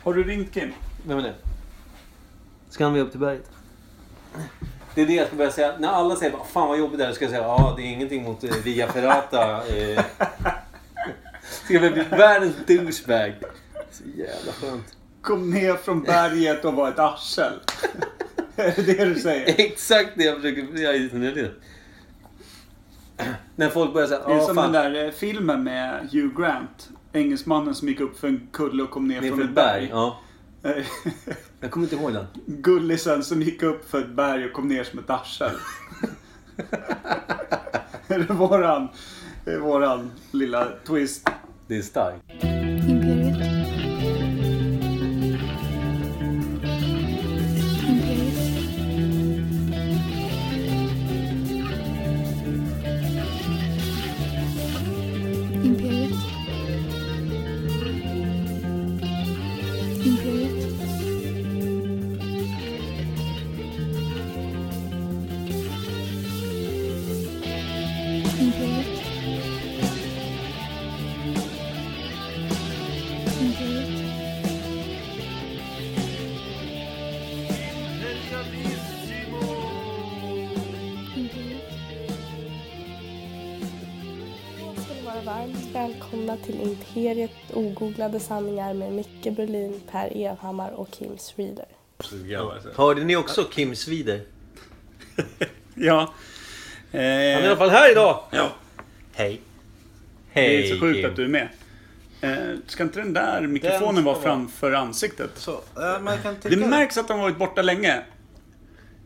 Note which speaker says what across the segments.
Speaker 1: Har du ringt Kim?
Speaker 2: Vem är det? Ska han med upp till berget? Det är det jag ska börja säga. När alla säger "Vad fan vad jobbigt det här. Ska jag säga ja det är ingenting mot eh, Via Ferrata. eh." Ska vi bli världens douchebag. Så jävla skönt.
Speaker 1: Kom ner från berget och var ett arsel. är det det du säger?
Speaker 2: Exakt det jag försöker säga i den här tiden. När folk börjar säga
Speaker 1: Det är
Speaker 2: ja
Speaker 1: som
Speaker 2: fan.
Speaker 1: den där eh, filmen med Hugh Grant. Engelsmannen som gick upp för en kulle och kom ner,
Speaker 2: Nerför
Speaker 1: från ett
Speaker 2: ett
Speaker 1: berg. Eh,
Speaker 2: berg. Ja. Jag kommer inte ihåg den.
Speaker 1: Gullisen som gick upp för ett berg och kom ner som ett arsel. det är våran, det är våran lilla twist.
Speaker 2: Det är starkt.
Speaker 3: Imperiet. Imperiet. Imperiet. Imperiet. Imperiet. Imperiet. Imperiet.
Speaker 4: ska ni vara varmt välkomna till Imperiet ogooglade sanningar med Micke Berlin, Per Evhammar och Kim Reader.
Speaker 2: Hörde ni också Kim Svider?
Speaker 1: Ja.
Speaker 2: Han är i alla fall här idag.
Speaker 1: ja.
Speaker 2: Hej.
Speaker 1: Det är så sjukt att du är med. Eh, ska inte den där mikrofonen
Speaker 5: ska
Speaker 1: vara
Speaker 5: vara-
Speaker 1: framför ansiktet?
Speaker 5: Så, ja, man kan tycka
Speaker 1: Det märks att han varit borta länge.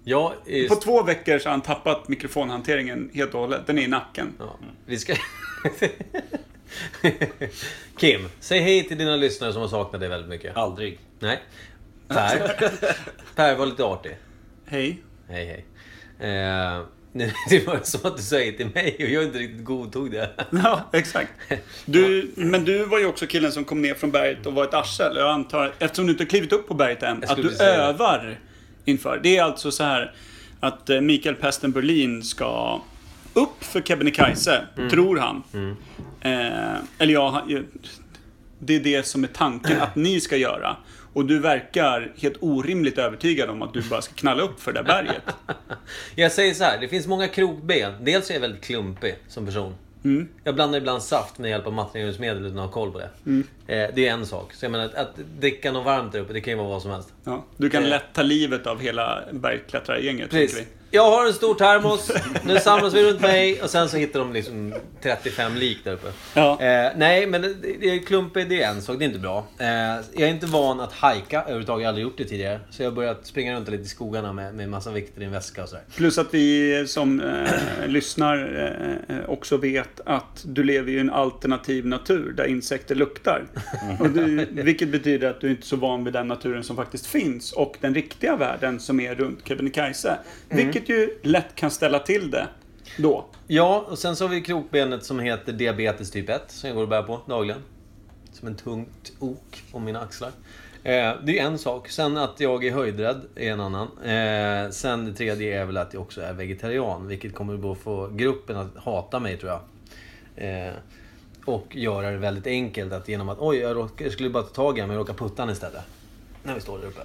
Speaker 2: Ja, eh,
Speaker 1: På två veckor så har han tappat mikrofonhanteringen helt och hållet. Den är i nacken.
Speaker 2: Ja, vi ska... Kim, säg hej till dina lyssnare som har saknat dig väldigt mycket.
Speaker 5: Aldrig.
Speaker 2: Nej. Per. Per var lite artig.
Speaker 1: Hej.
Speaker 2: Hej, hej. Eh, nej, det var så att du sa hej till mig och jag inte riktigt godtog det.
Speaker 1: Ja, exakt. Du, men du var ju också killen som kom ner från berget och var ett arsel. Jag antar, eftersom du inte har klivit upp på berget än, att
Speaker 2: skulle
Speaker 1: du
Speaker 2: säga det.
Speaker 1: övar inför. Det är alltså så här att eh, Mikael Pesten Berlin ska upp för Kebnekaise,
Speaker 2: Mm.
Speaker 1: tror han. Eh, eller ja, han- det är det som är tanken att ni ska göra. Och du verkar helt orimligt övertygad om att du bara ska knalla upp för det där berget.
Speaker 2: Jag säger så här, det finns många krokben. Dels är jag väldigt klumpig som person. Jag blandar ibland saft med hjälp av mattrengöringsmedel utan att ha koll på det. Eh, det är en sak. Så jag menar, att, att dricka något varmt där uppe, det kan ju vara vad som helst.
Speaker 1: Ja, du kan
Speaker 2: Eh.
Speaker 1: lätt ta livet av hela bergklättrargänget. tänker
Speaker 2: Precis.
Speaker 1: vi.
Speaker 2: Jag har en stor termos, nu samlas vi runt mig och sen så hittar de liksom 35 lik där uppe.
Speaker 1: Ja.
Speaker 2: Eh, nej, men det- det är klumpig, det är en sak, det är inte bra. Eh, jag är inte van att hajka överhuvudtaget, jag har aldrig gjort det tidigare. Så jag har börjat springa runt lite i skogarna med, med massa vikter i en väska och sådär.
Speaker 1: Plus att vi som eh, lyssnar eh, eh, också vet att du lever i en alternativ natur där insekter luktar.
Speaker 2: Mm.
Speaker 1: Och du, vilket betyder att du inte är så van vid den naturen som faktiskt finns och den riktiga världen som är runt Kebnekaise.
Speaker 2: Mm.
Speaker 1: Vilket ju lätt kan ställa till det då.
Speaker 2: Ja, och sen så har vi krokbenet som heter diabetes typ 1, som jag går och bär på dagligen. Som en tungt ok om mina axlar. Eh, det är en sak. Sen att jag är höjdrädd är en annan. Eh, sen det tredje är väl att jag också är vegetarian, vilket kommer då få gruppen att hata mig tror jag. Eh, och göra det väldigt enkelt att genom att oj, jag, råkar, jag skulle bara ta tag i honom, men jag råkar putta honom istället. När vi står där uppe.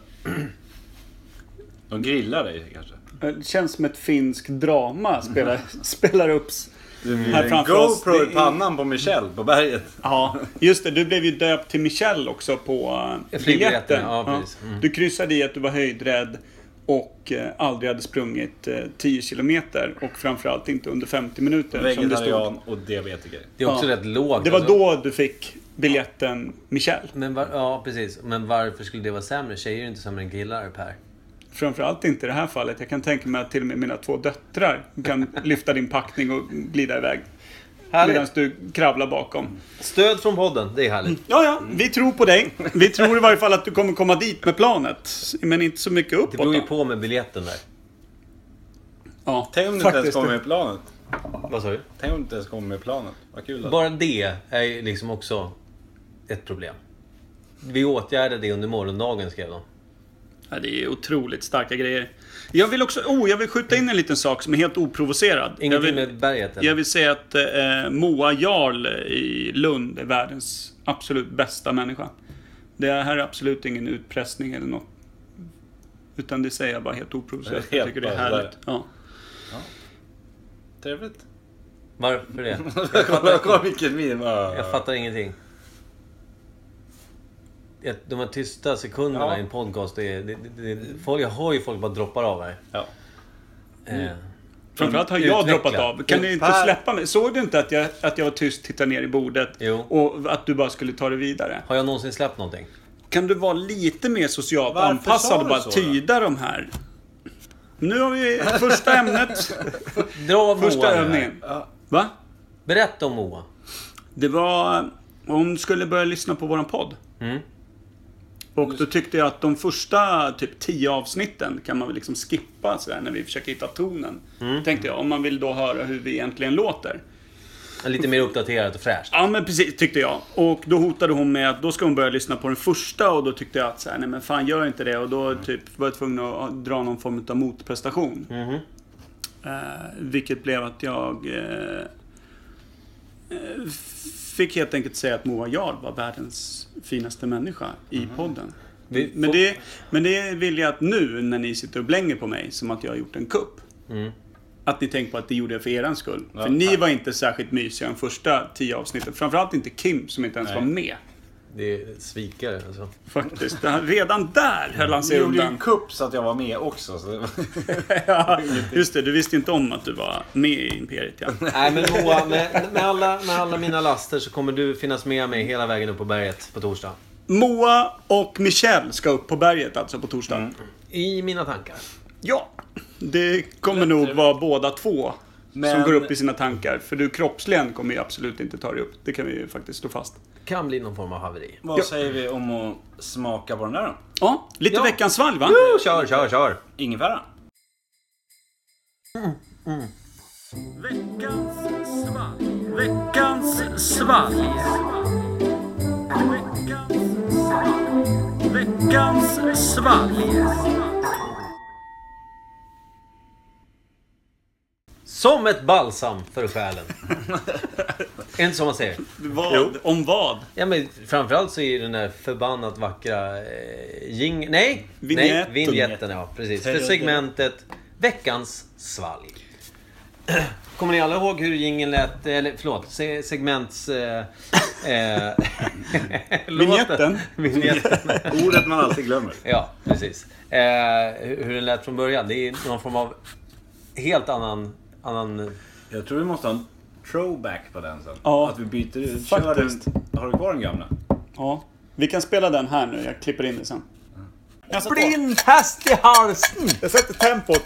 Speaker 5: De grillar dig kanske?
Speaker 1: Eh, Det känns som ett finskt drama spelar, spelar upps. Här
Speaker 5: en
Speaker 1: framför
Speaker 5: GoPro
Speaker 1: oss, det är-
Speaker 5: i pannan på Michelle på berget.
Speaker 1: Ja, just det. Du blev ju döpt till Michelle också på eh,
Speaker 2: Flygbiljetten,
Speaker 1: biljetten.
Speaker 2: ja, precis. Mm.
Speaker 1: Du kryssade i att du var höjdrädd och eh, aldrig hade sprungit eh, 10 kilometer och framförallt inte under 50 minuter. Som det, stod.
Speaker 5: Vegetarian och diabetiker.
Speaker 2: Det är också
Speaker 1: Ja.
Speaker 2: rätt lågt.
Speaker 1: det var
Speaker 2: alltså.
Speaker 1: då du fick biljetten Michelle.
Speaker 2: Men var, ja, precis. Men varför skulle det vara sämre? Tjejer är inte sämre än killar, Per.
Speaker 1: Framförallt inte i det här fallet. Jag kan tänka mig att till och med mina två döttrar kan lyfta din packning och glida iväg.
Speaker 2: Härligt.
Speaker 1: Medan du kravlar bakom.
Speaker 2: Stöd från podden, det är härligt.
Speaker 1: Ja, ja, vi tror på dig. Vi tror i varje fall att du kommer komma dit med planet. Men inte så mycket uppåt.
Speaker 2: Det beror ju
Speaker 1: då.
Speaker 2: på med biljetten där.
Speaker 1: Ja,
Speaker 5: Tänk om du inte ens
Speaker 1: faktiskt.
Speaker 5: kommer med planet.
Speaker 2: Vad sa du?
Speaker 5: Tänk om du inte ens kommer med planet. Vad kul att...
Speaker 2: Bara det är ju liksom också ett problem. Vi åtgärdade det under morgondagen, skrev de.
Speaker 1: Ja, det är otroligt starka grejer. Jag vill också, oh, jag vill skjuta in en liten sak som är helt oprovocerad. Jag
Speaker 2: Ingenting
Speaker 1: vill,
Speaker 2: med berget eller?
Speaker 1: jag vill säga att eh, Moa Jarl i Lund är världens absolut bästa människa. Det här är absolut ingen utpressning eller något. Utan det säger jag bara helt oprovocerat.
Speaker 5: Helt
Speaker 1: Jag tycker det är
Speaker 5: bara sådär.
Speaker 1: härligt. Ja.
Speaker 5: Trevligt.
Speaker 2: Varför det?
Speaker 5: kolla, kolla vilken min. Ja.
Speaker 2: Jag fattar ingenting. Ett- De här tysta sekunderna
Speaker 5: Ja.
Speaker 2: i en podcast, det, är- det, det, det, folk, jag hör ju folk bara droppar av här.
Speaker 5: Ja.
Speaker 2: Eh,
Speaker 1: Framförallt har jag
Speaker 2: Mm. Utveckla.
Speaker 1: droppat av. Kan ni inte
Speaker 5: Per.
Speaker 1: släppa mig? Såg du inte att jag, att jag var tyst, tittade ner i bordet
Speaker 2: Jo.
Speaker 1: och att du bara skulle ta det vidare?
Speaker 2: har jag någonsin släppt någonting?
Speaker 1: Kan du vara lite mer socialt
Speaker 5: Varför sa
Speaker 1: anpassad
Speaker 5: du
Speaker 1: och bara
Speaker 5: så då?
Speaker 1: tyda de här? Nu har vi första ämnet,
Speaker 2: Dra av Moa
Speaker 1: första
Speaker 2: nu här.
Speaker 1: övningen. Va?
Speaker 2: Berätta om Moa.
Speaker 1: Det var... eh, Hon skulle börja lyssna på våran podd. Och då tyckte jag att de första typ tio avsnitten kan man väl liksom skippa sådär när vi försöker hitta tonen. Tänkte jag, om man vill då höra hur vi egentligen låter.
Speaker 2: Lite mer uppdaterat och fräscht.
Speaker 1: Ja men precis, tyckte jag. Och då hotade hon med att då ska hon börja lyssna på den första och då tyckte jag att så här, nej men fan gör inte det. Och då typ var jag tvungen att dra någon form av motprestation. Eh, vilket blev att jag eh, eh, fick helt enkelt säga att Moa Jarl var världens finaste människa i podden.
Speaker 2: Vi
Speaker 1: Men
Speaker 2: får-
Speaker 1: det, men det vill jag att nu när ni sitter och blänger på mig som att jag har gjort en kupp. Att ni tänker på att det gjorde jag för er skull.
Speaker 5: Ja.
Speaker 1: för ni var inte särskilt mysiga de första tio avsnitten. Framförallt inte Kim som inte ens
Speaker 5: Nej.
Speaker 1: var med.
Speaker 2: Det är svikare alltså.
Speaker 1: Faktiskt. Han- Redan där höll han
Speaker 5: Du
Speaker 1: sig
Speaker 5: gjorde ju en
Speaker 1: undan.
Speaker 5: kupp så att jag var med också. Så det var...
Speaker 1: Ja, just det, du visste inte om att du var med i Imperiet ja.
Speaker 2: Nej men Moa, med, med, alla, med alla mina laster så kommer du finnas med mig hela vägen upp på berget på torsdag.
Speaker 1: Moa och Michelle ska upp på berget alltså på torsdag.
Speaker 2: I mina tankar.
Speaker 1: Ja. Det kommer nog vara båda två
Speaker 5: Men-
Speaker 1: som går upp i sina tankar. För du kroppsligen kommer ju absolut inte ta dig upp. Det kan vi ju faktiskt slå fast.
Speaker 2: Kan bli någon form av haveri.
Speaker 5: Vad säger vi om att smaka på den där då?
Speaker 1: Ja, lite
Speaker 2: Ja.
Speaker 1: veckans valv va?
Speaker 2: Woo, kör, kör, kör!
Speaker 5: Ingefära.
Speaker 1: Veckans svalg. Veckans svalg. Veckans svalg. Veckans svalg.
Speaker 2: Som ett balsam för själen. Är det inte så man säger?
Speaker 1: Vad? Om vad?
Speaker 2: Ja, men framförallt så är ju den där förbannat vackra eh, jing... Nej!
Speaker 1: Vignetten.
Speaker 2: Nej, vignetten, ja. Precis. För segmentet Veckans svalg. Kommer ni alla ihåg hur jingeln lät? Eller förlåt, se- segments... Eh, eh,
Speaker 1: Vignetten.
Speaker 2: Vignetten.
Speaker 5: Ordet man alltid glömmer.
Speaker 2: Ja, precis. Eh, hur hur den lät från början. Det är någon form av helt annan... annan
Speaker 5: Jag tror vi måste ha en throwback på den sen.
Speaker 1: Ja.
Speaker 5: Att vi byter ut. Kör
Speaker 1: Faktiskt.
Speaker 5: den. Har du kvar den gamla?
Speaker 1: Ja. Vi kan spela den här nu. Jag klipper in det sen. Jag satte,
Speaker 2: Blindhäst i halsen!
Speaker 1: jag satte tempot.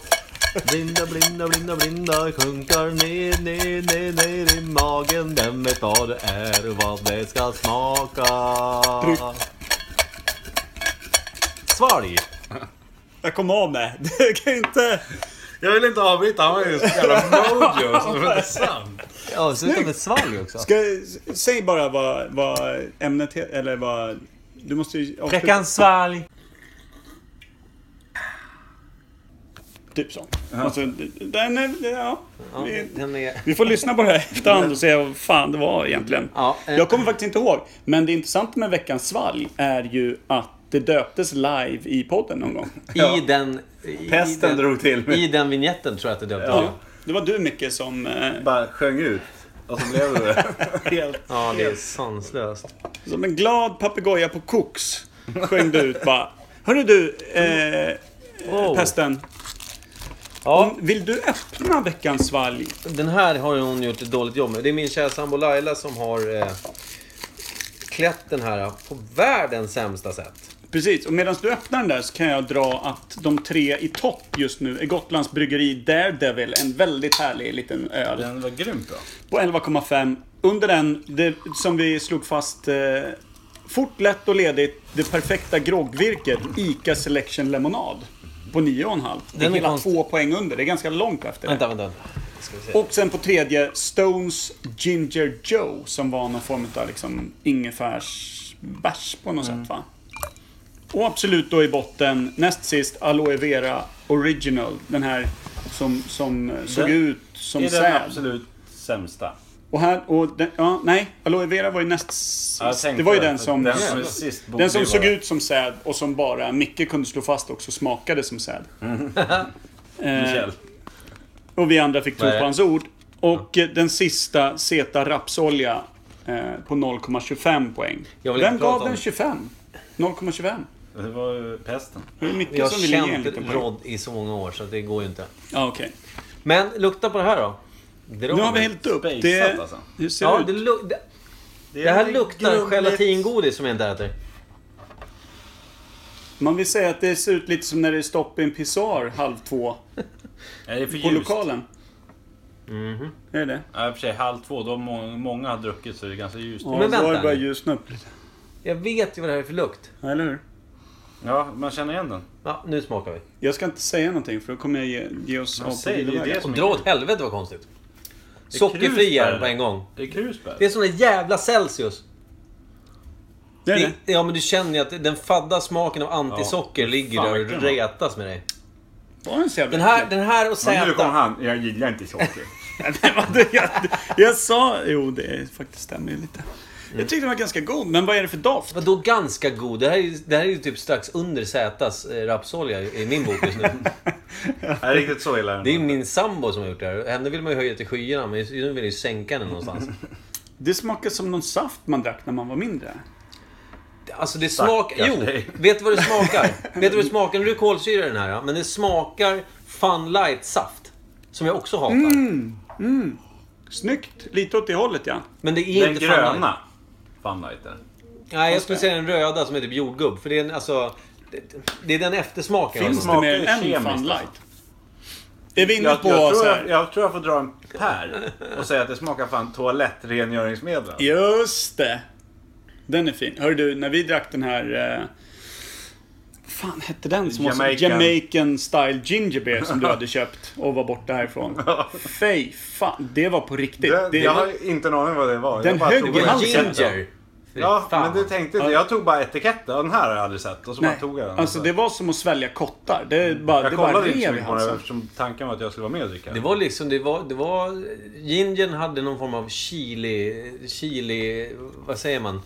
Speaker 2: Blinda, blinda, blinda, blinda sjunkar ner, ner, ner, ner i magen. Den vet vad det är och vad det ska smaka. Svalg!
Speaker 1: Jag kom av med. Det kan ju inte...
Speaker 5: Jag vill inte avbryta. Han var ju så jävla mojo. Så det var inte sant.
Speaker 2: Ja, det slutar med svalg också.
Speaker 1: Ska, säg bara vad, vad ämnet heter, eller vad... Du måste ju... avsluta-
Speaker 2: Veckans svalg!
Speaker 1: Typ så. Alltså, den är... Ja.
Speaker 2: Ja,
Speaker 1: Vi-
Speaker 2: den är...
Speaker 1: Vi får lyssna på det här efterhand och se vad fan det var egentligen.
Speaker 2: Ja, eh.
Speaker 1: Jag kommer faktiskt inte ihåg. Men det intressanta med veckans svalg är ju att det döptes live i podden någon gång.
Speaker 2: I den... I
Speaker 5: Pesten
Speaker 2: den,
Speaker 5: drog till.
Speaker 2: I den vignetten tror jag att det döpte
Speaker 5: Ja.
Speaker 2: ja.
Speaker 1: Det var du Micke som... eh,
Speaker 5: Bara sjöng ut. Och så blev det det. Helt.
Speaker 2: ja, det är sanslöst.
Speaker 1: Som en glad papegoja på koks sjöng du ut bara. Hörru du, eh,
Speaker 2: Oh.
Speaker 1: pesten.
Speaker 2: Ja,
Speaker 1: om- Vill du öppna veckans svalg?
Speaker 2: den här har ju hon gjort ett dåligt jobb med. Det är min kära sambo Laila som har eh, klätt den här på världens sämsta sätt.
Speaker 1: Precis, och medan du öppnar den där så kan jag dra att de tre i topp just nu är Gotlands Bryggeri Daredevil, en väldigt härlig liten öl.
Speaker 5: Den var grymt bra.
Speaker 1: på 11,5. Under den, det, som vi slog fast, eh, fort, lätt och ledigt, det perfekta groggvirket, ICA Selection Lemonad. På 9,5. Det är
Speaker 2: Den är
Speaker 1: hela
Speaker 2: konst-
Speaker 1: två poäng under, det är ganska långt efter det.
Speaker 2: Vänta, vänta. vänta. Ska vi se.
Speaker 1: Och sen på tredje, Stones Ginger Joe, som var någon form av liksom ingefärsbärs på något
Speaker 6: Mm.
Speaker 1: sätt va? Och absolut då i botten, näst sist, Aloe Vera Original. Den här som, som eh, såg
Speaker 5: Den-
Speaker 1: ut som
Speaker 5: Det är den
Speaker 1: säd.
Speaker 5: absolut sämsta.
Speaker 1: Och här, och den, ja, nej, aloe vera var ju näst
Speaker 6: Jag
Speaker 1: sist.
Speaker 6: tänkte
Speaker 1: Det var ju den som...
Speaker 6: Den
Speaker 1: Den,
Speaker 6: som, är
Speaker 2: Ja.
Speaker 6: sist borde
Speaker 1: som
Speaker 6: ju
Speaker 1: såg
Speaker 6: vara-
Speaker 1: ut som säd och som bara Micke kunde slå fast också smakade som säd.
Speaker 6: Mm.
Speaker 1: eh,
Speaker 6: Michel.
Speaker 1: och vi andra fick tro
Speaker 2: Nej.
Speaker 1: på hans ord. Och eh, den sista, Zeta rapsolja eh, på 0,25 poäng.
Speaker 2: Jag vill
Speaker 1: Vem
Speaker 2: inte prata
Speaker 1: gav
Speaker 2: om-
Speaker 1: den 25? 0,25.
Speaker 6: Det var ju pesten.
Speaker 1: Det är mycket
Speaker 2: Jag har
Speaker 1: som ville ge en
Speaker 2: känt
Speaker 1: liten poäng.
Speaker 2: Rod i så många år så att det går ju inte.
Speaker 1: Ja, okej.
Speaker 2: Men lukta på det här då.
Speaker 1: Nu har vi hällt upp.
Speaker 6: Spejsat,
Speaker 1: Det,
Speaker 6: alltså.
Speaker 1: hur ser
Speaker 2: Ja,
Speaker 1: det
Speaker 2: det,
Speaker 1: ut?
Speaker 2: luk- det, det här luktar gelatingodis som jag inte äter.
Speaker 1: Man vill säga att det ser ut lite som när det är stopp i en pissoar halv två
Speaker 6: Är det för
Speaker 1: på
Speaker 6: ljust?
Speaker 1: lokalen.
Speaker 2: Mhm.
Speaker 1: Är det det?
Speaker 6: Ja, i och för sig. Halv två, då må- många har druckit så det är ganska ljust.
Speaker 1: Ja,
Speaker 2: Men
Speaker 1: då har
Speaker 2: vänta
Speaker 1: det börjat
Speaker 2: nu.
Speaker 1: ljusna upp lite.
Speaker 2: Jag vet ju vad det här är för lukt.
Speaker 1: Eller hur?
Speaker 6: Ja, man känner igen den.
Speaker 2: Ja, nu smakar vi.
Speaker 1: Jag ska inte säga någonting för då kommer jag ge, ge oss
Speaker 6: Men
Speaker 1: av på
Speaker 6: säg, det är
Speaker 1: villovägar.
Speaker 6: det som-
Speaker 2: Och dra åt helvete vad konstigt.
Speaker 6: är
Speaker 2: Sockerfri är
Speaker 6: krusbär.
Speaker 2: den på en gång.
Speaker 6: Det är krusbär.
Speaker 2: Det är sån där jävla Celsius.
Speaker 1: Det är det.
Speaker 2: Det, ja men du känner ju att den fadda smaken av antisocker ligger
Speaker 6: Fan,
Speaker 2: där och
Speaker 6: verkligen.
Speaker 2: retas med dig.
Speaker 1: Var den så jävla
Speaker 2: Den här,
Speaker 1: äcklig?
Speaker 2: den här och
Speaker 7: Men nu kom
Speaker 2: Zäta.
Speaker 7: han. Jag gillar inte socker.
Speaker 1: Nej, vad- jag, jag sa... Jo, det är, faktiskt stämmer ju lite.
Speaker 6: Mm.
Speaker 1: Jag tyckte den var ganska god, men vad är det för doft?
Speaker 2: Vadå ganska god? Det här, är, ju- det här är ju typ strax under Zätas eh, rapsolja i i min bok just nu.
Speaker 6: Nej, riktigt så illa är
Speaker 2: Det är ju
Speaker 6: inte.
Speaker 2: min sambo som har gjort det här. Henne vill man ju höja till skyarna, men just nu vill jag ju sänka den någonstans.
Speaker 1: Det smakar som någon saft man drack när man var mindre.
Speaker 2: Alltså det smakar... Jo!
Speaker 6: dig.
Speaker 2: Vet du vad det smakar? vet du vad det smakar? Nu är det kolsyra i den här, ja. men det smakar Fun Light-saft. Som jag också hatar.
Speaker 1: Snyggt! Lite åt det hållet, ja.
Speaker 2: Men det är
Speaker 6: Den
Speaker 2: inte Fun Light.
Speaker 6: gröna. Funlighter.
Speaker 2: Nej, jag skulle säga den röda som är typ jordgubb. För det är en, alltså... Det, det är den eftersmaken. jag
Speaker 1: Finns
Speaker 2: har.
Speaker 1: det
Speaker 6: smakar
Speaker 1: mer
Speaker 6: ju
Speaker 1: än
Speaker 6: kemiskt,
Speaker 1: Fun
Speaker 6: alltså.
Speaker 1: Light? Är vi inne
Speaker 6: Jag,
Speaker 1: på
Speaker 6: jag,
Speaker 1: så
Speaker 6: tror
Speaker 1: här...
Speaker 6: jag, jag tror jag får dra en pär och säga att det smakar fan toalettrengöringsmedel. alltså.
Speaker 1: Just det! Den är fin. Hör du, när vi drack den här... Eh, fan hette den som var så,
Speaker 6: Jamaican.
Speaker 1: Jamaican style ginger beer som du hade köpt och var borta härifrån. Fy fan, det var på riktigt.
Speaker 7: Det,
Speaker 1: Det,
Speaker 7: jag har inte en aning vad det var.
Speaker 1: Den
Speaker 7: jag bara
Speaker 1: högg
Speaker 7: tog
Speaker 1: i
Speaker 7: det.
Speaker 1: halsen.
Speaker 2: Ginger. Fy
Speaker 6: Ja,
Speaker 2: fan.
Speaker 6: men det tänkte inte. Jag tog bara etiketten. Den här har jag aldrig sett. Och så
Speaker 1: nej,
Speaker 6: bara tog jag den. Mm.
Speaker 1: alltså det var som att svälja kottar. Det bara,
Speaker 6: jag
Speaker 1: det bara
Speaker 6: kollade inte så
Speaker 1: rev i
Speaker 6: mycket på den
Speaker 1: halsen.
Speaker 6: eftersom tanken var att jag skulle vara med och dricka.
Speaker 2: Det var liksom, det var, det var... Gingern hade någon form av chili... Chili... Vad säger man?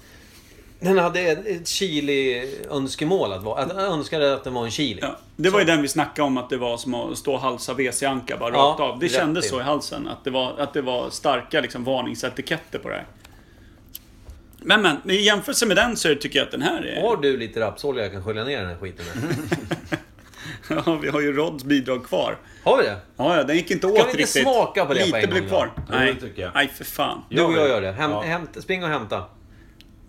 Speaker 2: Den hade ett- ett chili-önskemål att vara. Att, jag önskade att den var en chili.
Speaker 1: Ja, det var ju den vi snackade om att det var som att stå och halsa WC-anka bara
Speaker 2: Ja,
Speaker 1: rakt av. Det
Speaker 2: rätt
Speaker 1: kändes
Speaker 2: in.
Speaker 1: så i halsen. Att det var, att det var starka liksom, varningsetiketter på det här. Men men, i jämförelse med den så tycker jag att den här är...
Speaker 2: Har du lite rapsolja jag kan skölja ner den här skiten med?
Speaker 1: Ja, vi har ju Rods bidrag kvar.
Speaker 2: Har vi det?
Speaker 1: Ja, ja, den gick inte åt
Speaker 2: vi inte
Speaker 1: riktigt.
Speaker 2: smaka på det
Speaker 1: Lite
Speaker 2: på en
Speaker 1: blev
Speaker 2: gång,
Speaker 1: kvar.
Speaker 2: då?
Speaker 6: Jo,
Speaker 1: Nej,
Speaker 6: det tycker jag.
Speaker 1: Nej, för fan.
Speaker 2: Du och
Speaker 6: vill.
Speaker 2: jag gör det. Häm,
Speaker 6: Ja.
Speaker 2: hämt, spring och hämta.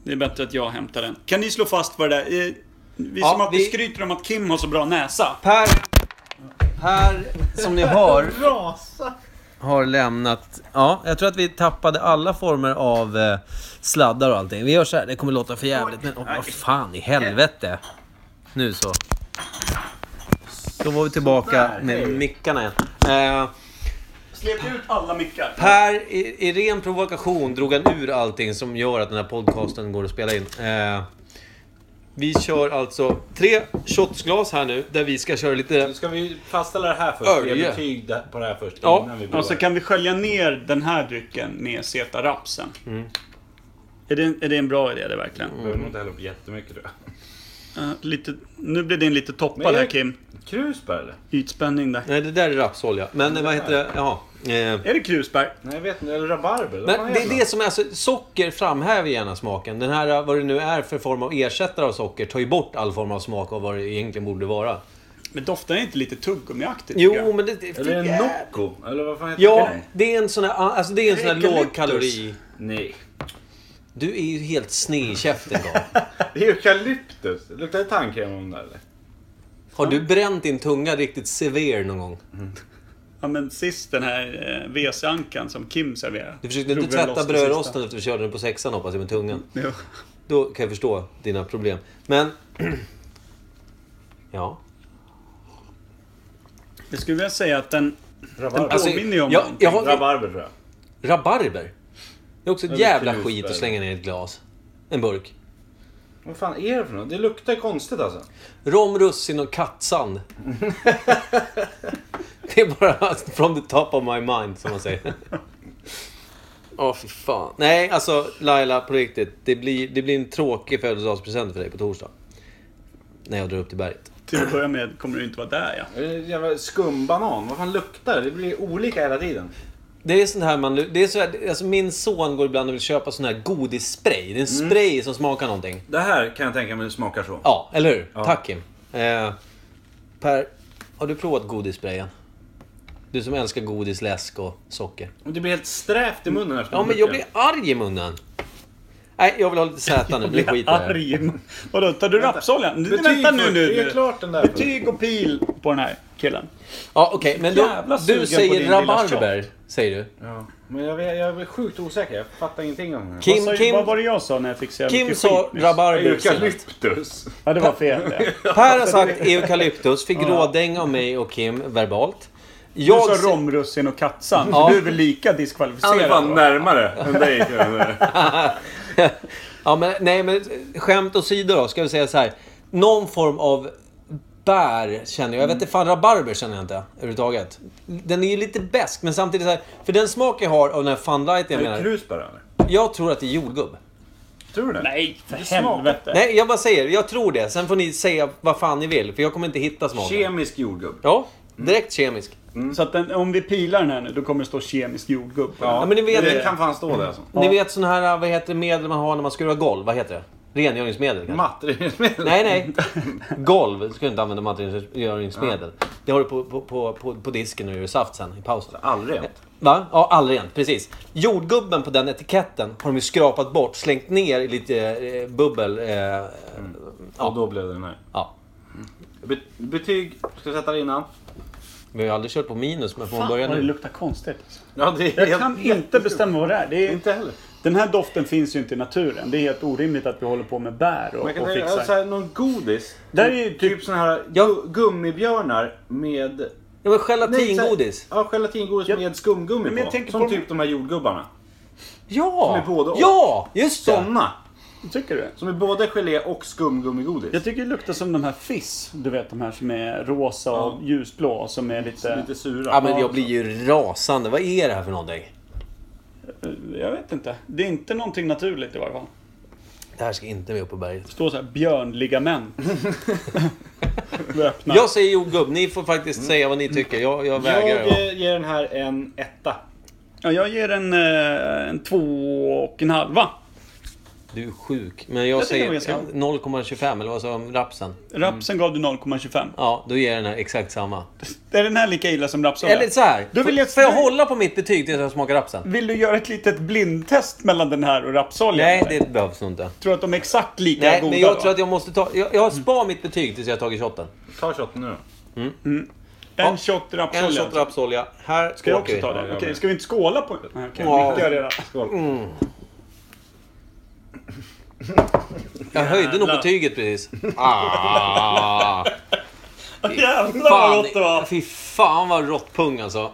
Speaker 1: Det är bättre att jag hämtar den. Kan ni slå fast vad det är? Eh, Vi
Speaker 2: Ja,
Speaker 1: som alltid
Speaker 2: vi-
Speaker 1: skryter om att Kim har så bra näsa.
Speaker 2: Per, per som ni hör, har lämnat... Ja, jag tror att vi tappade alla former av eh, sladdar och allting. Vi gör så här, det kommer låta för jävligt men... Åh, vad fan i helvete! Nu så. Då var vi tillbaka med mickarna igen. Eh,
Speaker 1: Slet ut alla mickar.
Speaker 2: Per, i, i ren provokation, drog han ur allting som gör att den här podcasten går att spela in. Eh, vi kör alltså tre shotsglas här nu, där vi ska köra lite...
Speaker 6: Ska vi fastställa det här först?
Speaker 2: Örje.
Speaker 6: Ge betyg där- på det här först
Speaker 2: Ja.
Speaker 6: innan vi
Speaker 1: Och så
Speaker 6: provar.
Speaker 1: kan vi skölja ner den här drycken med Zeta-rapsen.
Speaker 2: Mm.
Speaker 1: Är, det, är det en bra idé det verkligen?
Speaker 6: Behöver nog inte hälla upp jättemycket tror jag.
Speaker 1: Eh, lite, nu blir din lite toppad
Speaker 6: Men jag-
Speaker 1: här Kim.
Speaker 6: Krusbär eller?
Speaker 1: Ytspänning där.
Speaker 2: Nej, det där är rapsolja. Men eh, vad heter det? Jaha. Eh,
Speaker 1: Är det krusbär?
Speaker 6: Nej jag vet inte, eller rabarber? De har
Speaker 2: Men det
Speaker 6: jävla-
Speaker 2: är det som är, alltså, socker framhäver gärna smaken. Den här, eh, vad det nu är för form av ersättare av socker, tar ju bort all form av smak av vad det egentligen borde vara.
Speaker 1: Men doftar det inte lite tuggummiaktigt? tycker
Speaker 2: Jo,
Speaker 1: jag?
Speaker 2: men det... det
Speaker 6: Eller en Nocco? Eller vad fan heter
Speaker 2: Ja,
Speaker 6: det?
Speaker 2: det är en sån här, alltså, det är en sån här
Speaker 1: Eukalyptus.
Speaker 2: lågkalori...
Speaker 6: Nej.
Speaker 2: Du är ju helt sned i käften, Carl.
Speaker 6: Det är eukalyptus. Luktar det tandkräm om det eller?
Speaker 2: Har du bränt din tunga riktigt sever någon gång?
Speaker 1: Ja men sist den här eh, WC-ankan som Kim serverade.
Speaker 2: Du försökte inte
Speaker 1: Drog väl
Speaker 2: tvätta
Speaker 1: loss det
Speaker 2: brödrosten efter vi körde den på sexan hoppas jag med tungan.
Speaker 1: sista. Jo.
Speaker 2: Då kan jag förstå dina problem. Men... ja.
Speaker 1: Jag skulle vilja säga att den
Speaker 6: Rabarber.
Speaker 2: Alltså,
Speaker 1: påminner ju om
Speaker 2: jag,
Speaker 1: någonting.
Speaker 2: jag har,
Speaker 6: Rabarber tror jag.
Speaker 2: Rabarber. Det är också ett
Speaker 6: Eller
Speaker 2: jävla
Speaker 6: krusbär.
Speaker 2: skit att slänga ner i ett glas. En burk.
Speaker 6: Vad fan är det för något? Det luktar konstigt alltså.
Speaker 2: Rom, russin och kattsand. det är bara from the top of my mind, som man säger. Åh, fy fan. Nej, alltså Laila, på riktigt. Det blir, det blir en tråkig födelsedagspresent för dig på torsdag. När jag drar upp till berget.
Speaker 1: Till att börja med kommer du inte vara där ja.
Speaker 6: Det är en Jävla skumbanan. Vad fan luktar det? Det blir olika hela tiden.
Speaker 2: Det är sånt här man... Det är så här, alltså min son går ibland och vill köpa sån här godisspray. Det är en spray som smakar någonting.
Speaker 6: Det här kan jag tänka mig smakar så.
Speaker 2: Ja, eller hur? Tack Kim. Eh, per, har du provat godissprayen? Du som älskar godis, läsk och socker.
Speaker 6: Men Det blir helt strävt i munnen efter
Speaker 2: Ja,
Speaker 6: en
Speaker 2: men jag
Speaker 6: lucka.
Speaker 2: blir arg i munnen. Nej, jag vill ha lite zäta nu. Det skiter jag i.
Speaker 1: Arg. Vadå, tar du rapsolja?
Speaker 6: Betyg
Speaker 1: Vänta nu
Speaker 6: först.
Speaker 1: nu.
Speaker 6: Det är
Speaker 1: nu.
Speaker 6: klart den där.
Speaker 1: Betyg och pil på den här killen.
Speaker 2: Ja, okej. Men
Speaker 1: Jävla
Speaker 2: då,
Speaker 1: sugen på
Speaker 2: du
Speaker 1: din
Speaker 2: säger
Speaker 1: lilla
Speaker 2: rabarber, säger du.
Speaker 6: Ja. Men jag, jag, jag är sjukt osäker. Jag fattar ingenting om det här.
Speaker 1: Vad,
Speaker 2: Kim,
Speaker 1: sa,
Speaker 2: Kim,
Speaker 1: vad var det jag sa när jag fick så jävla
Speaker 2: Kim
Speaker 1: mycket
Speaker 2: sa
Speaker 1: skit nyss?
Speaker 2: rabarber senast.
Speaker 7: Eukalyptus.
Speaker 1: Ja, det var fel det.
Speaker 2: Per har sagt eukalyptus, fick rådänga av mig och Kim verbalt.
Speaker 1: Du
Speaker 2: Jag
Speaker 1: sa
Speaker 2: se-
Speaker 1: romrussin och katsan.
Speaker 2: Ja.
Speaker 1: Du är väl lika
Speaker 7: Han är
Speaker 1: diskvalificerad?
Speaker 7: fan
Speaker 1: då?
Speaker 7: närmare än dig.
Speaker 2: ja, men, nej, men skämt åsido då, ska vi säga så här. Någon form av bär känner jag. Jag vet inte fan, rabarber känner jag inte överhuvudtaget. Den är ju lite besk men samtidigt så här, för den smak jag har av den här funlight jag
Speaker 6: Är det
Speaker 2: menar.
Speaker 6: krus bara eller?
Speaker 2: Jag tror att det är jordgubb.
Speaker 6: Tror du det?
Speaker 1: Nej, för
Speaker 6: smakar-
Speaker 1: helvete.
Speaker 2: Nej, jag bara säger, jag tror det. Sen får ni säga vad fan ni vill, för jag kommer inte hitta smaken.
Speaker 6: Kemisk jordgubb.
Speaker 2: ja, direkt kemisk.
Speaker 1: Så att den, om vi pilar den här nu, då kommer det stå kemisk jordgubb. på den.
Speaker 2: men ni vet-
Speaker 6: det kan fan stå där alltså.
Speaker 2: Ni vet sån här, vad heter det, medel man har när man skurar golv? Vad heter det? Rengöringsmedel kanske?
Speaker 6: Mattrengöringsmedel.
Speaker 2: Mm. Nej, nej. Golv ska du inte använda matrengöringsmedel. Det har du på, på, på, på, på disken och gör saft sen i pausen.
Speaker 6: Aldrig rent.
Speaker 2: Va? Ja, allrent. Precis. Jordgubben på den etiketten har de ju skrapat bort, slängt ner i lite eh, bubbel. Eh,
Speaker 6: Och då blev det den här.
Speaker 2: ja.
Speaker 6: Be- betyg, ska jag sätta det innan?
Speaker 2: Vi har ju aldrig kört på minus, men från
Speaker 1: Fan, vad
Speaker 2: början
Speaker 1: det
Speaker 2: nu.
Speaker 1: luktar konstigt. alltså.
Speaker 6: Ja, det är
Speaker 1: Jag kan inte bestämma vad det är. Det är
Speaker 6: Inte heller.
Speaker 1: den här doften finns ju inte i naturen. Det är helt orimligt att vi håller på med bär och,
Speaker 6: Man kan
Speaker 1: och
Speaker 6: tänka,
Speaker 1: fixar.
Speaker 6: alltså, här, någon godis.
Speaker 1: Där är ju
Speaker 6: typ,
Speaker 1: typ-
Speaker 6: såna här
Speaker 2: Ja.
Speaker 6: gu- gummibjörnar med...
Speaker 2: Ja, men
Speaker 6: Nej, så här-
Speaker 2: gelatingodis.
Speaker 6: Ja, gelatingodis
Speaker 1: Ja.
Speaker 6: med skumgummi
Speaker 1: Men jag
Speaker 6: på.
Speaker 1: tänker
Speaker 6: Som
Speaker 1: på-
Speaker 6: typ de här jordgubbarna.
Speaker 2: Ja!
Speaker 6: Som är både och.
Speaker 2: ja, just det.
Speaker 6: Såna.
Speaker 1: Tycker du?
Speaker 6: Som är både gelé och skumgummigodis.
Speaker 1: Jag tycker det luktar som de här fiss. Du vet de här som är rosa och ljusblå och som är lite...
Speaker 6: Lite sura.
Speaker 2: Ja, men jag blir ju rasande. Vad är det här för någonting?
Speaker 1: Jag vet inte. Det är inte någonting naturligt i varje fall.
Speaker 2: Det här ska inte med upp på berget.
Speaker 1: Det står så här björnligament. Du öppnar.
Speaker 2: Jag säger jordgubb. Ni får faktiskt säga vad ni
Speaker 1: Mm.
Speaker 2: tycker. Jag, jag vägrar.
Speaker 6: Jag eh, ger den här en etta.
Speaker 1: Ja, jag ger en, eh, en två och en halva.
Speaker 2: Du är sjuk. Men jag,
Speaker 1: Jag tycker
Speaker 2: säger
Speaker 1: det var
Speaker 2: ja, 0,25 eller vad sa jag om rapsen?
Speaker 1: Rapsen gav du 0,25.
Speaker 2: Ja, då ger jag den här exakt samma.
Speaker 1: Är den här lika illa som rapsolja?
Speaker 2: Eller så här.
Speaker 1: Då vill jag- Mm.
Speaker 2: Får jag hålla på mitt betyg tills jag smakar rapsen?
Speaker 1: Vill du göra ett litet blindtest mellan den här och rapsoljan?
Speaker 2: Nej,
Speaker 1: eller?
Speaker 2: det behövs nog inte.
Speaker 1: Tror du att de är exakt lika
Speaker 2: Nej,
Speaker 1: goda
Speaker 2: men jag
Speaker 1: då?
Speaker 2: tror att jag måste ta... Jag, jag spar mitt betyg tills jag har tagit shotten.
Speaker 6: Ta shotten nu då.
Speaker 1: En shot rapsolja.
Speaker 2: En shot rapsolja. Här
Speaker 1: Ska jag
Speaker 2: åker
Speaker 1: också
Speaker 2: vi.
Speaker 1: ta det?
Speaker 6: Ja, jag
Speaker 1: Okej,
Speaker 6: med.
Speaker 1: ska vi inte skåla på den? Okej,
Speaker 2: Ja.
Speaker 1: mycket har jag redan.
Speaker 6: Skål.
Speaker 2: Mm. Jag höjde nog
Speaker 1: Jävlar.
Speaker 2: betyget precis. Ah,
Speaker 1: Jävlar vad
Speaker 2: fan,
Speaker 1: gott det var!
Speaker 2: fy fan vad rått pung alltså.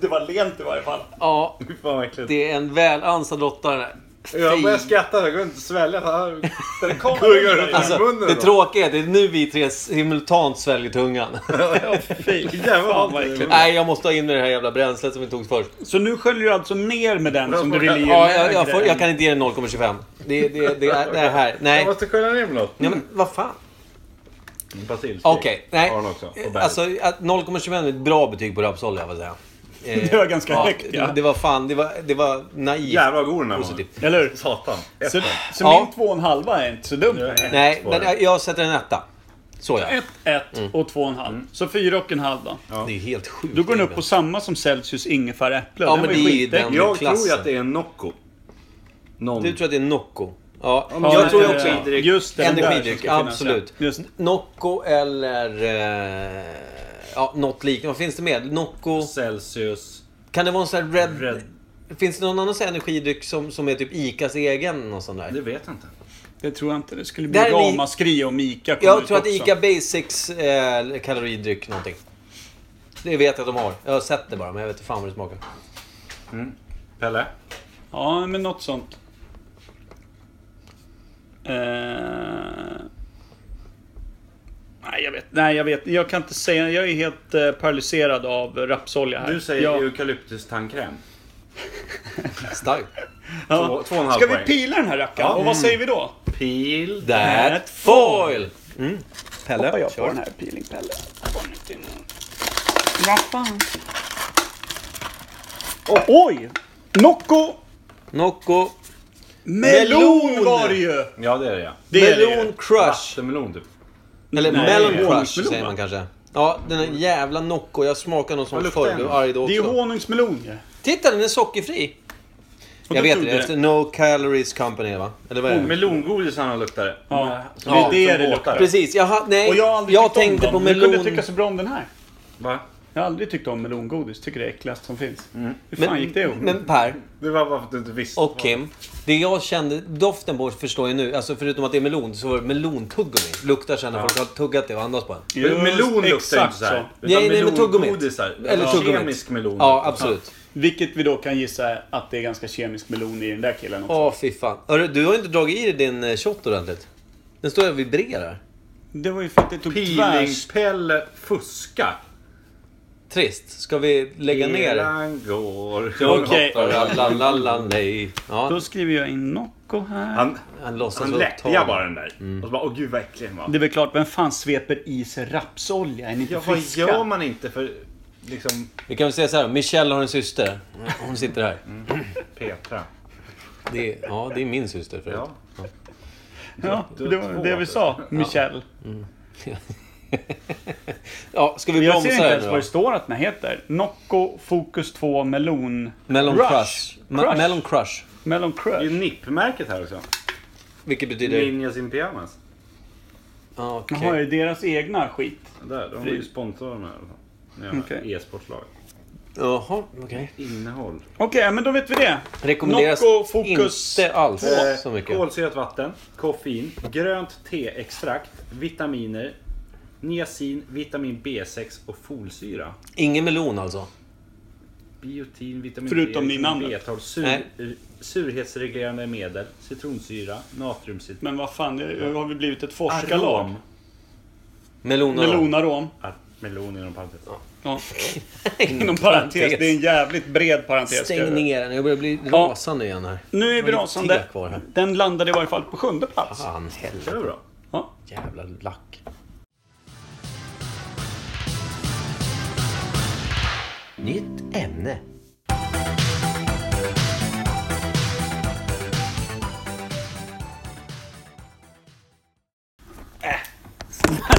Speaker 1: Det var lent i varje fall.
Speaker 2: Ja,
Speaker 6: Fy fan vad äckligt.
Speaker 2: det är en välansad råtta den här.
Speaker 6: Jag börjar
Speaker 2: Fy
Speaker 6: skratta, det går inte att svälja. Det här- Den
Speaker 1: Gurglar
Speaker 6: kurgar
Speaker 1: ut
Speaker 6: ut
Speaker 2: Alltså,
Speaker 6: i munnen.
Speaker 2: det
Speaker 6: då.
Speaker 2: tråkiga är att det är nu vi tre simultant sväljer tungan.
Speaker 1: Fy
Speaker 6: Jävlar,
Speaker 1: fan vad
Speaker 6: vad
Speaker 1: äckligt.
Speaker 2: Nej, jag måste ha in med det här jävla bränslet som vi tog först.
Speaker 1: Så nu sköljer du alltså ner med den som du ville ge
Speaker 2: Ja, jag, jag,
Speaker 1: lägre
Speaker 2: får, jag kan
Speaker 1: än-
Speaker 2: inte ge den 0,25. Det, det, det, är, det är här.
Speaker 6: Jag
Speaker 2: Nej.
Speaker 6: måste skölja ner med något.
Speaker 2: Ja, men vad fan.
Speaker 6: Basilskrik.
Speaker 2: Okej, nej.
Speaker 6: Har den också, på berget.
Speaker 2: Alltså, att 0,25 är ett bra betyg på rapsolja, vad säger jag. Eh,
Speaker 1: Det var ganska högt, ja.
Speaker 2: Det var fan, det var, det var naivt.
Speaker 6: Jävlar vad god den här
Speaker 2: Positivt.
Speaker 1: Eller hur?
Speaker 6: Satan.
Speaker 1: Så, så
Speaker 2: Ja.
Speaker 1: min två och en halva är inte så dum. Ett,
Speaker 2: Nej, men jag, jag sätter en etta. Så ja.
Speaker 1: ett
Speaker 2: Mm.
Speaker 1: och två och en halv. Så fyra och en halv då.
Speaker 2: Det är helt sjukt.
Speaker 1: Då går den upp på samma som Celsius ingefära äpple.
Speaker 2: Ja,
Speaker 1: Den
Speaker 2: men
Speaker 1: var ju
Speaker 2: det är ju
Speaker 1: skitäcklig.
Speaker 2: den.
Speaker 6: Jag
Speaker 2: Klassen.
Speaker 6: tror ju att det är en Nocco. Någon.
Speaker 2: Du tror att det är Nocco? Ja,
Speaker 6: men
Speaker 2: jag
Speaker 6: det
Speaker 2: tror
Speaker 6: är
Speaker 2: också
Speaker 1: energidryck. Just det, den där som
Speaker 2: energidryck.
Speaker 1: ska finnas,
Speaker 2: Absolut.
Speaker 1: ja. Just det.
Speaker 2: Nocco eller... Eh, ja, något liknande. Vad finns det mer? Nocco...
Speaker 6: Celsius.
Speaker 2: Kan det vara en sån här Red...
Speaker 6: Red.
Speaker 2: Finns det någon annan sån här energidryck som, som är typ ICAs egen? Och sån
Speaker 6: Det
Speaker 2: där?
Speaker 6: vet jag inte.
Speaker 1: Det tror jag inte. Det skulle bli
Speaker 2: Där är ni-
Speaker 1: ramaskri om Ica kom
Speaker 2: Jag
Speaker 1: ut
Speaker 2: tror att
Speaker 1: också.
Speaker 2: ICA Basics eh, kaloridryck någonting. Det vet jag att de har. Jag har sett det bara, men jag vet inte fan vad det smakar.
Speaker 6: Pelle?
Speaker 1: Ja, men något sånt. Eh, Nej, jag vet. Nej, jag vet. Jag kan inte säga. Jag är helt eh, paralyserad av rapsolja här.
Speaker 6: Du säger
Speaker 1: jag...
Speaker 6: eukalyptus tandkräm.
Speaker 2: Starkt.
Speaker 1: Ja.
Speaker 6: Två, två och en halv
Speaker 1: Ska vi
Speaker 6: poäng.
Speaker 1: pila den här rackaren? Och vad säger vi då?
Speaker 6: Pil.
Speaker 2: That foil! Mm. Pelle,
Speaker 1: Hoppar jag på
Speaker 2: kör.
Speaker 1: den här peelingpelle. Vad fan? Oh, oj! Nocco
Speaker 2: Nocco. Melon
Speaker 1: melon var det ju!
Speaker 6: Ja, det är det ja.
Speaker 1: Det är det ju.
Speaker 2: Melon Crush.
Speaker 6: Vattenmelon typ.
Speaker 2: Eller
Speaker 1: Nej,
Speaker 2: Melon
Speaker 1: honungsmelon,
Speaker 2: Crush säger
Speaker 1: va?
Speaker 2: man kanske. Ja, den där jävla Nocco. Jag smakar någon som
Speaker 6: luktar
Speaker 2: förr.
Speaker 6: den?
Speaker 2: Blev arg då
Speaker 1: Det är ju
Speaker 2: också.
Speaker 1: honungsmelon ju.
Speaker 2: Titta, den är sockerfri.
Speaker 1: Och
Speaker 2: Jag
Speaker 1: då
Speaker 2: vet
Speaker 1: trodde
Speaker 2: det.
Speaker 1: det.
Speaker 2: Efter No Calories Company, va? Eller vad är det?
Speaker 6: Melongodisarna luktar det.
Speaker 1: Ja, det är det
Speaker 6: Ja, som
Speaker 1: det
Speaker 6: båtar.
Speaker 1: luktar.
Speaker 2: Precis. Jag, ha, nej,
Speaker 1: Och jag har
Speaker 2: jag,
Speaker 1: aldrig tyckt om
Speaker 2: tänkte
Speaker 1: dem.
Speaker 2: på
Speaker 1: Du kunde
Speaker 2: melon...
Speaker 1: tycka så bra om den här.
Speaker 6: Va?
Speaker 1: Jag har aldrig tyckt om melongodis. Tycker det är äckligast som finns. Hur fan gick det ihop?
Speaker 2: Men Per
Speaker 6: Det var bara för att du inte visste.
Speaker 2: och Kim. Det jag kände doften på förstår jag nu. Alltså förutom att det är melon så var det melontuggummi. Luktar sen när folk har tuggat det och andats på den.
Speaker 1: Just
Speaker 6: melon luktar
Speaker 1: exakt
Speaker 6: inte så här.
Speaker 1: så.
Speaker 6: Utan
Speaker 2: Nej, nej, men tuggummi.
Speaker 6: melongodisar.
Speaker 2: Eller
Speaker 6: Ja.
Speaker 2: tuggummi.
Speaker 6: Kemisk melon.
Speaker 2: Ja, absolut.
Speaker 1: Vilket vi då kan gissa att det är ganska kemisk melon i den där killen också.
Speaker 2: Åh, fy fan. Hörru, du har inte dragit i dig din eh, shot ordentligt. Den står och vibrerar.
Speaker 1: Det var ju för att det tog tvärs...
Speaker 6: Peelingpelle fuska.
Speaker 2: Trist. Ska vi lägga ner?
Speaker 6: Eran går.
Speaker 1: Okej.
Speaker 2: Lalalalalej. Ja,
Speaker 1: Då skriver jag in Nocco här.
Speaker 6: Han,
Speaker 2: han låtsas
Speaker 6: han
Speaker 2: vara
Speaker 6: lättja bara den där.
Speaker 2: Mm.
Speaker 6: Och så bara, åh gud vad äcklig den var.
Speaker 1: Det är väl klart, vem fan sveper i sig rapsolja? Är ni inte
Speaker 6: Ja, vad
Speaker 1: friska?
Speaker 6: gör man inte för liksom
Speaker 2: Vi kan väl säga så här. Michelle har en syster. Hon sitter här.
Speaker 6: Petra?
Speaker 2: Det är, ja, det är min syster förut.
Speaker 6: Ja.
Speaker 1: Ja, det var det vi sa. Michelle.
Speaker 2: Ja, ska vi
Speaker 1: Jag ser
Speaker 2: bromsa
Speaker 1: inte
Speaker 2: här
Speaker 1: ens
Speaker 2: nu
Speaker 1: vad
Speaker 2: då?
Speaker 1: det står att den här heter. Nocco Focus 2 Melon...
Speaker 2: Melon
Speaker 1: Rush.
Speaker 2: Crush. Ma-
Speaker 1: Crush.
Speaker 2: Melon Crush.
Speaker 1: Melon
Speaker 6: Det är
Speaker 1: Crush.
Speaker 6: ju nippmärket här också.
Speaker 2: Vilket betyder...
Speaker 6: Ninjas in pyjamas.
Speaker 2: Ja, okej.
Speaker 1: Jaha, är det deras egna skit?
Speaker 6: Där, de är ju sponsorerna i alla fall. Jävla
Speaker 1: Okej.
Speaker 6: E-sportslaget.
Speaker 2: Jaha, okej.
Speaker 6: Innehåll.
Speaker 1: Okej, men då vet vi det.
Speaker 2: Rekommenderas
Speaker 1: Nocco Focus.
Speaker 2: inte alls
Speaker 1: Äh,
Speaker 6: Eh,
Speaker 2: så mycket.
Speaker 6: Kolsyrat vatten, koffein, grönt teextrakt, vitaminer, niacin, vitamin B6 och folsyra.
Speaker 2: Ingen melon alltså.
Speaker 6: Biotin, vitamin
Speaker 1: Förutom i
Speaker 6: D, vitamin
Speaker 1: namnet.
Speaker 6: B12, sur, surhetsreglerande medel, citronsyra, natriumcitrat.
Speaker 1: Men vad fan, nu har vi blivit ett forskarlag.
Speaker 2: Melonarom.
Speaker 1: Melonarom.
Speaker 6: Ah, Melon inom parentes.
Speaker 1: Ja. Inom parentes, det är en jävligt bred parentes. ska jag
Speaker 2: Stäng
Speaker 1: göra.
Speaker 2: ner den. Jag börjar bli rasande igen här.
Speaker 1: Nu är vi
Speaker 2: Det var lite
Speaker 1: rasande.
Speaker 2: teg kvar här.
Speaker 1: Den landade i varje fall på sjunde plats.
Speaker 2: Fan,
Speaker 6: Det
Speaker 2: helvete.
Speaker 6: var bra.
Speaker 1: Ja.
Speaker 2: Jävla lack. Nytt ämne.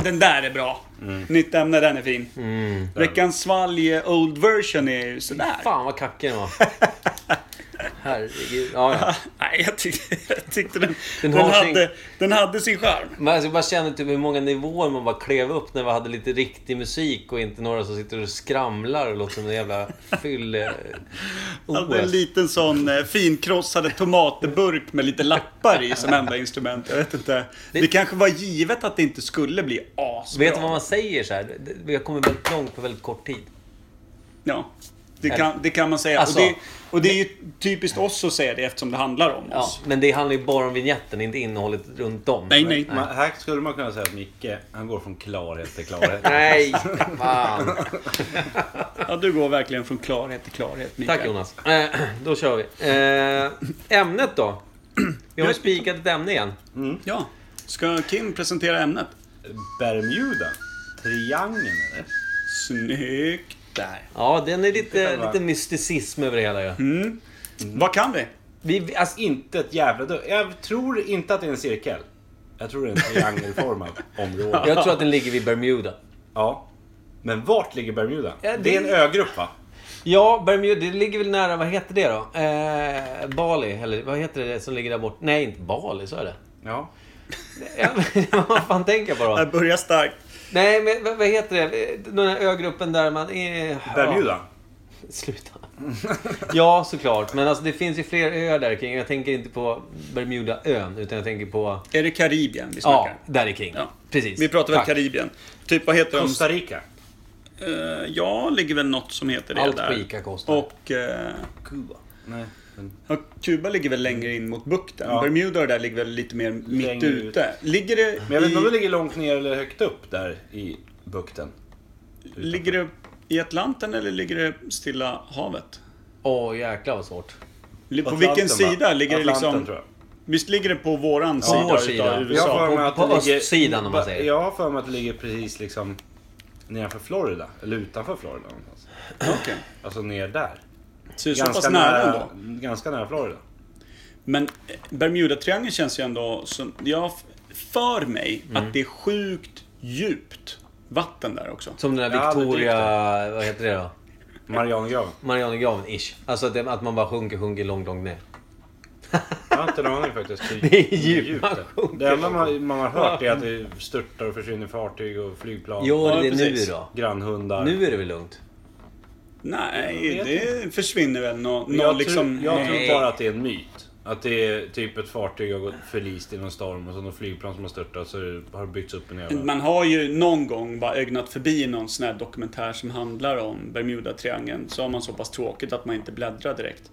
Speaker 1: Den där är bra.
Speaker 2: Mm.
Speaker 1: Nytt ämne, den är fin. Veckans svalg eh, old version är ju sådär.
Speaker 2: Fan vad kackig den var. Herregud. Ja, ja.
Speaker 1: Nej, jag tyckte, jag tyckte den,
Speaker 2: Den
Speaker 1: den,
Speaker 2: har sin-
Speaker 1: hade, den hade sin charm.
Speaker 2: Men alltså, jag bara känner typ hur många nivåer man bara klev upp när vi hade lite riktig musik och inte några som sitter och skramlar och låter som en jävla eh, fylle...
Speaker 1: Hade en
Speaker 2: OS.
Speaker 1: liten sån eh, finkrossade tomatburk med lite lappar i som enda instrument. Jag vet inte. Det kanske var givet att det inte skulle bli asbra.
Speaker 2: Vet du vad man säger så här? Vi har kommit väldigt långt på väldigt kort tid.
Speaker 1: Ja, det kan, det kan man säga.
Speaker 2: Alltså-
Speaker 1: och, det, och det är ju typiskt oss att säga det eftersom det handlar om
Speaker 2: Ja,
Speaker 1: oss.
Speaker 2: men det handlar ju bara om vignetten, inte innehållet runt om.
Speaker 1: Nej, nej.
Speaker 6: Man, här skulle man kunna säga att Micke, han går från klarhet till klarhet.
Speaker 2: Nej, fan.
Speaker 1: Ja, du går verkligen från klarhet till klarhet, Mikael.
Speaker 2: Tack Jonas. Eh, då kör vi. Eh, ämnet då? Vi har ju spikat ett ämne igen.
Speaker 1: Ja. Ska Kim presentera ämnet?
Speaker 6: Bermuda? Triangeln eller?
Speaker 1: Snyggt där.
Speaker 2: Ja, den är lite, lite mysticism över det hela ju.
Speaker 1: Vad kan vi?
Speaker 6: Vi, alltså inte ett jävla dugg. Jag tror inte att det är en cirkel. Jag tror det är en triangelformad område.
Speaker 2: Jag tror att den ligger vid Bermuda.
Speaker 6: Ja. Men vart ligger Bermuda?
Speaker 2: Ja, det-
Speaker 6: Det är en ögrupp va?
Speaker 2: Ja, Bermuda, det ligger väl nära, vad heter det då? Eh, Bali, eller vad heter det som ligger där bort? Nej, inte Bali, så är det.
Speaker 6: Ja.
Speaker 2: Ja, men vad fan tänker jag på då?
Speaker 1: Jag börjar starkt.
Speaker 2: Nej, men vad, vad heter det? Den här ögruppen där man... Eh,
Speaker 6: Bermuda?
Speaker 2: Ja, sluta. Ja, såklart. Men alltså, det finns ju fler öar där kring. Jag tänker inte på Bermudaön, utan jag tänker på...
Speaker 1: Är det Karibien vi
Speaker 2: Ja,
Speaker 1: snackar?
Speaker 2: där kring.
Speaker 1: Ja.
Speaker 2: Precis.
Speaker 1: Vi pratar väl
Speaker 2: Tack.
Speaker 1: Karibien? Typ vad heter de?
Speaker 6: Costa Rica?
Speaker 1: Eh, ja, ligger väl något som heter det
Speaker 2: Allt
Speaker 1: där.
Speaker 2: på Ica kostar.
Speaker 1: Och... eh,
Speaker 6: Kuba? Nej.
Speaker 1: ja, Kuba ligger väl längre in mot bukten.
Speaker 6: Ja.
Speaker 1: Bermuda och det där ligger väl lite mer mitt
Speaker 6: Längre ut.
Speaker 1: ute. Ligger det
Speaker 6: Men jag vet inte om det
Speaker 1: i,
Speaker 6: ligger långt ner eller högt upp där i bukten.
Speaker 1: ligger det i Atlanten eller ligger det Stilla havet?
Speaker 2: Åh, jäklar vad svårt.
Speaker 1: Li- På
Speaker 6: Atlanten,
Speaker 1: vilken
Speaker 6: va?
Speaker 1: sida ligger det
Speaker 6: Atlanten,
Speaker 1: liksom?
Speaker 6: tror jag.
Speaker 1: Visst ligger det på våran sida,
Speaker 2: vår sida.
Speaker 1: utav
Speaker 6: Jag
Speaker 1: USA?
Speaker 6: har för mig
Speaker 2: På-
Speaker 6: att
Speaker 2: på
Speaker 6: det ligger-
Speaker 2: östsidan, om man säger.
Speaker 6: Jag har för mig att det ligger precis liksom nedanför Florida. Eller utanför Florida någonstans.
Speaker 1: Okej.
Speaker 6: Alltså ner där.
Speaker 1: Typ Så det är så pass nära ändå.
Speaker 6: ganska nära Florida.
Speaker 1: Men eh, Bermudatriangeln känns ju ändå som... Jag har f- för mig
Speaker 6: Mm.
Speaker 1: att det är sjukt djupt vatten där också.
Speaker 2: Som den där
Speaker 6: Ja, det är
Speaker 2: Victoria... Vad heter det då?
Speaker 6: Marianergraven.
Speaker 2: Marianergraven-ish. Alltså att, det, att man bara sjunker, sjunker långt, långt ner.
Speaker 6: Jag har inte en aning faktiskt. hur
Speaker 2: Det är djupt.
Speaker 6: djupt
Speaker 2: Man
Speaker 6: det är.
Speaker 2: sjunker.
Speaker 6: Det enda man, man har hört är att det störtar och försvinner fartyg och flygplan.
Speaker 2: Jo,
Speaker 1: Ja,
Speaker 2: det är nu
Speaker 1: precis.
Speaker 2: då.
Speaker 6: Grannhundar.
Speaker 2: Nu är det väl lugnt?
Speaker 1: Nej,
Speaker 6: Jag vet
Speaker 1: det försvinner väl nå, nå
Speaker 6: jag
Speaker 1: liksom...
Speaker 6: tror, jag
Speaker 2: nej.
Speaker 6: tror bara att det är en myt. Att det är typ ett fartyg har gått förlist i någon storm och så något flygplan som har störtat så det har byggts upp en jävla...
Speaker 1: Man har ju någon gång bara ögnat förbi någon sån här dokumentär som handlar om Bermudatriangeln. Så har man så pass tråkigt att man inte bläddrar direkt.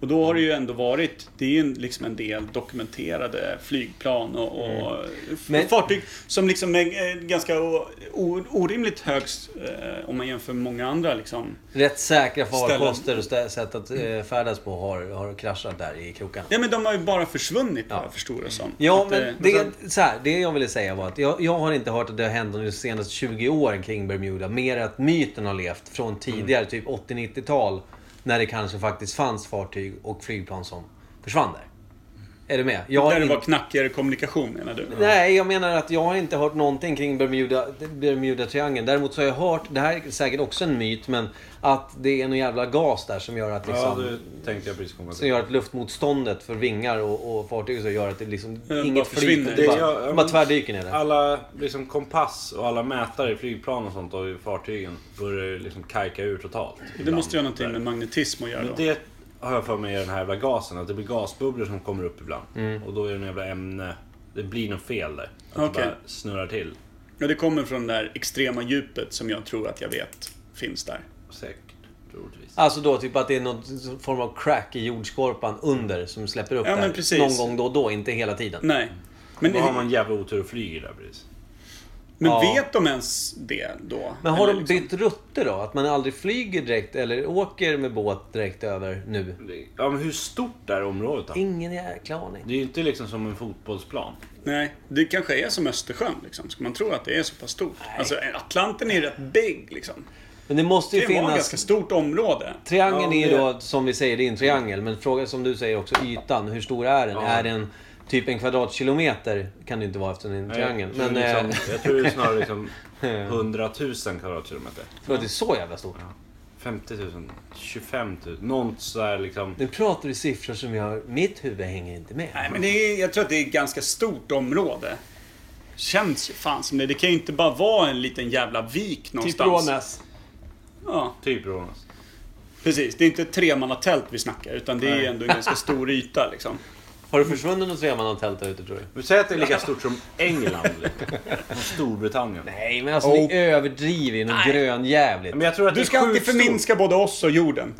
Speaker 1: Och då har det ju ändå varit, det är ju en- liksom en del dokumenterade flygplan och, och f-
Speaker 2: Mm. Men-
Speaker 1: fartyg som liksom är eh, ganska o, o, orimligt högst eh, om man jämför med många andra liksom.
Speaker 2: Rätt säkra farkoster och stä- sätt att eh, färdas på har, har kraschat där i krokarna.
Speaker 1: Ja men de har ju bara försvunnit
Speaker 2: Ja.
Speaker 1: vad jag förstår det som.
Speaker 2: Ja,
Speaker 1: Att, eh,
Speaker 2: men det, så här, det jag ville säga var att jag, jag har inte hört att det har hänt under de senaste 20 åren kring Bermuda. Mer att myten har levt från tidigare, typ 80-90-tal. När det kanske faktiskt fanns fartyg och flygplan som försvann där. Är du med? Jag har
Speaker 1: Där det
Speaker 2: inte-
Speaker 1: var knackigare kommunikation menar du?
Speaker 2: Nej, jag menar att jag har inte hört någonting kring Bermuda, Bermuda-triangeln. Däremot så har jag hört, det här är säkert också en myt, men att det är någon jävla gas där som gör att
Speaker 6: Ja,
Speaker 2: liksom...
Speaker 6: det tänkte jag precis komma
Speaker 2: Som
Speaker 6: till.
Speaker 2: gör att luftmotståndet för vingar och, och fartyg och så gör att det liksom
Speaker 1: Ja, bara
Speaker 2: inget
Speaker 1: försvinner.
Speaker 2: flyter.
Speaker 6: Det
Speaker 2: Det bara,
Speaker 6: gör-
Speaker 2: bara tvärdyker ner där.
Speaker 6: Alla liksom kompass och alla mätare i flygplan och sånt och i fartygen börjar ju liksom kajka ur totalt.
Speaker 1: Det
Speaker 6: ibland
Speaker 1: måste ju ha någonting
Speaker 6: där.
Speaker 1: med magnetism att göra då.
Speaker 6: Det har jag för mig är den här jävla gasen, att det blir gasbubblor som kommer upp ibland.
Speaker 2: Mm.
Speaker 6: Och då är det en jävla ämne. Det blir något fel där. Att
Speaker 1: Okej.
Speaker 6: det bara snurrar till.
Speaker 1: Ja, det kommer från det där extrema djupet som jag tror att jag vet finns där.
Speaker 6: Säkert. Troligtvis.
Speaker 2: Alltså då typ att det är någon form av crack i jordskorpan under som släpper upp
Speaker 1: Ja,
Speaker 2: där.
Speaker 1: men precis.
Speaker 2: Någon gång då och då, inte hela tiden.
Speaker 1: Nej. Men,
Speaker 6: Då har man jävla otur och flyger där precis.
Speaker 1: men
Speaker 2: Ja.
Speaker 1: vet de ens det då?
Speaker 2: Men har
Speaker 1: Eller
Speaker 2: de
Speaker 1: liksom-
Speaker 2: bytt rutter då? Att man aldrig flyger direkt eller åker med båt direkt över nu?
Speaker 6: Ja, men hur stort är området då?
Speaker 2: Ingen jäkla aning.
Speaker 6: Det är ju inte liksom som en fotbollsplan.
Speaker 1: Nej, det kanske är som Östersjön liksom. Ska man tro att det är så pass stort? Alltså, Atlanten är rätt big liksom.
Speaker 2: Men det måste ju
Speaker 1: Det var ett ganska
Speaker 2: finnas...
Speaker 1: stort område.
Speaker 2: Triangeln
Speaker 6: Ja,
Speaker 2: är ju
Speaker 6: det-
Speaker 2: då, som vi säger, det är en triangel. Men frågan som du säger också, ytan. Hur stor är den? Är den typ en kvadratkilometer? Kan det inte vara eftersom det är en triangel.
Speaker 6: Jag tror,
Speaker 2: Men...
Speaker 6: liksom,
Speaker 2: eh,
Speaker 6: jag tror det är snarare liksom 100 000 kvadratkilometer.
Speaker 2: Förlåt, det är så jävla stort.
Speaker 6: 50 000, 25 000. Något sådär liksom.
Speaker 2: Nu pratar du siffror som jag... Mitt huvud hänger inte med.
Speaker 1: Nej, men det är, jag tror att det är ett ganska stort område. Känns ju fan som det. Det kan ju inte bara vara en liten jävla vik
Speaker 2: Typ
Speaker 1: någonstans. Ja,
Speaker 6: Typ Rånäs.
Speaker 1: precis. Det är inte ett tremannatält vi snackar, utan det är ju ändå en ganska stor yta liksom.
Speaker 2: Har det försvunnit något tremannatält där ute tror du?
Speaker 6: Men säg att det är lika stort som England. liksom. Och Storbritannien.
Speaker 2: Nej, men alltså
Speaker 1: Oh.
Speaker 2: ni överdriver ju något grönjävligt.
Speaker 6: Men jag tror att
Speaker 1: Du ska
Speaker 6: det är
Speaker 1: alltid
Speaker 6: sjukt stort.
Speaker 1: förminska både oss och jorden.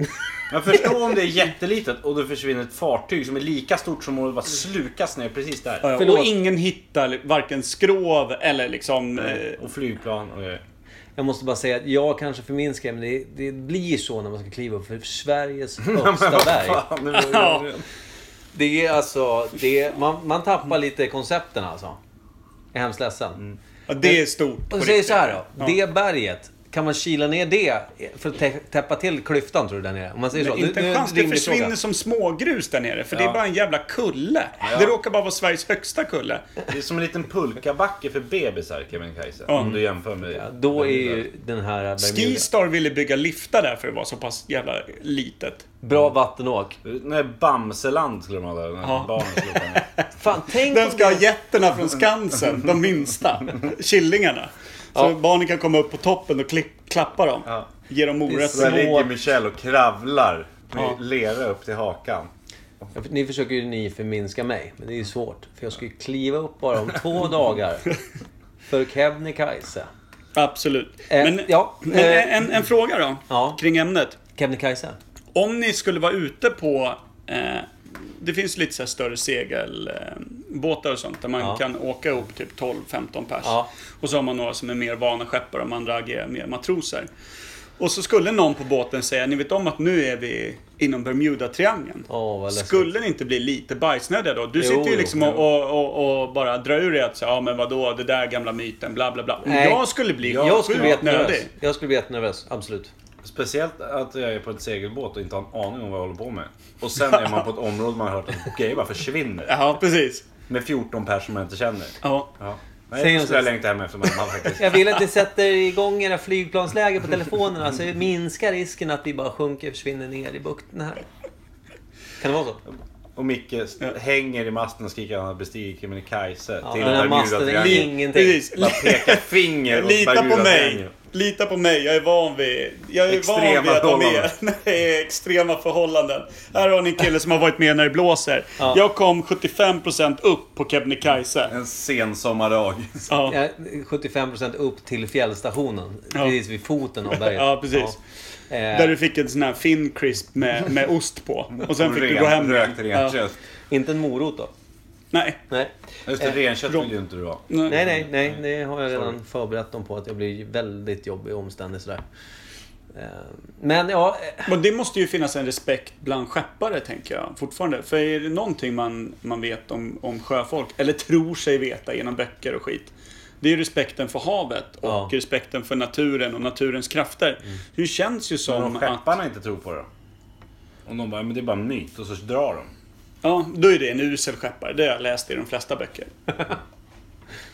Speaker 6: Jag förstår om det är jättelitet och det försvinner ett fartyg som är lika stort som om det bara slukas ner precis där.
Speaker 2: Förlåt.
Speaker 1: Och ingen hittar varken skrov eller liksom... eh,
Speaker 6: Och flygplan och grejer.
Speaker 2: Jag måste bara säga att jag kanske förminskar men det, det blir så när man ska kliva upp för Sveriges högsta berg.
Speaker 6: Fan, det var ju-
Speaker 1: Ja.
Speaker 2: Det är alltså... Det är, man, man tappar lite koncepten alltså. Jag är hemskt ledsen.
Speaker 1: ja, det är stort.
Speaker 2: Och
Speaker 1: på
Speaker 2: du säger
Speaker 1: riktigt.
Speaker 2: så här då.
Speaker 1: Ja.
Speaker 2: Det berget. Kan man kila ner det för att tä- täppa till klyftan tror du där nere? Om man säger så.
Speaker 1: Men inte
Speaker 2: Nu- nu är
Speaker 1: en
Speaker 2: en
Speaker 1: chans. Det
Speaker 2: rimlig
Speaker 1: försvinner
Speaker 2: fråga.
Speaker 1: som smågrus där nere. För det är bara en jävla kulle. Det råkar bara vara Sveriges högsta kulle.
Speaker 6: Det är som en liten pulkabacke för bebisar Kebnekaise.
Speaker 1: Ja.
Speaker 6: Om du jämför med...
Speaker 2: Ja, Då är ju den här Bermuda.
Speaker 1: Skistar ville bygga liftar där för att vara så pass jävla litet.
Speaker 2: Bra vattenåk.
Speaker 6: Nej, Bamseland skulle de ha där. När barnen skulle åka ner.
Speaker 2: Fan, tänk
Speaker 1: Den
Speaker 2: om
Speaker 1: ska ha
Speaker 2: det-
Speaker 1: getterna från Skansen, de minsta. Killingarna. Så barnen kan komma upp på toppen och klipp, klappa dem. Ge dem
Speaker 2: Det är
Speaker 1: morötter.
Speaker 2: så-
Speaker 7: Där ligger Michelle och kravlar med lera upp till hakan.
Speaker 2: Ni försöker ju ni förminska mig, men det är ju svårt. För jag ska ju kliva upp bara om två dagar. För Kebnekaise.
Speaker 1: Absolut.
Speaker 2: Eh,
Speaker 1: Men,
Speaker 2: ja,
Speaker 1: men
Speaker 2: eh.
Speaker 1: en, en fråga då,
Speaker 2: Ja.
Speaker 1: kring ämnet.
Speaker 2: Kebnekaise?
Speaker 1: Om ni skulle vara ute på... Eh, det finns lite så här större segelbåtar och sånt där man
Speaker 2: Ja.
Speaker 1: kan åka ihop typ 12-15 pers.
Speaker 2: Ja.
Speaker 1: Och så har man några som är mer vana skeppare och de andra agerar mer matroser. Och så skulle någon på båten säga, ni vet om att nu är vi inom Bermuda-triangeln.
Speaker 2: Åh, vad läskigt.
Speaker 1: skulle ni inte bli lite bajsnödiga då? Du
Speaker 2: Jo,
Speaker 1: sitter ju
Speaker 2: jo,
Speaker 1: liksom
Speaker 2: jo.
Speaker 1: och, och, och, och bara drar ur dig att säga, ja men vadå, det där gamla myten, bla bla bla.
Speaker 2: Nej.
Speaker 1: Jag skulle bli
Speaker 2: Jag, skulle bli
Speaker 1: sjukt
Speaker 2: jättenervös.
Speaker 1: nödig.
Speaker 2: Jag skulle bli jättenervös, absolut.
Speaker 6: Speciellt att jag är på ett segelbåt och inte har en aning om vad jag håller på med. Och sen är man på ett område man har hört att grejer bara försvinner.
Speaker 1: Ja, precis.
Speaker 6: Med 14 personer som jag inte känner.
Speaker 1: Ja.
Speaker 6: Ja.
Speaker 2: Säg
Speaker 6: Nej,
Speaker 2: något
Speaker 6: jag skulle jag
Speaker 2: sen.
Speaker 6: längta hem efter mamma faktiskt.
Speaker 2: Jag vill att ni sätter igång era flygplansläger på telefonerna så det minskar risken att vi bara sjunker och försvinner ner i bukten här. Kan det vara så?
Speaker 6: Och Micke st- hänger i masten och skriker att han har bestigit Kebnekaise.
Speaker 2: Ja,
Speaker 6: till
Speaker 2: den här masten är
Speaker 6: Bermudatriangeln.
Speaker 2: ingenting.
Speaker 1: Precis.
Speaker 6: Bara pekar finger åt
Speaker 1: Lita på mig.
Speaker 6: Bermudatriangeln.
Speaker 1: Lita på mig. Jag är van vid, jag är
Speaker 6: Extrema
Speaker 1: van vid att vara med
Speaker 6: förhållanden.
Speaker 1: när det är extrema förhållanden. Här har ni en kille som har varit med när det blåser.
Speaker 2: Ja.
Speaker 1: Jag kom 75% upp på Kebnekaise.
Speaker 7: En sen sommardag.
Speaker 1: Ja.
Speaker 2: Ja, 75% upp till fjällstationen.
Speaker 1: Ja.
Speaker 2: Precis vid foten av berget.
Speaker 1: Ja, precis.
Speaker 2: Ja.
Speaker 1: Där
Speaker 2: Eh,
Speaker 1: du fick en sån här fin crisp med, med ost på. Och sen
Speaker 7: Och
Speaker 1: fick
Speaker 7: ren-
Speaker 1: du gå hem.
Speaker 7: Rökt
Speaker 1: Ja.
Speaker 7: renkött.
Speaker 2: Inte en morot då?
Speaker 1: Nej.
Speaker 2: Nej.
Speaker 6: Just det,
Speaker 2: Eh,
Speaker 6: renkött vill ju inte du ha.
Speaker 2: Nej, nej, nej. Det har jag redan förberett dem på. Att jag blir väldigt jobbig och omständig sådär. Eh, Men ja, eh,
Speaker 1: Men det måste ju finnas en respekt bland skeppare, tänker jag fortfarande. För är det någonting man, man vet om, om sjöfolk, eller tror sig veta genom böcker och skit, det är ju respekten för havet och
Speaker 2: Ja.
Speaker 1: respekten för naturen och naturens krafter. Det känns ju
Speaker 6: Men
Speaker 1: som
Speaker 6: om
Speaker 1: att...
Speaker 6: skepparna inte tror på det Om de bara, men det är bara en myt och så drar de.
Speaker 1: Ja, då är det en usel skeppare. Det har jag läst i de flesta böcker.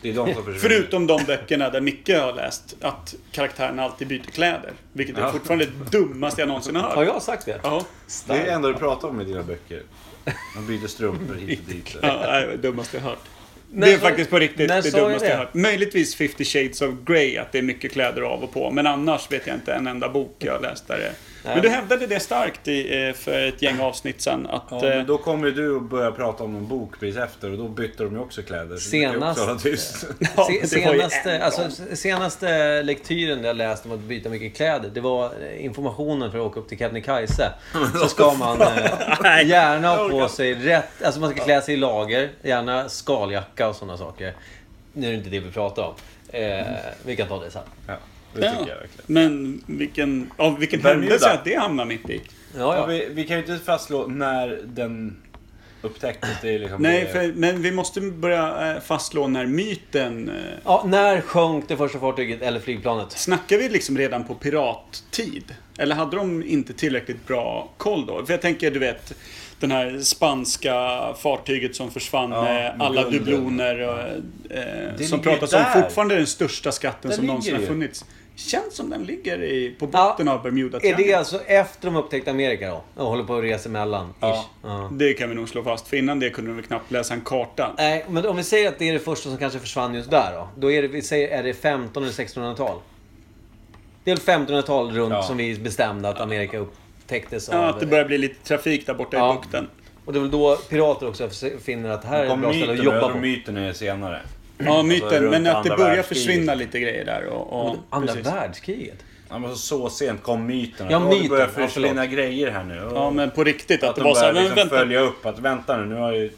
Speaker 6: Det är de som försvinner.
Speaker 1: Förutom de böckerna där Micke har läst att karaktären alltid byter kläder. Vilket är
Speaker 6: Ja.
Speaker 1: fortfarande det dummaste jag någonsin har
Speaker 2: har
Speaker 1: hört.
Speaker 2: jag sagt det?
Speaker 1: Ja,
Speaker 6: Det är det enda du pratar om i dina böcker. Man byter strumpor hit och dit.
Speaker 1: ja nej, det dummaste jag har hört.
Speaker 2: När
Speaker 1: det är
Speaker 2: sa-
Speaker 1: faktiskt på riktigt
Speaker 2: när
Speaker 1: det
Speaker 2: sa jag
Speaker 1: dummaste jag
Speaker 2: det?
Speaker 1: hört. Möjligtvis 50 shades of Grey, att det är mycket kläder av och på. Men annars vet jag inte en enda bok jag läst där det... Men du hävdade det starkt i, eh, för ett gäng avsnitt sen att...
Speaker 6: Ja,
Speaker 1: eh,
Speaker 6: men då kommer ju du att börja prata om någon bok precis efter och då bytte de ju också kläder. Så du kan ju
Speaker 2: Senast.
Speaker 6: Också hålla tyst.
Speaker 1: ja,
Speaker 2: Se-
Speaker 1: det var ju
Speaker 2: senaste,
Speaker 1: en
Speaker 2: alltså,
Speaker 1: gång.
Speaker 2: se- senaste lektyren jag läste om att byta mycket kläder, det var eh, informationen för att åka upp till Kebnekaise. Så ska man eh, gärna ha på sig rätt, alltså man ska klä sig i lager, gärna skaljacka och sådana saker. Nu är det inte det vi pratar om. Eh, vi kan ta det sen.
Speaker 6: Ja, det
Speaker 1: eh, Ja,
Speaker 6: tycker jag verkligen.
Speaker 1: men vilken, ja, vilken
Speaker 6: Bermuda.
Speaker 1: händelse att det hamnar mitt i.
Speaker 2: Ja,
Speaker 6: Ja,
Speaker 2: ja.
Speaker 6: vi, vi kan ju inte fastslå när den upptäcktes. Det är liksom
Speaker 1: Nej,
Speaker 6: det-
Speaker 1: för, men vi måste börja eh, fastslå när myten... eh,
Speaker 2: ja, när sjönk det första fartyget eller flygplanet?
Speaker 1: Snackar vi liksom redan på pirattid? Eller hade de inte tillräckligt bra koll då? För jag tänker, du vet, den här spanska fartyget som försvann
Speaker 6: Ja,
Speaker 1: med alla
Speaker 6: Lundgren.
Speaker 1: dubloner och, eh,
Speaker 6: Det
Speaker 1: som
Speaker 6: ligger
Speaker 1: pratas om
Speaker 6: där.
Speaker 1: fortfarande är den största skatten
Speaker 6: Den
Speaker 1: som någonsin har
Speaker 6: ligger ju.
Speaker 1: funnits. Känns som den ligger i, på
Speaker 2: Ja,
Speaker 1: botten av bermuda
Speaker 2: Är det alltså efter de upptäckte Amerika då? Och håller på att resa emellan? ish.
Speaker 6: Ja.
Speaker 2: Ja.
Speaker 1: Det kan vi nog slå fast, för innan det kunde de väl knappt läsa en karta.
Speaker 2: Nej, men om vi säger att det är det första som kanske försvann just där då. Då är det, vi säger, är det 15 eller 1600-tal? Det är väl 1500-tal runt
Speaker 6: Ja.
Speaker 2: som vi bestämde att Amerika upptäcktes av.
Speaker 1: Ja, att det börjar bli lite trafik där borta i
Speaker 2: Ja.
Speaker 1: bukten.
Speaker 2: Och det är väl då pirater också finner att här är ett
Speaker 6: Om
Speaker 2: bra ställe att
Speaker 6: myten, jag
Speaker 2: jobba
Speaker 6: tror
Speaker 2: på.
Speaker 6: myten är senare.
Speaker 1: Ja, myten.
Speaker 6: Alltså, runt
Speaker 1: Men att det
Speaker 6: andra
Speaker 1: börjar
Speaker 6: världskriget.
Speaker 1: försvinna lite grejer där. Och, och,
Speaker 2: Andra
Speaker 1: precis.
Speaker 2: världskriget?
Speaker 6: Ja, men så, så sent kom myten.
Speaker 2: Ja,
Speaker 6: Ja, myten. Det
Speaker 2: myten.
Speaker 6: börjar
Speaker 2: Ja,
Speaker 6: försvinna grejer här nu.
Speaker 1: Ja, men på riktigt. Att,
Speaker 6: Mm. Att
Speaker 1: det
Speaker 6: de
Speaker 1: var så här,
Speaker 6: börjar
Speaker 1: men
Speaker 6: liksom
Speaker 1: vänta.
Speaker 6: följa upp att vänta nu, nu har ju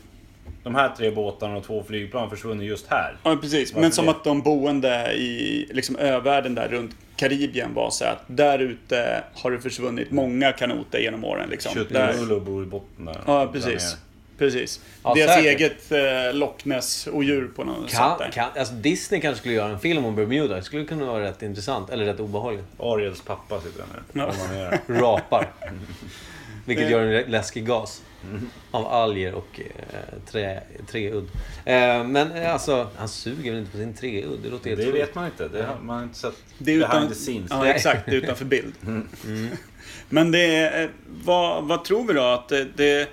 Speaker 6: de här tre båtarna och två flygplan försvunnit just här.
Speaker 1: Ja, precis. Men
Speaker 6: Varför
Speaker 1: som
Speaker 6: det?
Speaker 1: att de boende i liksom, övärlden där runt Karibien var så här att där ute har det försvunnit många kanoter genom åren. Liksom. Där,
Speaker 6: Köttbullar bor i botten där.
Speaker 1: ja, precis. Precis.
Speaker 2: Ja,
Speaker 1: Deras
Speaker 2: säkert.
Speaker 1: eget eh, Loch Ness-odjur på något sätt.
Speaker 2: Kan,
Speaker 1: Där.
Speaker 2: kan, alltså Disney kanske skulle göra en film om Bermuda. Det skulle kunna vara rätt intressant. Eller rätt obehagligt.
Speaker 6: Ariels pappa sitter där nu.
Speaker 1: Ja.
Speaker 6: Vad man gör.
Speaker 2: Rapar.
Speaker 6: Eh.
Speaker 2: Vilket gör en rä- läskig gas. Av alger och eh, trä, treudd. Eh, men eh, alltså, han suger väl inte på sin treudd? Det låter helt
Speaker 6: Det
Speaker 2: sjukt.
Speaker 6: vet man inte. Det har man har inte sett.
Speaker 1: Det är utan,
Speaker 6: Behind the scenes. Mm.
Speaker 1: ja,
Speaker 2: Nej.
Speaker 1: exakt, det är utanför bild. Mm. Men det är, eh, vad, vad tror vi då? Att det, det,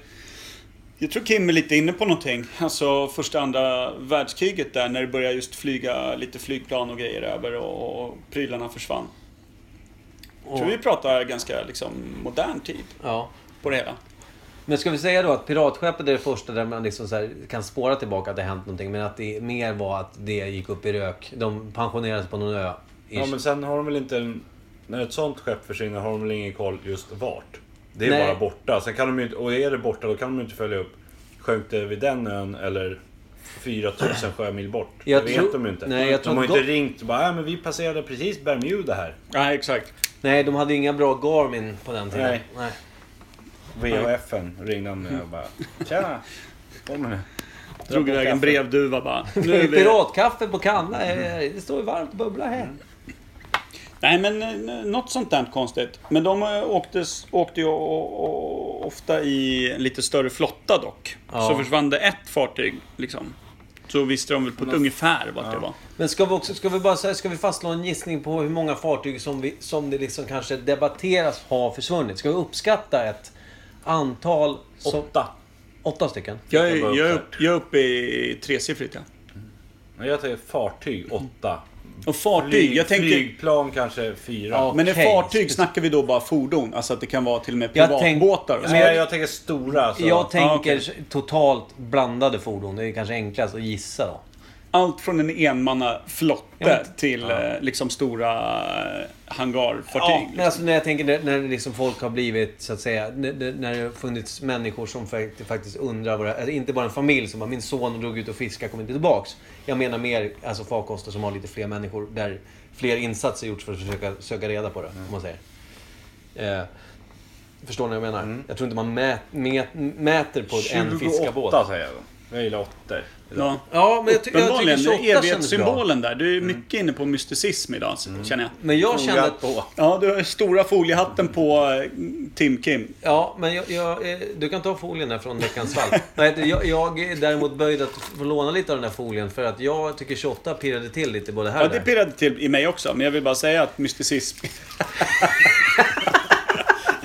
Speaker 1: jag tror Kim är lite inne på någonting. Alltså första andra världskriget där när det började just flyga lite flygplan och grejer över och, och prylarna försvann. Jag tror vi pratar ganska liksom, modern tid
Speaker 2: Ja.
Speaker 1: på det hela.
Speaker 2: Men ska vi säga då att piratskeppet är det första där man liksom så här kan spåra tillbaka att det hänt någonting. Men att det mer var att det gick upp i rök. De pensionerades på någon ö.
Speaker 6: Ja, men sen har de väl inte... En, när ett sånt skepp försvinner har de väl ingen koll just vart. Det är
Speaker 2: Nej.
Speaker 6: bara borta. Sen kan de ju inte, och är det borta då kan de ju inte följa upp. Sjönk det vid den ön eller 4000 sjömil bort.
Speaker 2: Jag
Speaker 6: det
Speaker 2: tror-
Speaker 6: vet de ju inte.
Speaker 2: Nej, jag
Speaker 6: de
Speaker 2: tror
Speaker 6: har
Speaker 2: att
Speaker 6: inte
Speaker 2: de-
Speaker 6: ringt och bara äh, men vi passerade precis Bermuda här.
Speaker 1: Nej, exakt.
Speaker 2: Nej, de hade inga bra Garmin på den tiden.
Speaker 6: Nej.
Speaker 2: Nej.
Speaker 6: VHFen ringde han med och bara tja, kommer ni?
Speaker 1: Drog iväg en brevduva bara. Nu är vi...
Speaker 2: Eh, Piratkaffe på kanna. eh, Det står ju varmt och bubblar
Speaker 6: Mm.
Speaker 2: här.
Speaker 1: Nej, men eh, något sånt där konstigt. Men de eh, åktes, åkte ju o- o- ofta i lite större flotta dock.
Speaker 2: Ja.
Speaker 1: Så försvann det ett fartyg liksom. Så visste de väl på ett ungefär vart det var.
Speaker 2: Men ska vi, också, ska vi bara säga, ska vi fastslå en gissning på hur många fartyg som, vi, som det liksom kanske debatteras har försvunnit? Ska vi uppskatta ett antal? Som,
Speaker 6: Åtta.
Speaker 2: åtta stycken?
Speaker 1: Jag är,
Speaker 6: Det var
Speaker 1: jag,
Speaker 6: uppe.
Speaker 1: är upp, jag är uppe i tresiffrigt ja.
Speaker 6: Men Jag tar fartyg åtta.
Speaker 1: Och fartyg,
Speaker 6: Flyg,
Speaker 1: jag tänker...
Speaker 6: Flygplan kanske fyra.
Speaker 2: Ja.
Speaker 1: Men
Speaker 2: Okej.
Speaker 1: är fartyg snackar vi då bara fordon? Alltså att det kan vara till och med
Speaker 2: Jag tänk-
Speaker 1: privatbåtar? och så.
Speaker 6: Nej, jag tänker stora. Alltså.
Speaker 2: Jag tänker
Speaker 1: ah, okej.
Speaker 2: totalt blandade fordon. Det är kanske enklast att gissa då.
Speaker 1: Allt från en
Speaker 2: Jag
Speaker 1: enmannaflotte
Speaker 2: vet-
Speaker 1: till eh, liksom stora eh, hangarfartyg.
Speaker 2: Ja, men alltså när jag tänker när, när liksom folk har blivit så att säga. När, när- när det har funnits människor som fakt- faktiskt undrar. Vad det, eller inte bara en familj som bara min son drog ut och fiskade kommer inte tillbaks. Jag menar mer alltså farkoster som har lite fler människor. Där fler insatser gjorts för att försöka söka reda på det. Om man säger. Eh, förstår ni vad jag menar? Jag tror inte man mät, mät, mäter på en fiskarbåt.
Speaker 6: 28 säger jag då. Jag gillar åttor.
Speaker 1: liksom. Ja.
Speaker 2: Ja, men jag, ty- jag tycker
Speaker 1: Uppenbarligen,
Speaker 2: 28
Speaker 1: det är
Speaker 2: kändes bra.
Speaker 1: evighetssymbolen där. Du är mycket inne på mysticism idag, så-
Speaker 2: Mm.
Speaker 1: känner jag.
Speaker 2: Men jag kände
Speaker 6: Fogat
Speaker 2: att
Speaker 6: på.
Speaker 1: Ja, du har stora foliehatten på eh, Tim Kim.
Speaker 2: Ja, men jag, jag, eh, du kan ta folien där från veckans fall. Nej, du, jag, jag är däremot böjd att få låna lite av den här folien för att jag tycker 28 pirrade till lite både här
Speaker 1: Ja,
Speaker 2: och
Speaker 1: det
Speaker 2: där.
Speaker 1: pirrade till i mig också, men jag vill bara säga att mysticism...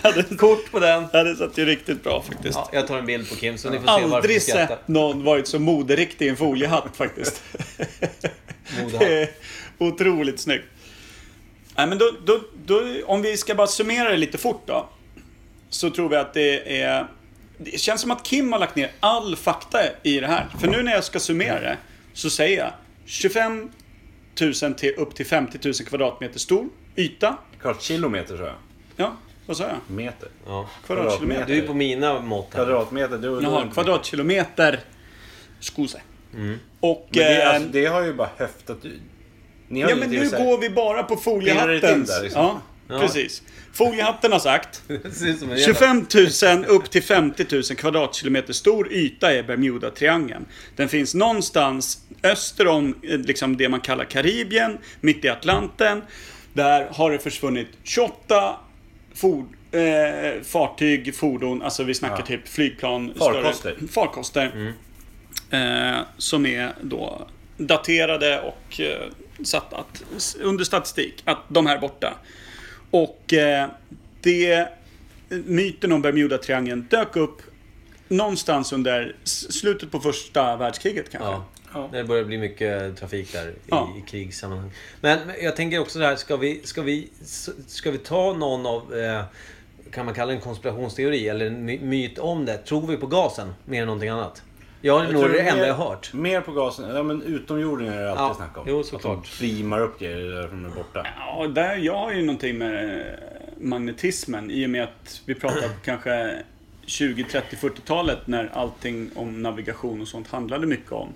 Speaker 1: ja, det,
Speaker 2: Kort på den!
Speaker 1: ja, det satt ju riktigt bra faktiskt.
Speaker 2: Ja, jag tar en bild på Kim så ni får se varför ni
Speaker 1: Aldrig
Speaker 2: skrattar.
Speaker 1: sett någon varit så moderiktig i en foliehatt faktiskt.
Speaker 2: Modehatt.
Speaker 1: Det är Otroligt snyggt. Nej, men då, då, då, om vi ska bara summera det lite fort då. Så tror vi att det är... Det känns som att Kim har lagt ner all fakta i det här. För nu när jag ska summera det så säger jag 25 000 till upp till 50 000 kvadratmeter stor yta.
Speaker 6: Kvadratkilometer tror jag.
Speaker 1: Ja, vad sa jag?
Speaker 6: Meter.
Speaker 2: Ja.
Speaker 1: Kvadratkilometer.
Speaker 2: Du är på mina mått här.
Speaker 6: Kvadratmeter. Du,
Speaker 1: Jaha, kvadratkilometer. Skose. Och...
Speaker 6: Mm. Men det,
Speaker 1: eh,
Speaker 6: alltså, det har ju bara höftat ut. Ni har
Speaker 1: Ja
Speaker 6: ju
Speaker 1: men
Speaker 6: inte
Speaker 1: nu
Speaker 6: så här-
Speaker 1: går vi bara på
Speaker 6: Pillar det till
Speaker 1: foliehatten.
Speaker 6: där, liksom.
Speaker 1: Ja, precis. Foliehatten har sagt
Speaker 2: Det ser ut som en jävla-
Speaker 1: 25 000 upp till 50 000 kvadratkilometer stor yta är Bermuda-triangeln. Den finns någonstans öster om eh, liksom det man kallar Karibien, mitt i Atlanten. Där har det försvunnit 28 for, eh, fartyg, fordon, alltså vi snackar typ flygplan,
Speaker 6: Farkoster.
Speaker 1: Större, farkoster eh, som är då daterade och eh, satt att, s- under statistik att de här är borta. Och eh, det, myten om Bermuda-triangeln dök upp någonstans under s- slutet på första världskriget kanske.
Speaker 2: Ja. När det börjar bli mycket trafik där i,
Speaker 1: Ja.
Speaker 2: i krigssammanhang. Men men jag tänker också så här, ska vi, ska vi, ska vi ta någon av, eh, kan man kalla det en konspirationsteori eller en my- myt om det? Tror vi på gasen mer än någonting annat? Ja, det är
Speaker 6: Jag
Speaker 2: nog
Speaker 6: tror
Speaker 2: det
Speaker 6: mer-
Speaker 2: enda jag har hört.
Speaker 6: Mer på gasen. Ja men utomjordingar är det alltid
Speaker 2: Ja,
Speaker 6: snack om.
Speaker 2: jo,
Speaker 6: Att de
Speaker 2: såklart.
Speaker 6: beamar upp grejer där de är borta.
Speaker 1: Ja, där, jag har ju någonting med eh, magnetismen i och med att vi pratar kanske 20, 30, 40-talet när allting om navigation och sånt handlade mycket om.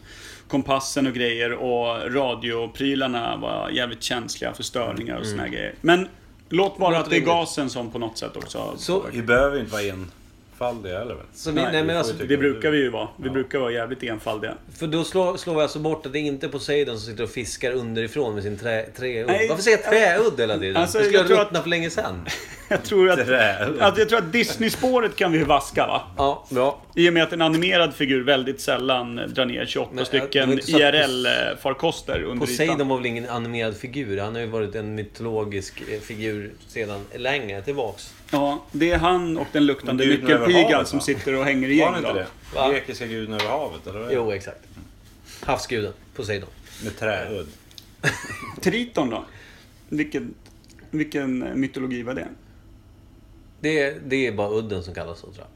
Speaker 1: Kompassen och grejer och radioprylarna var jävligt känsliga för störningar och såna här grejer. Men låt vara att det är
Speaker 2: Mm. rimligt.
Speaker 1: gasen som på något sätt också...
Speaker 2: Så,
Speaker 6: Vi behöver ju inte vara enfaldiga heller väl?
Speaker 2: så vi, nej,
Speaker 6: vi
Speaker 2: men
Speaker 6: får
Speaker 2: alltså,
Speaker 6: ju tycka
Speaker 1: det
Speaker 6: vad
Speaker 1: brukar
Speaker 6: du-
Speaker 1: vi ju vara. Vi brukar vara jävligt enfaldiga.
Speaker 2: för då slår, slår vi alltså bort att det är inte är Poseidon som sitter och fiskar underifrån med sin trä, träudd.
Speaker 1: Nej,
Speaker 2: Varför säger jag träudd hela tiden?
Speaker 1: Alltså,
Speaker 2: det skulle
Speaker 1: jag
Speaker 2: jag
Speaker 1: tror att-
Speaker 2: ruttna för länge sedan.
Speaker 1: Jag tror att,
Speaker 6: Trä.
Speaker 1: att, jag tror att Disney-spåret kan vi vaska va?
Speaker 2: Ja, bra.
Speaker 1: I och med att en animerad figur väldigt sällan drar ner 28
Speaker 2: Men, äh, det var
Speaker 1: stycken
Speaker 2: inte så att
Speaker 1: IRL-farkoster under
Speaker 2: Poseidon
Speaker 1: ytan.
Speaker 2: var väl ingen animerad figur? Han har ju varit en mytologisk eh, figur sedan längre tillbaks.
Speaker 1: Ja, det är han och den luktande
Speaker 6: Guden över
Speaker 1: nyckelpigan
Speaker 6: havet,
Speaker 1: som
Speaker 6: va?
Speaker 1: sitter och hänger i
Speaker 6: Var
Speaker 1: gäng.
Speaker 6: det inte
Speaker 1: då.
Speaker 6: det?
Speaker 2: Va?
Speaker 6: Grekiska guden över havet eller? vad är det?
Speaker 2: Jo, exakt. Havsguden Poseidon.
Speaker 6: Med träudd.
Speaker 1: Triton då? Vilken, vilken mytologi var det?
Speaker 2: Det är, det är bara udden som kallas så tror jag.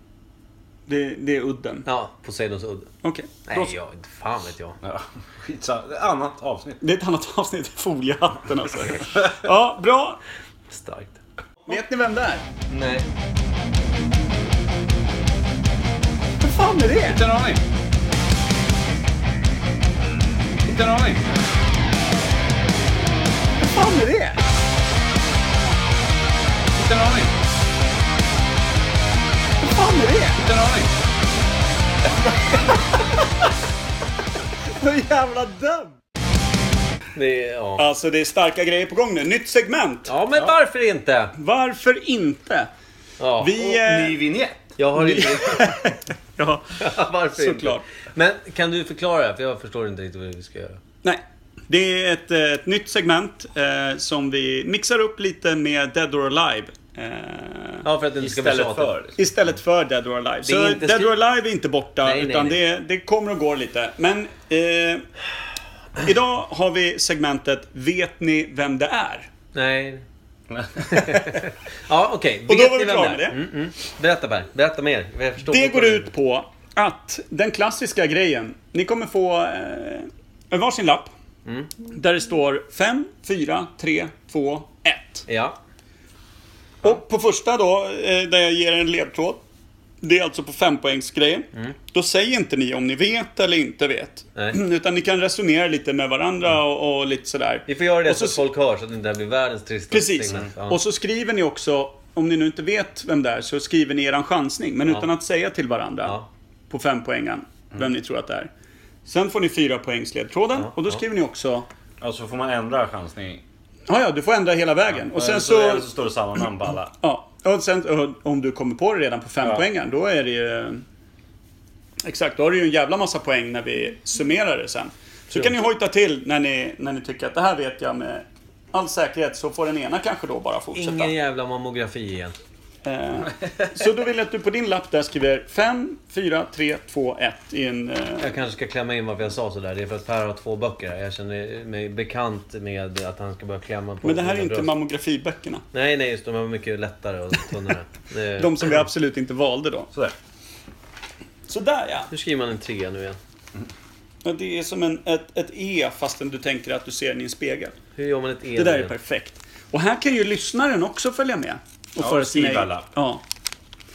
Speaker 1: Det, det är udden.
Speaker 2: Ja, Poseidons udd.
Speaker 1: Okej.
Speaker 2: Nej,
Speaker 1: då så.
Speaker 2: jag, inte fan vet jag.
Speaker 6: Ja, skitsamma. Det är ett annat avsnitt.
Speaker 1: Det är ett annat avsnitt. Foliehatten alltså. Ja, bra.
Speaker 2: Starkt.
Speaker 1: Vet ni vem det är?
Speaker 2: Nej.
Speaker 1: Vad fan är det?
Speaker 6: Inte en aning.
Speaker 5: Inte en aning.
Speaker 1: Vad fan är det?
Speaker 5: Inte en aning.
Speaker 1: Vad fan är det?
Speaker 5: Inte en aning.
Speaker 1: Så jävla dum!
Speaker 2: Det är, ja.
Speaker 1: Alltså det är starka grejer på gång nu. Nytt segment!
Speaker 2: ja, men varför inte?
Speaker 1: Varför inte?
Speaker 2: Ja,
Speaker 1: Vi... Eh,
Speaker 6: Ny vignett.
Speaker 2: jag har inte...
Speaker 1: ja,
Speaker 2: varför
Speaker 1: såklart.
Speaker 2: inte? Men kan du förklara? För jag förstår inte riktigt vad vi ska göra.
Speaker 1: Nej. Det är ett, eh, ett nytt segment eh, som vi mixar upp lite med Dead or Alive. Eh,
Speaker 2: Ja, för att det inte ska bli
Speaker 6: Istället
Speaker 2: tjatigt.
Speaker 6: för.
Speaker 1: Istället för liksom. Dead or Alive. Så
Speaker 2: är inte
Speaker 1: Dead
Speaker 2: skri-
Speaker 1: or Alive är inte borta,
Speaker 2: Nej, nej,
Speaker 1: utan
Speaker 2: nej.
Speaker 1: Det, det kommer och går lite. Men eh, idag har vi segmentet Vet ni vem det är?
Speaker 2: Nej. ja, okej.
Speaker 1: då
Speaker 2: Vet
Speaker 1: var
Speaker 2: ni
Speaker 1: vi
Speaker 2: vem
Speaker 1: klara
Speaker 2: är?
Speaker 1: med det.
Speaker 2: Mm, mm. Berätta Per. Berätta mer. Jag förstår
Speaker 1: Det
Speaker 2: inte
Speaker 1: går
Speaker 2: vad
Speaker 1: ut på att den klassiska grejen, ni kommer få eh, en varsin lapp.
Speaker 2: Mm.
Speaker 1: Där det står 5, 4, 3, 2, 1.
Speaker 2: Ja.
Speaker 1: Och på första då, eh, där jag ger en ledtråd. Det är alltså på fempoängsgrejen. Då säger inte ni om ni vet eller inte vet.
Speaker 2: Mm. Nej.
Speaker 1: Utan ni kan resonera lite med varandra och, och lite sådär.
Speaker 2: Vi får göra det
Speaker 1: Och
Speaker 2: så, att folk hör så att det inte här blir världens tristaste
Speaker 1: Precis. Mm.
Speaker 2: segment. Ja.
Speaker 1: Och så skriver ni också, om ni nu inte vet vem det är, så skriver ni eran chansning. Men utan att säga till varandra
Speaker 2: Ja. Mm.
Speaker 1: på fempoängen vem ni tror att det är. Sen får ni fyra poängsledtråden och då skriver ni också
Speaker 6: Och så Alltså, får man ändra chansning.
Speaker 1: Ja, ja, du får ändra hela vägen. och sen så...
Speaker 6: Eller så står det samma namn på alla.
Speaker 1: Ja, och sen och om du kommer på det redan på fem poängen, då är det ju... Exakt, då har du ju en jävla massa poäng när vi summerar det sen. Så kan ni hojta till när ni, när ni tycker att det här vet jag med all säkerhet, så får den ena kanske då bara fortsätta.
Speaker 2: Ingen jävla mammografi igen.
Speaker 1: Eh, så då vill jag att du på din lapp där skriver 5, 4, 3, 2, 1 i en... Eh,
Speaker 2: Jag kanske ska klämma in varför jag sa sådär. Det är för att Per har två böcker här. Jag känner mig bekant med att han ska börja klämma på
Speaker 1: men det här är
Speaker 2: mina
Speaker 1: inte
Speaker 2: bröst.
Speaker 1: mammografiböckerna.
Speaker 2: Nej, nej, just de här var mycket lättare och tunnare. Det-
Speaker 1: De som vi absolut inte valde då.
Speaker 6: Sådär.
Speaker 1: Så där ja.
Speaker 2: Nu skriver man en trea nu igen.
Speaker 1: Ja, Det är som en, ett, ett E fastän du tänker att du ser den i en spegel.
Speaker 2: Hur gör man ett E?
Speaker 1: Det där
Speaker 2: igen?
Speaker 1: är perfekt. Och här kan ju lyssnaren också följa med. Och
Speaker 6: Ja,
Speaker 1: föra
Speaker 6: skriv
Speaker 1: sina-
Speaker 6: alla.
Speaker 1: Ja.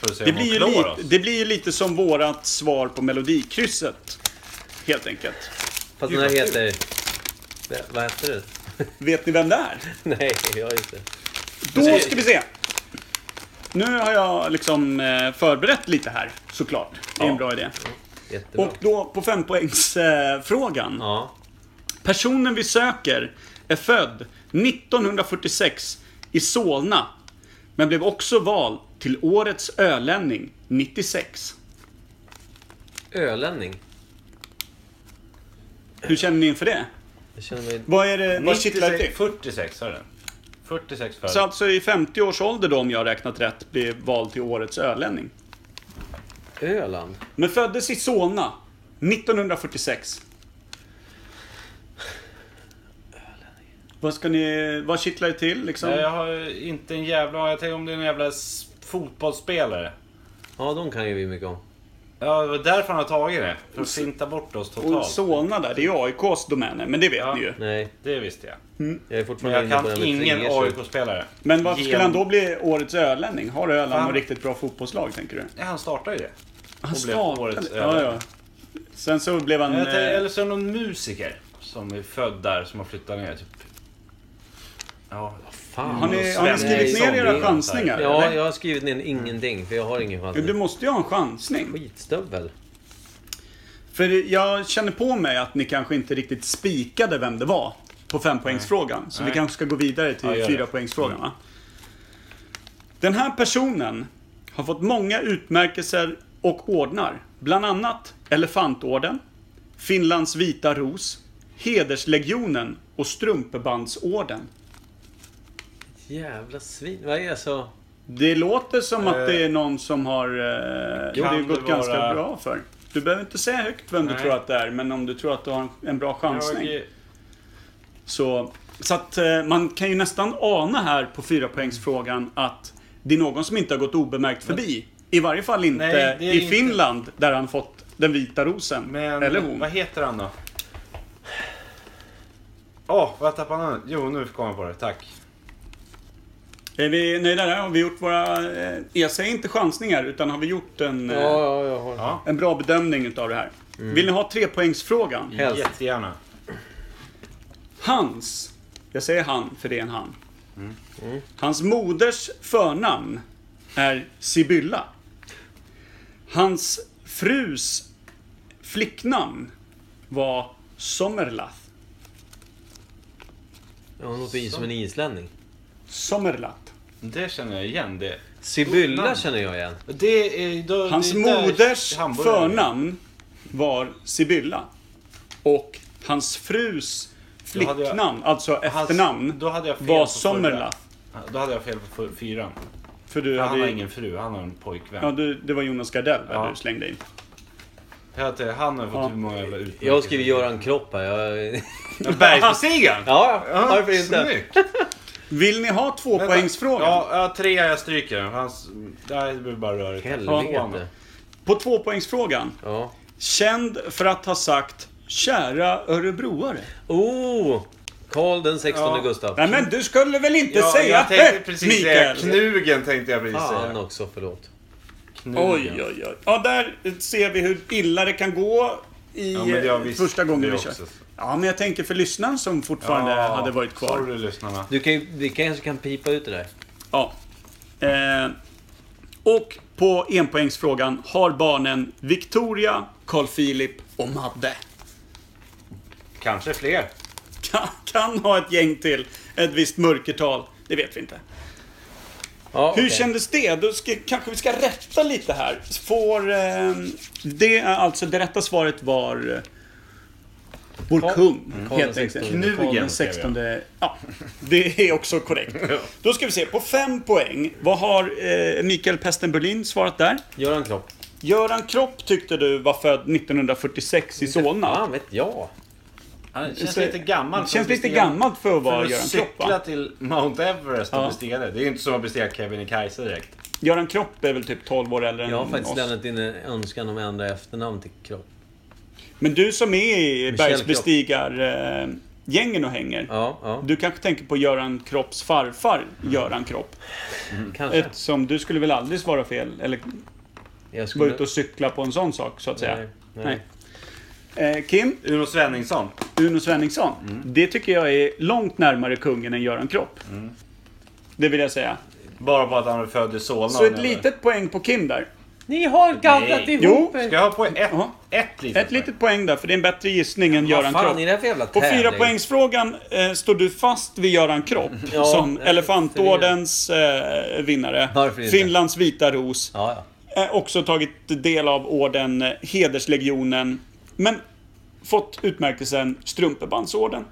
Speaker 6: För att se
Speaker 1: Det,
Speaker 6: om
Speaker 1: blir
Speaker 6: de
Speaker 1: ju
Speaker 6: klår
Speaker 1: lite,
Speaker 6: oss.
Speaker 1: det blir ju lite som vårat svar på Melodikrysset. Helt enkelt.
Speaker 2: Fast den här heter... Det- Vad heter det?
Speaker 1: Vet ni vem det är?
Speaker 2: Nej, jag just det.
Speaker 1: Då ska vi se. Nu har jag liksom eh, förberett lite här, såklart. Det är en bra idé.
Speaker 2: Jättebra.
Speaker 1: Och då på fempoängsfrågan. Eh, frågan.
Speaker 2: Ja.
Speaker 1: Personen vi söker är född 1946 i Solna, men blev också vald till Årets ölänning 96.
Speaker 2: Ölänning.
Speaker 1: Hur känner ni inför det?
Speaker 2: Jag känner mig...
Speaker 1: Vad är det, vad kittlar det
Speaker 6: 96,
Speaker 1: till?
Speaker 6: 46 har den. 46 född.
Speaker 1: Så alltså i 50 års ålder då, om jag har räknat rätt, blev vald till Årets ölänning.
Speaker 2: Öland?
Speaker 1: Men föddes i Solna 1946. Vad ska ni, vad kittlar det till liksom?
Speaker 6: Ja, Jag har inte en jävla Jag tänker om det är en jävla s- fotbollsspelare.
Speaker 2: Ja, de kan ju vi mycket om.
Speaker 6: Ja, det var därför han har tagit det. För att finta bort oss
Speaker 1: Och
Speaker 6: totalt.
Speaker 1: Solna där, det är AIKs domäner, men det vet
Speaker 6: Ja.
Speaker 1: ni ju.
Speaker 2: Nej,
Speaker 6: Det visste jag.
Speaker 2: jag är
Speaker 6: Men
Speaker 2: fortfarande
Speaker 6: jag
Speaker 2: inne på det här
Speaker 6: kan
Speaker 2: med
Speaker 6: ingen
Speaker 2: treor, så-
Speaker 6: AIK-spelare.
Speaker 1: Men varför skulle
Speaker 6: Genom-
Speaker 1: han då bli årets ölänning? Har Öland
Speaker 6: Fan.
Speaker 1: något riktigt bra fotbollslag, tänker du?
Speaker 6: Nej, han startade
Speaker 1: Mm,
Speaker 6: ju det.
Speaker 1: Han
Speaker 6: blev
Speaker 1: startade-
Speaker 6: årets
Speaker 1: ja, ja.
Speaker 6: ölänning.
Speaker 1: Sen så blev han...
Speaker 6: Jag tänkte,
Speaker 1: eh,
Speaker 6: eller så är det någon musiker som är född där som har flyttat ner. Typ. Ja,
Speaker 2: Fan.
Speaker 1: Har ni, har ni
Speaker 6: Svensk
Speaker 1: skrivit ner
Speaker 6: sång, det
Speaker 1: era
Speaker 6: är-
Speaker 1: chansningar?
Speaker 2: Ja,
Speaker 1: eller?
Speaker 2: jag har skrivit ner ingenting, för jag har ingen chans.
Speaker 1: Du måste ju ha en chansning.
Speaker 2: Skitstövel.
Speaker 1: För jag känner på mig att ni kanske inte riktigt spikade vem det var på fempoängsfrågan. Så vi kanske ska gå vidare
Speaker 6: Ja,
Speaker 1: till
Speaker 6: gör det. Mm.
Speaker 1: fyrapoängsfrågan. va? Den här personen har fått många utmärkelser och ordnar. Bland annat Elefantorden, Finlands vita ros, Hederslegionen och Strumpebandtsorden.
Speaker 2: Jävla svin. Vad är så...
Speaker 1: Det låter som att det är någon som har... Eh, det
Speaker 6: kan
Speaker 1: har gått
Speaker 6: det
Speaker 1: ganska
Speaker 6: vara-
Speaker 1: bra för. Du behöver inte säga högt vem du
Speaker 6: Nej.
Speaker 1: tror att det är, men om du tror att du har en, en bra chansning.
Speaker 6: jag,
Speaker 1: Så, så att eh, man kan ju nästan ana här på fyrapoängsfrågan att det är någon som inte har gått obemärkt förbi. I varje fall inte
Speaker 6: Nej, det är
Speaker 1: i
Speaker 6: inte-
Speaker 1: Finland där han fått den vita rosen.
Speaker 6: men
Speaker 1: Eller hon.
Speaker 6: vad heter han då? Åh, vad tappade han Jo, nu kom jag på det. Tack.
Speaker 1: Är vi nöjda där? Har vi gjort våra... Eh, jag säger inte chansningar, utan har vi gjort en, eh,
Speaker 2: ja, Mm. jag har...
Speaker 6: Ja,
Speaker 1: en bra bedömning utav det här? Vill ni ha trepoängsfrågan?
Speaker 2: Helst.
Speaker 6: jättegärna.
Speaker 1: Hans, jag säger han för det är en han.
Speaker 6: Mm.
Speaker 1: Hans moders förnamn är Sibylla. Hans frus flicknamn var Sommerlath.
Speaker 2: Ja, hon låter ju som en islänning.
Speaker 1: Sommerlath.
Speaker 6: Det känner jag igen. Det,
Speaker 2: Sibylla känner jag igen.
Speaker 6: det är... Då,
Speaker 1: Hans
Speaker 6: det är där
Speaker 1: moders
Speaker 6: hamburgaren är.
Speaker 1: förnamn var Sibylla. Och hans frus
Speaker 6: Då hade jag-
Speaker 1: flicknamn, alltså
Speaker 6: Hans-
Speaker 1: efternamn,
Speaker 6: Då hade jag fel
Speaker 1: var
Speaker 6: på förra.
Speaker 1: Sommerlath.
Speaker 6: Ja, Då hade jag fel på för- fyran.
Speaker 1: För du
Speaker 6: Han
Speaker 1: hade
Speaker 6: har
Speaker 1: ju-
Speaker 6: ingen fru, han har en pojkvän.
Speaker 1: Ja, du, det var Jonas Gardell där
Speaker 6: Ja.
Speaker 1: du slängde in.
Speaker 6: Jag vet inte, Han har fått
Speaker 1: Ja.
Speaker 6: hur många jävla utmärkelser.
Speaker 2: Jag skriver Göran Kropp här. Jag...
Speaker 6: Bergsmuseet!
Speaker 2: Ja, ja, varför inte?
Speaker 6: Snyggt!
Speaker 1: Vill ni ha tvåpoängsfrågan?
Speaker 6: Ja, ja, trea jag stryker den. Hans... Nej, det blir bara rörigt.
Speaker 2: Helvete.
Speaker 1: På tvåpoängsfrågan.
Speaker 2: Ja.
Speaker 1: Känd för att ha sagt Kära örebroare.
Speaker 2: Oh! Karl den 16
Speaker 6: Ja.
Speaker 2: Gustav.
Speaker 1: Nej men du skulle väl inte
Speaker 6: Ja,
Speaker 1: säga
Speaker 6: jag tänkte
Speaker 1: det,
Speaker 6: precis säga
Speaker 1: Mikael?
Speaker 7: Knugen tänkte jag precis
Speaker 2: Fan
Speaker 7: säga.
Speaker 2: också, förlåt.
Speaker 1: Oj, oj, oj. Ja, där ser vi hur illa det kan gå i
Speaker 7: Ja, men jag visste
Speaker 1: första gången
Speaker 7: det
Speaker 1: vi kör.
Speaker 7: också.
Speaker 1: Ja, men jag tänker för lyssnaren som fortfarande
Speaker 6: Ja,
Speaker 1: hade varit kvar.
Speaker 6: Sorry lyssnarna.
Speaker 2: Du kan, ju- vi kanske kan pipa ut det där.
Speaker 1: Ja. Eh, och på enpoängsfrågan har barnen Victoria, Carl Philip och Madde.
Speaker 6: Kanske fler.
Speaker 1: Kan, kan ha ett gäng till. Ett visst mörkertal. Det vet vi inte.
Speaker 2: Ja,
Speaker 1: Hur
Speaker 2: okej.
Speaker 1: kändes det? Då ska, kanske vi ska rätta lite här. Får, eh, det, är alltså, det rätta svaret var eh, vår kung,
Speaker 6: Mm.
Speaker 2: Karl
Speaker 1: helt
Speaker 2: den
Speaker 1: enkelt.
Speaker 2: 16.
Speaker 1: Knugen, Karl den 16. Ja, det är också korrekt. Då ska vi se, på fem poäng, vad har eh, Mikael Pesten Berlin svarat där?
Speaker 2: Göran Kropp.
Speaker 1: Göran Kropp tyckte du var född 1946 i Solna.
Speaker 2: Fan vet jag.
Speaker 6: Han känns
Speaker 1: Så-
Speaker 6: lite gammal. för
Speaker 1: Känns
Speaker 6: att
Speaker 1: lite
Speaker 6: bestiga-
Speaker 1: gammalt för att
Speaker 6: För
Speaker 1: vara
Speaker 6: att
Speaker 1: Göran Kropp,
Speaker 6: cykla
Speaker 1: va?
Speaker 6: till Mount Everest och
Speaker 1: Ja.
Speaker 6: bestiga det. Det är ju inte som att bestiga Kebnekaise direkt.
Speaker 1: Göran Kropp är väl typ 12 år äldre än
Speaker 2: Jag har faktiskt
Speaker 1: oss.
Speaker 2: lämnat in en önskan om att ändra efternamn till Kropp.
Speaker 1: Men du som är i
Speaker 2: Michel
Speaker 1: bergsbestigar-gängen och hänger.
Speaker 2: Ja, ja.
Speaker 1: Du kanske tänker på Göran Kropps farfar, Göran Kropp.
Speaker 2: Kanske.
Speaker 1: Eftersom du skulle väl aldrig svara fel, eller
Speaker 2: Jag
Speaker 1: vara ute och cykla på en sån sak, så att säga.
Speaker 2: Nej, nej.
Speaker 1: Eh, Kim,
Speaker 6: Uno Svenningsson.
Speaker 1: Uno Svenningsson.
Speaker 2: Mm.
Speaker 1: Det tycker jag är långt närmare kungen än Göran Kropp.
Speaker 2: Mm.
Speaker 1: Det vill jag säga.
Speaker 6: Bara på att han är född i Solna.
Speaker 1: Så ett litet poäng på Kim där.
Speaker 2: Ni har gallrat
Speaker 6: Nej.
Speaker 2: ihop
Speaker 1: Jo,
Speaker 2: er.
Speaker 6: Ska jag ha på ett,
Speaker 1: Ja.
Speaker 6: ett litet?
Speaker 1: Ett litet poäng där, för det är en bättre gissning än
Speaker 2: Vad
Speaker 1: Göran
Speaker 2: fan
Speaker 1: Kropp.
Speaker 2: är det här för jävla
Speaker 1: På
Speaker 2: tävling?
Speaker 1: fyra poängsfrågan eh, står du fast vid Göran Kropp
Speaker 2: Ja,
Speaker 1: som
Speaker 2: eh,
Speaker 1: Elefantordens eh, vinnare.
Speaker 2: Varför inte?
Speaker 1: Finlands vita ros.
Speaker 2: Ja, ja.
Speaker 1: Eh, också tagit del av orden eh, Hederslegionen. Men fått utmärkelsen Strumpebandsorden.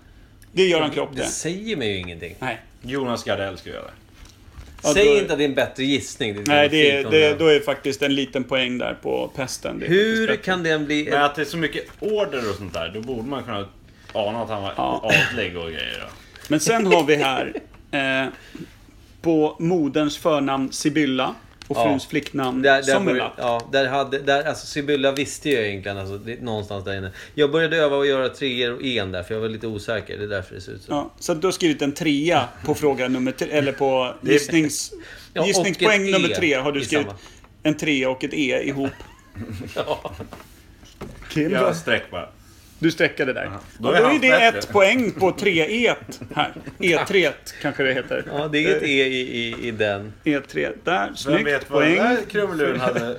Speaker 1: Det är Göran Kropp
Speaker 2: Det
Speaker 1: det.
Speaker 2: säger mig ju ingenting.
Speaker 1: Nej,
Speaker 6: Jonas Gardell ska göra det.
Speaker 1: Ja,
Speaker 2: Säg
Speaker 1: då är-
Speaker 2: inte att det är en bättre gissning. Det är
Speaker 1: Nej det,
Speaker 2: fint
Speaker 1: är-
Speaker 2: om
Speaker 1: det,
Speaker 2: jag-
Speaker 1: då är faktiskt en liten poäng där på pesten. Det är faktiskt
Speaker 2: Hur
Speaker 1: bättre.
Speaker 2: kan den bli...
Speaker 6: Men att det är så mycket order och sånt där, då borde man kunna ana att han var adlig och grejer. Då.
Speaker 1: Men sen har vi här eh, på moderns förnamn Sibylla och
Speaker 2: Ja.
Speaker 1: fruns flicknamn
Speaker 2: Där, där,
Speaker 1: Sommerlath.
Speaker 2: började, ja, där hade, där, alltså Sibylla visste jag egentligen, alltså, det, någonstans där inne. Jag började öva att göra treor och en där, för jag var lite osäker. Det är därför det ser ut så.
Speaker 1: Ja, så att du har skrivit en trea på fråga nummer tre, eller på gissnings,
Speaker 2: Ja, och
Speaker 1: gissningspoäng
Speaker 2: ett
Speaker 1: nummer
Speaker 2: E
Speaker 1: tre har du
Speaker 2: i
Speaker 1: skrivit
Speaker 2: samma.
Speaker 1: en trea och ett E ihop. Kim,
Speaker 6: Jag sträck bara.
Speaker 1: Du sträckade där.
Speaker 6: Då
Speaker 1: Då,
Speaker 6: är
Speaker 1: då är
Speaker 6: han
Speaker 1: det
Speaker 6: bättre.
Speaker 1: ett poäng på 3 e här. E3 kanske det heter.
Speaker 2: Ja, det är ett E i, i, i den.
Speaker 1: E3 där,
Speaker 6: Vem
Speaker 1: snyggt
Speaker 6: vet vad den
Speaker 1: poäng.
Speaker 6: där krumeluren hade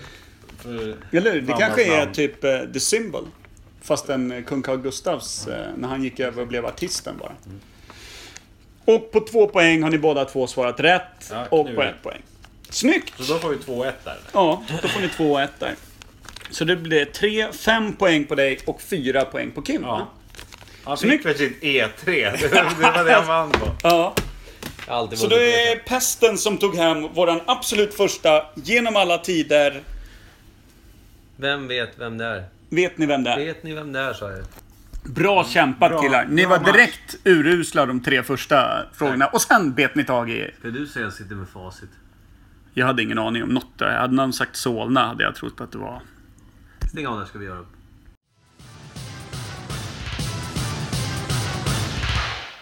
Speaker 6: för...
Speaker 1: Eller hur? Det
Speaker 6: Mammas
Speaker 1: kanske är
Speaker 6: namn.
Speaker 1: typ eh, The Symbol. Fast en eh, kung Carl Gustavs eh, när han gick över och blev artisten bara.
Speaker 6: Mm.
Speaker 1: Och på två poäng har ni båda två svarat rätt.
Speaker 6: Ja,
Speaker 1: och
Speaker 6: nu
Speaker 1: på
Speaker 6: är det.
Speaker 1: ett poäng. Snyggt!
Speaker 6: Så då får vi 2-1 där.
Speaker 1: Ja, då får ni två och ett där. Så det blir tre, fem poäng på dig och fyra poäng på Kim. va?
Speaker 6: Ja. Han
Speaker 1: Snyggt.
Speaker 6: fick för sitt E3. Det var det han vann på.
Speaker 1: ja.
Speaker 2: Jag har alltid
Speaker 1: Så då
Speaker 2: vunnit
Speaker 1: är pesten som tog hem våran absolut första genom alla tider.
Speaker 2: Vem vet vem det är?
Speaker 1: Vet ni vem det är?
Speaker 2: Vet ni vem det är, sa jag.
Speaker 1: Bra kämpat
Speaker 6: Bra.
Speaker 1: killar. Ni
Speaker 6: Bra
Speaker 1: var
Speaker 6: match.
Speaker 1: direkt urusla de tre första frågorna och sen bet ni tag i
Speaker 2: För du säger jag sitter med facit.
Speaker 1: Jag hade ingen aning om något där. Hade någon sagt Solna hade jag trott att det var...
Speaker 2: Stäng av där ska vi göra upp.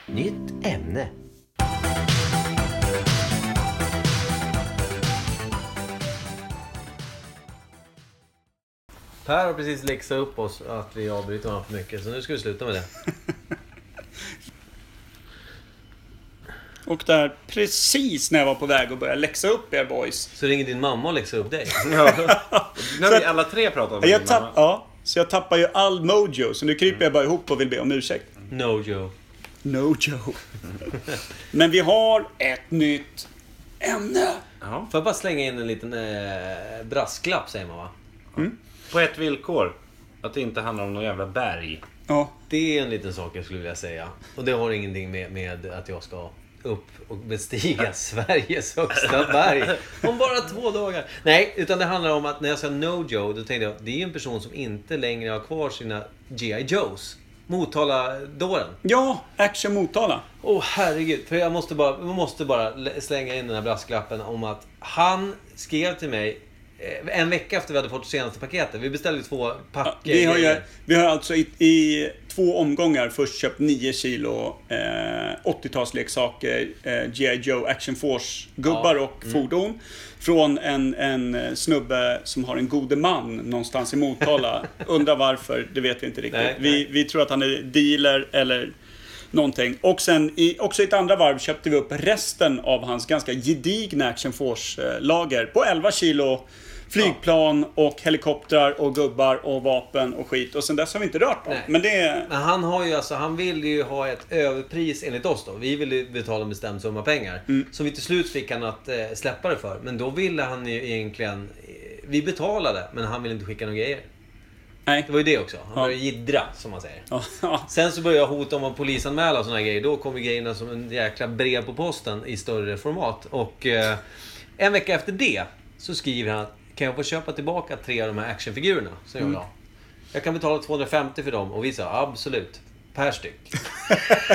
Speaker 2: Nytt ämne. Per har precis läxat upp oss att vi avbryter honom för mycket, så nu ska vi sluta med det.
Speaker 1: Och där precis när jag var på väg att börja läxa upp er boys.
Speaker 2: Så ringer din mamma och läxar upp dig.
Speaker 6: Nu har vi alla tre pratat om
Speaker 1: Jag
Speaker 6: din
Speaker 1: tapp,
Speaker 6: mamma.
Speaker 1: ja, så jag tappar ju all mojo, så nu kryper jag bara ihop och vill be om ursäkt.
Speaker 2: No Joe.
Speaker 1: No joke. Men vi har ett nytt ämne.
Speaker 2: Får jag bara slänga in en liten eh, brasklapp säger man va?
Speaker 6: På ett villkor. Att det inte handlar om någon jävla berg.
Speaker 1: Ja,
Speaker 2: Det är en liten sak jag skulle vilja säga. Och det har ingenting med, med att jag ska upp och bestiga Sveriges högsta berg om bara två dagar. Nej, utan det handlar om att när jag sa No Joe, då tänkte jag det är ju en person som inte längre har kvar sina G.I. Joes. Motala-dåren.
Speaker 1: ja Action Motala.
Speaker 2: Åh herregud, för jag måste bara, jag måste bara l- slänga in den här brasklappen om att han skrev till mig eh, en vecka efter vi hade fått det senaste paketet. Vi beställde två pack. eh,
Speaker 1: Vi har, ju, vi har alltså i, i två omgångar först köpt 9 kilo eh, 80-talsleksaker, eh, G.I. Joe Action Force-gubbar och
Speaker 2: Mm.
Speaker 1: fordon. Från en, en eh, snubbe som har en gode man någonstans i Motala. Undrar varför, det vet vi inte riktigt.
Speaker 2: Nej,
Speaker 1: vi,
Speaker 2: nej.
Speaker 1: vi tror att han är dealer eller någonting. Och sen i, också i ett andra varv köpte vi upp resten av hans ganska gedigna Action Force-lager på 11 kilo flygplan och helikoptrar och gubbar och vapen och skit. Och sen dess har vi inte rört dem.
Speaker 2: Nej.
Speaker 1: Men det...
Speaker 2: Men han har ju alltså, han vill ju ha ett överpris enligt oss då. Vi ville ju betala en bestämd summa pengar.
Speaker 1: Mm.
Speaker 2: Som vi till slut fick han att eh, släppa det för. Men då ville han ju egentligen... eh, Vi betalade, men han ville inte skicka några grejer.
Speaker 1: Nej.
Speaker 2: Det var ju det också. Han
Speaker 1: Ja.
Speaker 2: började jiddra, som man säger.
Speaker 1: Ja,
Speaker 2: Sen så började jag hota om att polisanmäla och såna här grejer. Då kom ju grejerna som en jäkla brev på posten i större format. Och eh, en vecka efter det så skriver han att kan jag få köpa tillbaka tre av de här actionfigurerna som jag vill ha? Jag kan betala 250 för dem och vi sa absolut. Per styck.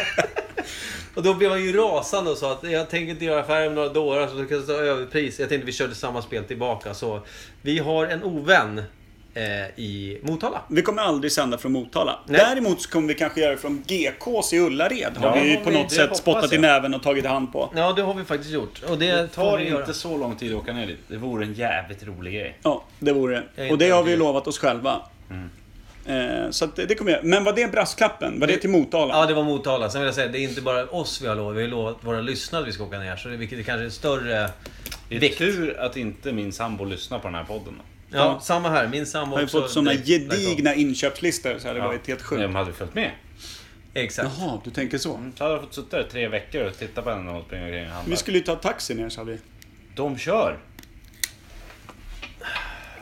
Speaker 2: och då blev han ju rasande och sa att jag tänker inte göra affärer med några dårar så det kan stå överpris. Jag tänkte vi körde samma spel tillbaka. Så vi har en ovän eh, i Motala.
Speaker 1: vi kommer aldrig sända från Motala.
Speaker 2: Nej.
Speaker 1: Däremot så kommer vi kanske göra det från GKs i Ullared. Har
Speaker 2: Ja,
Speaker 1: vi ju
Speaker 2: men
Speaker 1: på något
Speaker 2: det
Speaker 1: sätt
Speaker 2: hoppas
Speaker 1: spottat i
Speaker 2: jag.
Speaker 1: näven och tagit hand på.
Speaker 2: Ja, det har vi faktiskt gjort. Och det,
Speaker 6: Det
Speaker 2: får
Speaker 6: tar
Speaker 2: vi göra.
Speaker 6: inte så lång tid att åka ner dit. Det vore en jävligt rolig grej.
Speaker 1: Ja, det vore
Speaker 2: Jag
Speaker 1: det.
Speaker 2: är
Speaker 1: Och det
Speaker 2: inte Mm.
Speaker 1: har vi ju
Speaker 2: övertygad.
Speaker 1: lovat oss själva. Eh, så att det, det kommer jag Men var det brasklappen? Var det till Motala?
Speaker 2: Ja, det var Motala. Sen vill jag säga, det är inte bara oss vi har lovat. Vi har lovat våra lyssnare att vi ska åka ner. Så det, vilket är kanske är större
Speaker 6: Det är
Speaker 2: vikt.
Speaker 6: tur att inte min sambo lyssnar på den här podden. då.
Speaker 2: Ja, samma här. Min sambo
Speaker 1: har ju
Speaker 2: också.
Speaker 1: fått sådana
Speaker 2: Det-
Speaker 1: gedigna inköpslistor så det
Speaker 6: Ja.
Speaker 1: varit helt
Speaker 6: Nej,
Speaker 1: sjukt.
Speaker 6: De hade följt med.
Speaker 2: Exakt.
Speaker 1: Jaha, du tänker så.
Speaker 2: Mm.
Speaker 6: Så hade jag fått sitta där tre veckor och titta på henne och springa omkring och handla.
Speaker 1: Vi skulle ju ta taxi ner sa vi.
Speaker 6: De kör!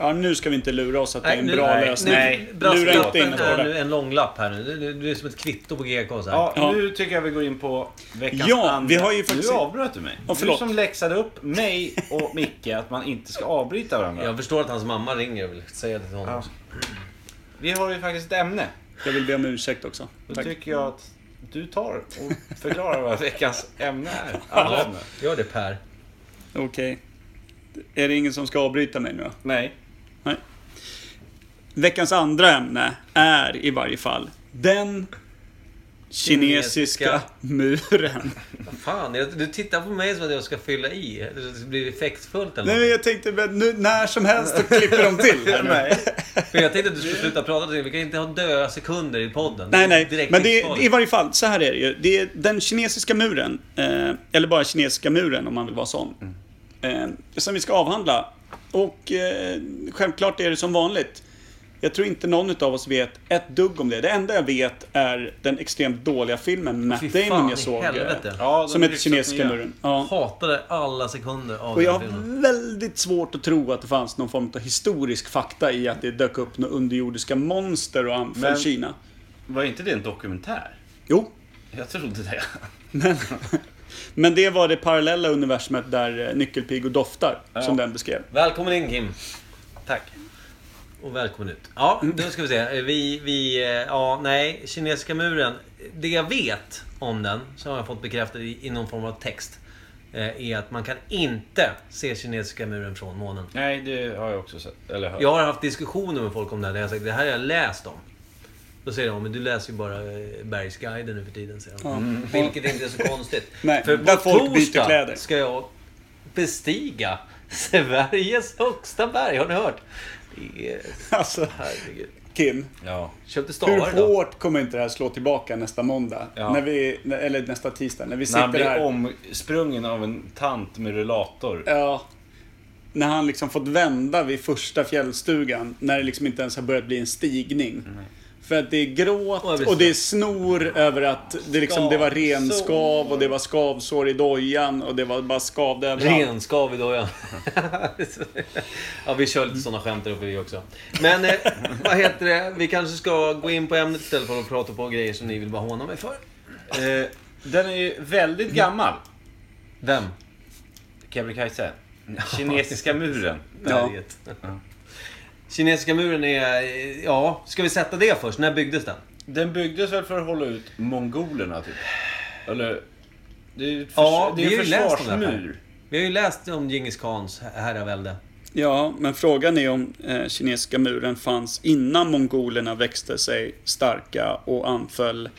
Speaker 1: Ja, nu ska vi inte lura oss att det är en
Speaker 2: nu-
Speaker 1: bra
Speaker 2: nej,
Speaker 1: lösning.
Speaker 2: Nu,
Speaker 1: lura inte in
Speaker 2: brasklappen
Speaker 1: på
Speaker 2: är
Speaker 1: det.
Speaker 2: nu en lång lapp här nu. Det- det- Det är som ett kvitto på GK så här.
Speaker 6: Ja,
Speaker 1: Ja.
Speaker 6: nu tycker jag vi går in på veckans
Speaker 1: Ja,
Speaker 6: andra-
Speaker 1: vi har ju faktiskt-
Speaker 6: Nu avbröt du mig.
Speaker 1: Ja,
Speaker 6: du
Speaker 1: förlåt.
Speaker 6: som läxade upp mig och Micke att man inte ska avbryta varandra.
Speaker 2: Jag förstår att hans mamma ringer och vill säga det till honom.
Speaker 6: Vi har ju faktiskt ett ämne.
Speaker 1: Jag vill be om ursäkt också.
Speaker 6: Då
Speaker 1: Tack.
Speaker 6: tycker jag att du tar och förklarar vad veckans ämne är. Alla ämnen.
Speaker 2: Gör det Per.
Speaker 1: Okej. Är det ingen som ska avbryta mig nu då?
Speaker 6: Nej.
Speaker 1: Veckans andra ämne är i varje fall den kinesiska
Speaker 2: Kinesiska.
Speaker 1: muren.
Speaker 2: Fan, jag, du tittar på mig som att jag ska fylla i. Det blir effektfullt eller
Speaker 1: Nej,
Speaker 2: något.
Speaker 1: men jag tänkte men nu, när som helst så klipper de till. Här nu.
Speaker 2: För jag tänkte att du skulle sluta prata. Vi kan inte ha döda sekunder i podden.
Speaker 1: Nej, nej.
Speaker 2: Direkt
Speaker 1: Men det är,
Speaker 2: livsfarligt.
Speaker 1: i varje fall, så här är det ju. Det är den kinesiska muren, eh, eller bara kinesiska muren om man vill vara sån, eh, som vi ska avhandla. Och eh, självklart är det som vanligt. Jag tror inte någon av oss vet ett dugg om det. Det enda jag vet är den extremt dåliga filmen med Matt
Speaker 2: Fy fan
Speaker 1: Damon
Speaker 2: i
Speaker 1: jag såg. eh,
Speaker 2: helvete.
Speaker 6: Ja, de
Speaker 1: Som heter
Speaker 6: rycks
Speaker 1: Kinesiska
Speaker 6: upp nya.
Speaker 1: muren. Ja.
Speaker 2: Hatade alla sekunder av
Speaker 1: Och
Speaker 2: den
Speaker 1: jag
Speaker 2: här filmen.
Speaker 1: har väldigt svårt att tro att det fanns någon form av historisk fakta i att det dök upp några underjordiska monster och anföll
Speaker 6: Men-
Speaker 1: Kina.
Speaker 6: Var inte det en dokumentär?
Speaker 1: Jo,
Speaker 6: Jag trodde det.
Speaker 1: Men, men det var det parallella universumet där eh, nyckelpigor doftar, som den beskrev.
Speaker 2: Välkommen in Kim. Tack. Och välkommen ut. Ja, då ska vi se. Vi, vi, eh, ja, nej. Kinesiska muren. Det jag vet om den, som jag har fått bekräftat i, i någon form av text, eh, är att man kan inte se kinesiska muren från månen.
Speaker 6: Nej, det har jag också sett. Eller hört.
Speaker 2: Jag har haft diskussioner med folk om det här. där Jag har sagt, det här har jag läst om. Då säger de, men du läser ju bara eh, Bergsguiden nu för tiden. Säger de. Mm. Vilket inte är så konstigt.
Speaker 1: Mm. Nej,
Speaker 2: för
Speaker 1: där
Speaker 2: på
Speaker 1: folk byter
Speaker 2: torsdag
Speaker 1: kläder.
Speaker 2: ska jag bestiga Sveriges högsta berg. Har ni hört? Det är-
Speaker 1: Alltså,
Speaker 2: Herregud.
Speaker 1: Kim,
Speaker 5: Ja.
Speaker 2: Köpte
Speaker 1: hur
Speaker 2: stavar idag.
Speaker 1: hårt kommer inte det här slå tillbaka nästa måndag?
Speaker 6: Ja.
Speaker 1: När vi, eller nästa tisdag, när vi
Speaker 6: När han
Speaker 1: sitter
Speaker 6: blir
Speaker 1: här.
Speaker 6: omsprungen av en tant med rullator.
Speaker 1: Ja. När han liksom fått vända vid första fjällstugan, när det liksom inte ens har börjat bli en stigning. För att det är gråt
Speaker 2: Och jag blir
Speaker 1: och det är snor över att det, liksom, det var renskav och det var skavsår i dojan och det var bara skavd överallt.
Speaker 2: Renskav idag ja. ja, vi kör lite sådana skämt där uppe vi också. Men eh, vad heter det? Vi kanske ska gå in på ämnet istället för att prata på grejer som ni vill bara håna mig för.
Speaker 6: Eh, den är ju väldigt gammal.
Speaker 2: Vem?
Speaker 6: Kebnekaise. Kinesiska muren.
Speaker 1: Ja.
Speaker 2: Berget. Kinesiska muren är... eh, Ja, ska vi sätta det först? När byggdes den?
Speaker 6: Den byggdes väl för att hålla ut mongolerna typ? Eller? Det är ju ett förs-
Speaker 2: Ja,
Speaker 6: det är
Speaker 2: vi
Speaker 6: ju
Speaker 2: har ju
Speaker 6: en
Speaker 2: läst om det här.
Speaker 6: försvarsmur.
Speaker 2: Vi har ju läst om Djingis Khans her- herravälde.
Speaker 1: Ja, men frågan är om eh, kinesiska muren fanns innan mongolerna växte sig starka och anföll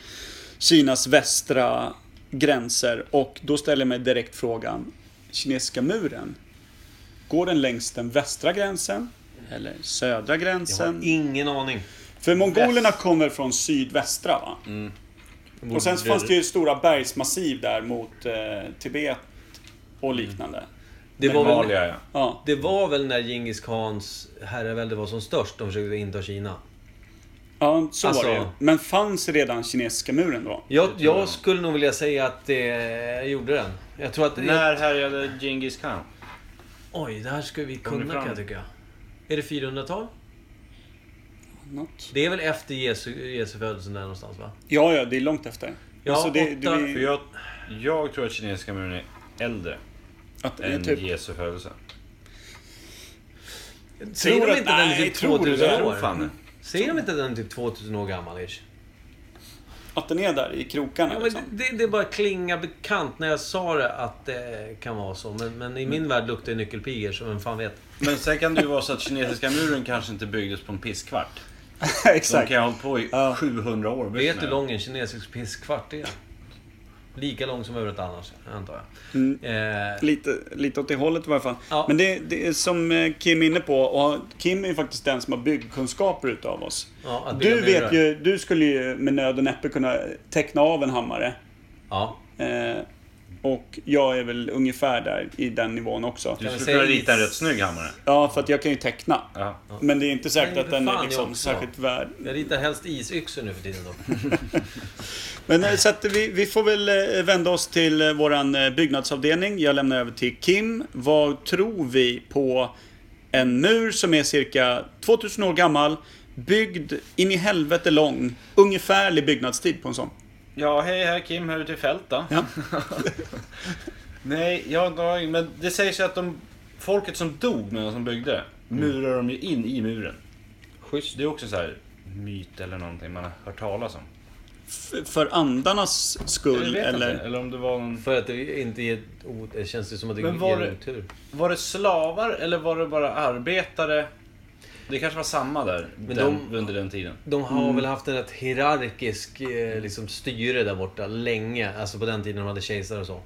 Speaker 1: Kinas västra gränser. Och då ställer jag mig direkt frågan, kinesiska muren, går den längs den västra gränsen? Eller södra
Speaker 2: Jag har
Speaker 1: gränsen?
Speaker 2: ingen aning.
Speaker 1: För mongolerna kommer från sydvästra va?
Speaker 2: Mm.
Speaker 1: Och sen så fanns det ju stora bergsmassiv där mot eh, Tibet och
Speaker 2: Mm.
Speaker 1: liknande.
Speaker 2: Det var, väl,
Speaker 6: Malia, ja.
Speaker 1: Ja.
Speaker 2: det var väl när Djingis Khans herravälde var som störst de försökte inta Kina.
Speaker 1: Ja, så
Speaker 2: Alltså-
Speaker 1: var det ju. Men fanns redan kinesiska muren då?
Speaker 2: Jag, jag skulle nog vilja säga att det gjorde den. Jag tror att...
Speaker 6: När härjade Genghis Khan?
Speaker 2: Oj, det här skulle vi
Speaker 6: Kommer
Speaker 2: kunna
Speaker 6: fram.
Speaker 2: kan jag tycka. Är det 400-tal?
Speaker 1: Något.
Speaker 2: Det är väl efter Jesu, Jesu födelse där någonstans va?
Speaker 1: Ja, ja, det är långt efter.
Speaker 2: Ja,
Speaker 1: det,
Speaker 2: åtta-
Speaker 6: För
Speaker 1: vi-
Speaker 6: jag, jag tror att kinesiska muren är äldre
Speaker 1: att, det är
Speaker 6: än
Speaker 1: typ,
Speaker 6: Jesu födelse.
Speaker 2: Säger
Speaker 1: tror
Speaker 2: de
Speaker 1: att-
Speaker 2: inte att den är
Speaker 1: nej,
Speaker 2: typ
Speaker 1: tror du
Speaker 2: 2000
Speaker 1: det?
Speaker 2: år?
Speaker 6: Fan det.
Speaker 2: Säger de inte att den är typ 2000 år gammal ish?
Speaker 1: att den är där i krokarna
Speaker 2: Ja, men
Speaker 1: liksom.
Speaker 2: det, det bara klingar bekant när jag sa det att det kan vara så. Men, men i min värld luktar det nyckelpigor, så vem fan vet.
Speaker 6: Men sen kan det ju vara så att kinesiska muren kanske inte byggdes på en pisskvart. De
Speaker 1: Exakt.
Speaker 6: kan ju ha hållit på i
Speaker 1: Ja.
Speaker 6: 700 år.
Speaker 2: Vet du hur lång en kinesisk pisskvart är? Lika lång som övrigt annars, antar jag.
Speaker 1: Mm.
Speaker 2: Eh,
Speaker 1: Lite, lite åt det hållet i varje fall.
Speaker 2: Ja.
Speaker 1: Men det, det är som eh, Kim är inne på, och Kim är ju faktiskt den som har byggkunskaper utav oss.
Speaker 2: ja, att
Speaker 1: Du
Speaker 2: bygga murar.
Speaker 1: vet ju, du skulle ju med nöd och näppe kunna teckna av en hammare.
Speaker 2: Ja.
Speaker 1: Eh, och jag är väl ungefär där i den nivån också.
Speaker 6: Du
Speaker 2: vi
Speaker 6: skulle
Speaker 2: säga
Speaker 6: kunna
Speaker 2: inget-
Speaker 6: rita en rätt snygg hammare.
Speaker 1: Ja, för att jag kan ju teckna.
Speaker 6: Ja.
Speaker 1: Men det är inte säkert
Speaker 2: Nej,
Speaker 1: att
Speaker 2: för
Speaker 1: den är
Speaker 2: fan, jag
Speaker 1: liksom
Speaker 2: också.
Speaker 1: särskilt värd.
Speaker 2: Jag ritar helst isyxor nu för tiden då.
Speaker 1: Men eh, så att vi, vi får väl eh, vända oss till eh, våran eh, byggnadsavdelning. Jag lämnar över till Kim. Vad tror vi på en mur som är cirka 2000 år gammal, byggd in i helvete lång, ungefärlig byggnadstid på en sån?
Speaker 6: Ja, hej här Kim, här ute i fält då.
Speaker 1: Ja.
Speaker 6: Nej, jag har inte aning, men det sägs ju att de, folket som dog medan de byggde, murade de ju in i muren. Schysst. Det är också så här myt eller någonting man har hört talas om.
Speaker 1: F- för andarnas
Speaker 6: Jag
Speaker 1: skull
Speaker 6: vet
Speaker 1: eller?
Speaker 6: inte, eller om det var någon...
Speaker 2: För att det inte ger... o- Det känns ju som att det
Speaker 6: Men var
Speaker 2: ger
Speaker 6: det-
Speaker 2: otur.
Speaker 6: Var det slavar eller var det bara arbetare? Det kanske var samma där,
Speaker 2: Men
Speaker 6: den,
Speaker 2: de-
Speaker 6: under den tiden.
Speaker 2: De har väl haft en rätt hierarkisk eh, liksom, styre där borta länge. Alltså på den tiden de hade kejsare och så.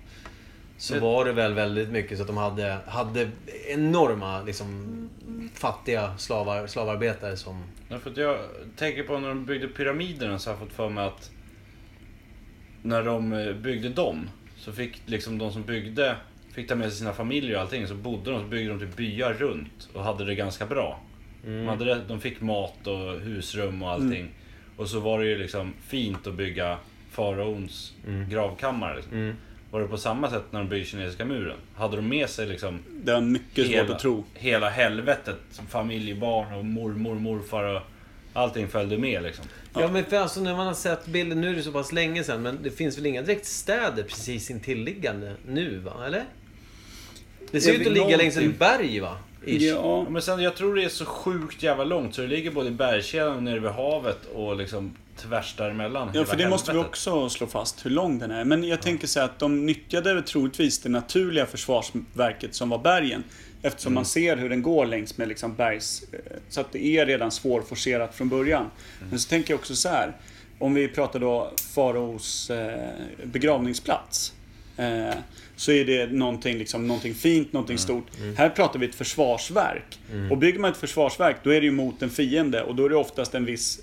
Speaker 2: Så
Speaker 6: Det-
Speaker 2: var det väl väldigt mycket så att de hade, hade enorma liksom, fattiga slavar, slavarbetare som...
Speaker 6: Ja, för att jag tänker på när de byggde pyramiderna så har jag fått för mig att när de eh, byggde dem så fick liksom de som byggde fick ta med sig sina familjer och allting så bodde de så byggde de typ byar runt och hade det ganska bra. De, hade det, de fick mat och husrum och allting. Och så var det ju liksom fint att bygga faraons gravkammare. Liksom. Var det på samma sätt när de byggde kinesiska muren? Hade de med sig liksom
Speaker 1: Det är mycket svårt
Speaker 6: hela,
Speaker 1: att tro.
Speaker 6: hela helvetet. Familj, barn och mormor, morfar och allting följde med liksom.
Speaker 2: Ja, men för alltså, när man har sett bilder, nu är det så pass länge sedan, men det finns väl inga direkt städer precis intilliggande nu va? Eller? Det ser
Speaker 1: Jag
Speaker 2: ut
Speaker 1: vet
Speaker 2: att ligga längs
Speaker 1: någonting.
Speaker 2: ett berg va? Ish.
Speaker 1: Ja.
Speaker 6: Ja, men sen, jag tror det är så sjukt jävla långt så det ligger både i bergskedjan och nere vid havet och liksom tvärs däremellan.
Speaker 1: Ja,
Speaker 6: hela
Speaker 1: för det måste vi
Speaker 6: helvetet.
Speaker 1: också slå fast hur lång den är. Men jag tänker så här att de nyttjade väl troligtvis det naturliga försvarsverket som var bergen. Eftersom
Speaker 6: Mm.
Speaker 1: man ser hur den går längs med liksom bergs... eh, Så att det är redan svårforcerat från början.
Speaker 6: Mm.
Speaker 1: Men så tänker jag också så här. Om vi pratar då faraos eh, begravningsplats. eh, så är det någonting, liksom, någonting fint, någonting stort. Här pratar vi ett försvarsverk. Och bygger man ett försvarsverk, då är det ju mot en fiende och då är det oftast en viss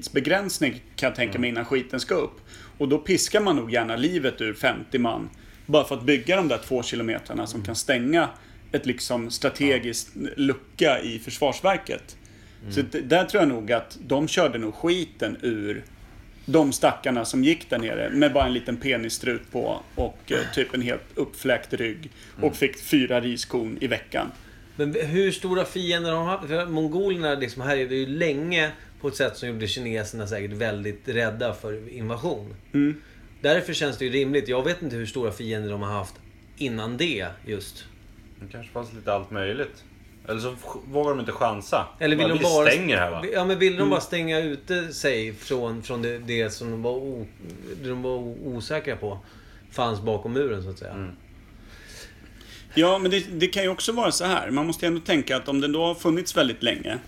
Speaker 1: tidsbegränsning, kan jag tänka mig, innan skiten ska upp. Och då piskar man nog gärna livet ur 50 man. Bara för att bygga de där två kilometrarna som kan stänga ett liksom strategiskt lucka i försvarsverket. Så det, där tror jag nog att de körde nog skiten ur de stackarna som gick där nere med bara en liten penisstrut på och eh, typ en helt uppfläkt rygg. Och fick fyra riskorn i veckan.
Speaker 2: Men hur stora fiender har de haft? För mongolerna liksom härjade ju länge på ett sätt som gjorde kineserna säkert väldigt rädda för invasion.
Speaker 6: Mm.
Speaker 2: Därför känns det ju rimligt. Jag vet inte hur stora fiender de har haft innan det just.
Speaker 6: Det kanske fanns lite allt möjligt. Eller så ch- vågar de inte chansa.
Speaker 2: Eller vill
Speaker 6: Bara,
Speaker 2: de
Speaker 6: vi
Speaker 2: bara...
Speaker 6: stänger här va? Mm.
Speaker 2: Ja, men vill de bara stänga ute sig från, från det, det som de var, o, det de var o- osäkra på? Fanns bakom muren så att
Speaker 6: Mm.
Speaker 2: säga.
Speaker 1: Ja, men det, det kan ju också vara så här. Man måste ju ändå tänka att om den då har funnits väldigt länge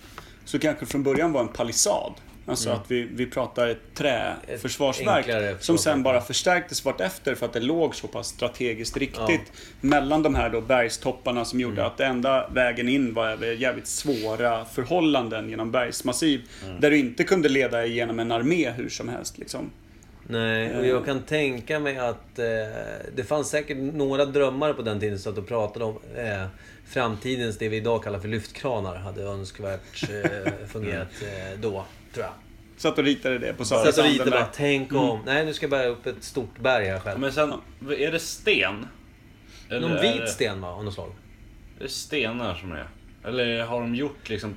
Speaker 1: så kanske från början var en palissad. Alltså att vi, vi pratar ett
Speaker 2: Ett
Speaker 1: träförsvarsverk
Speaker 2: Mm. enklare
Speaker 1: som sen
Speaker 2: försvarsverk.
Speaker 1: bara förstärktes vartefter för att det låg så pass strategiskt riktigt mellan de här då bergstopparna som
Speaker 2: Mm.
Speaker 1: gjorde att enda vägen in var över jävligt svåra förhållanden genom bergsmassiv
Speaker 2: Mm.
Speaker 1: där du inte kunde leda igenom en armé hur som helst. Liksom.
Speaker 2: Nej, och jag kan tänka mig att eh, det fanns säkert några drömmare på den tiden som satt och pratade om eh, framtidens, det vi idag kallar för lyftkranar, hade önskvärt eh, fungerat eh, då, tror jag.
Speaker 1: Satt och ritade det på
Speaker 2: Satt och ritade
Speaker 1: Mm. där. Mm.
Speaker 2: bara, tänk om. Nej, nu ska jag bära upp ett stort berg här själv.
Speaker 6: Men sen, är det sten? Eller
Speaker 2: Någon
Speaker 6: är det-
Speaker 2: vit sten va, av något slag?
Speaker 6: Det är stenar som är. Eller har de gjort liksom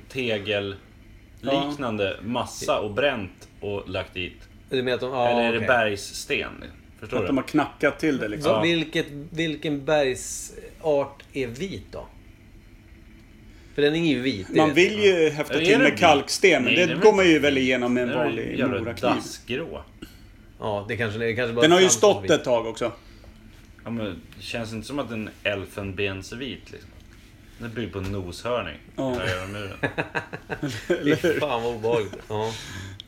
Speaker 6: tegelliknande massa och bränt och lagt dit?
Speaker 2: Du menar att de, ja,
Speaker 6: Eller är det
Speaker 2: okej.
Speaker 6: bergssten? Förstår
Speaker 1: Att de
Speaker 6: du?
Speaker 1: har knackat till det
Speaker 2: Va,
Speaker 1: liksom.
Speaker 6: Ja.
Speaker 2: vilket, vilken bergsart är vit då? För den är ju vit. det
Speaker 1: Man
Speaker 2: vet
Speaker 1: vill
Speaker 2: jag.
Speaker 1: ju häfta
Speaker 6: Är
Speaker 1: till
Speaker 6: det
Speaker 1: med
Speaker 6: det?
Speaker 1: kalksten, men
Speaker 6: Nej,
Speaker 1: det,
Speaker 6: det är väl
Speaker 1: går
Speaker 6: inte
Speaker 1: man ju
Speaker 6: fint.
Speaker 1: väl igenom med
Speaker 6: Den
Speaker 1: en
Speaker 6: är
Speaker 1: vanlig
Speaker 6: jävla
Speaker 1: morakniv.
Speaker 6: dassgrå.
Speaker 2: Ja, det kanske, det kanske bara
Speaker 1: Den har ju
Speaker 2: framstår som
Speaker 1: stått
Speaker 2: vit.
Speaker 1: ett tag också.
Speaker 6: Ja, men det känns inte som att den är elfenbensvit liksom. Den är byggd på en noshörning.
Speaker 1: Ja.
Speaker 6: Där över muren.
Speaker 1: Eller
Speaker 2: Fy
Speaker 1: hur?
Speaker 2: Fan vad obehagligt. Ja.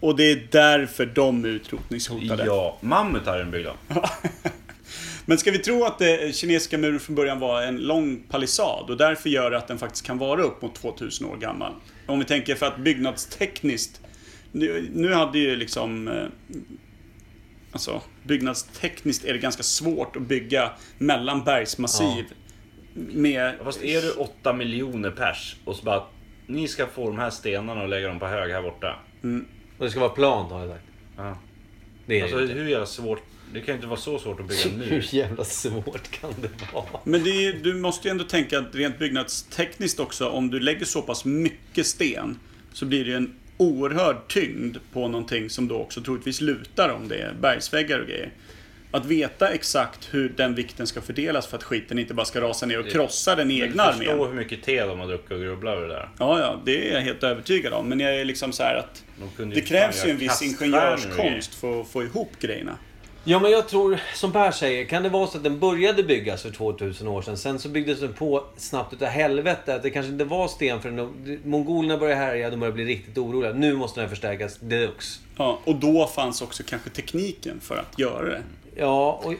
Speaker 1: Och det är därför de är utrotningshotade.
Speaker 6: Ja, mammutar är den byggd av.
Speaker 1: Men ska vi tro att det kinesiska muren från början var en lång palissad och därför gör det att den faktiskt kan vara upp mot 2000 år gammal? Om vi tänker för att byggnadstekniskt... Nu, nu hade ju liksom... eh, Alltså, byggnadstekniskt är det ganska svårt att bygga mellan bergsmassiv med...
Speaker 6: Fast är du 8 miljoner pers och så bara ni ska få de här stenarna och lägga dem på hög här borta.
Speaker 2: Och det ska vara plant har jag sagt.
Speaker 6: Ja.
Speaker 2: Det är
Speaker 6: Alltså
Speaker 2: det inte.
Speaker 6: hur jävla svårt? Det kan ju inte vara så svårt att bygga en mur.
Speaker 2: Hur jävla svårt kan det vara?
Speaker 1: Men det är, ju- du måste ju ändå tänka att rent byggnadstekniskt också, om du lägger så pass mycket sten så blir det ju en oerhörd tyngd på någonting som då också troligtvis lutar om det är bergsväggar och grejer. Att veta exakt hur den vikten ska fördelas för att skiten inte bara ska rasa ner och krossa den egna
Speaker 6: Men Förstå
Speaker 1: armén.
Speaker 6: hur mycket te de har druckit och grubblat över det där.
Speaker 1: Ja, ja, det är jag helt övertygad om. Men jag är liksom så här att
Speaker 6: De kunde
Speaker 1: det
Speaker 6: fan
Speaker 1: krävs
Speaker 6: göra
Speaker 1: ju en viss
Speaker 6: kaststjärnor och grejer.
Speaker 1: ingenjörskonst för att få ihop grejerna.
Speaker 2: Ja men jag tror, som Per säger, kan det vara så att den började byggas för 2000 år sedan. Sen så byggdes den på snabbt utav helvete. Att det kanske inte var sten för den. Mongolerna började härja, de började bli riktigt oroliga. Nu måste den här förstärkas deluxe.
Speaker 1: Ja, och då fanns också kanske tekniken för att göra det.
Speaker 2: Ja, och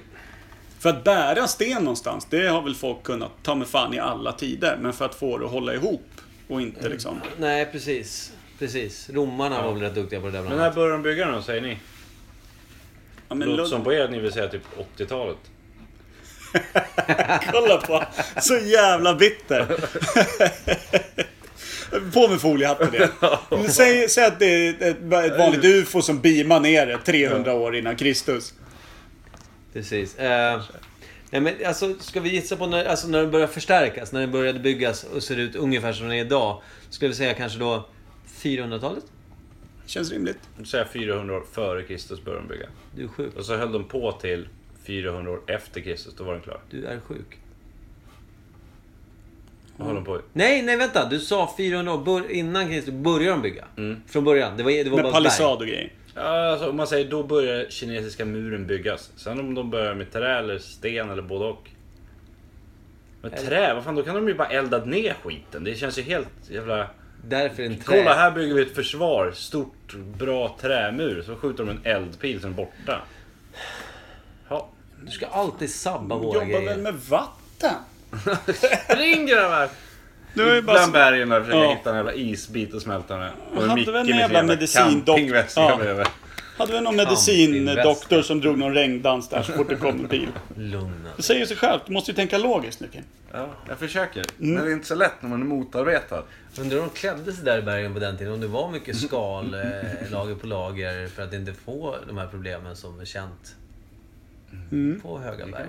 Speaker 1: För att bära sten någonstans, det har väl folk kunnat ta med fan i alla tider. Men för att få det att hålla ihop och inte liksom...
Speaker 2: nej precis. Precis. Romarna var väl rätt duktiga på det där bland
Speaker 6: Men när
Speaker 2: annat.
Speaker 6: började de bygga den då, säger ni?
Speaker 1: Ja, men
Speaker 6: Låter
Speaker 1: Lund,
Speaker 6: som på er att ni vill säga typ 80-talet.
Speaker 1: kolla på! Så jävla bitter! på med foliehatten det. Men Säg, säg att det är ett, ett vanligt UFO som beamar ner det 300 år innan Kristus.
Speaker 2: Precis. Eh, nej men alltså, ska vi gissa på när, alltså, när den började förstärkas? När den började byggas och ser ut ungefär som den är idag. Skulle vi säga kanske då 400-talet?
Speaker 1: Känns rimligt.
Speaker 6: Nu säger jag 400 år före Kristus började de bygga.
Speaker 2: Du är sjuk.
Speaker 6: Och så höll de på till 400 år efter Kristus, då var den klar.
Speaker 2: Du är sjuk.
Speaker 6: Då höll de på.
Speaker 2: Nej, nej vänta. Du sa 400 år bör, innan Kristus. Började de bygga? Från början. Det var, det var
Speaker 1: Mm. Med
Speaker 2: bara
Speaker 1: palissad och grejer.
Speaker 6: Ja, Alltså, om man säger då började kinesiska muren byggas. Sen om de börjar med trä eller sten eller både och. Men trä, vad fan då kan de ju bara elda ner skiten. Det känns ju helt jävla...
Speaker 2: Berg. Därför en trä.
Speaker 6: Kolla här bygger vi ett försvar, stort bra trämur. Så skjuter de en eldpil som är borta. Ja,
Speaker 2: Du ska alltid sabba våra
Speaker 1: Jobbar Mm. väl
Speaker 2: grejer.
Speaker 1: med vatten?
Speaker 6: Ring grabbar!
Speaker 1: Du är ju bara...
Speaker 6: Bland bergen där försöker
Speaker 1: Ja.
Speaker 6: hitta en jävla isbit och smälta den. Och
Speaker 1: hade
Speaker 6: Micke
Speaker 1: väl en
Speaker 6: med sin
Speaker 1: jävla medicindoktor-
Speaker 6: campingväska
Speaker 1: Ja.
Speaker 6: bredvid.
Speaker 1: Hade vi någon
Speaker 2: Campingväska.
Speaker 1: medicindoktor som drog någon regndans där så fort det kom en bil?
Speaker 2: Lugna.
Speaker 1: Det säger sig självt, du måste ju tänka logiskt Nicke.
Speaker 6: Ja, jag försöker.
Speaker 1: Mm.
Speaker 6: Men det är inte så lätt när man är motarbetad.
Speaker 2: Undrar om de klädde sig där i bergen på den tiden. Om det var mycket
Speaker 1: Mm.
Speaker 2: skal, eh, lager på lager, för att inte få de här problemen som är känt
Speaker 1: Mm.
Speaker 2: på höga berg.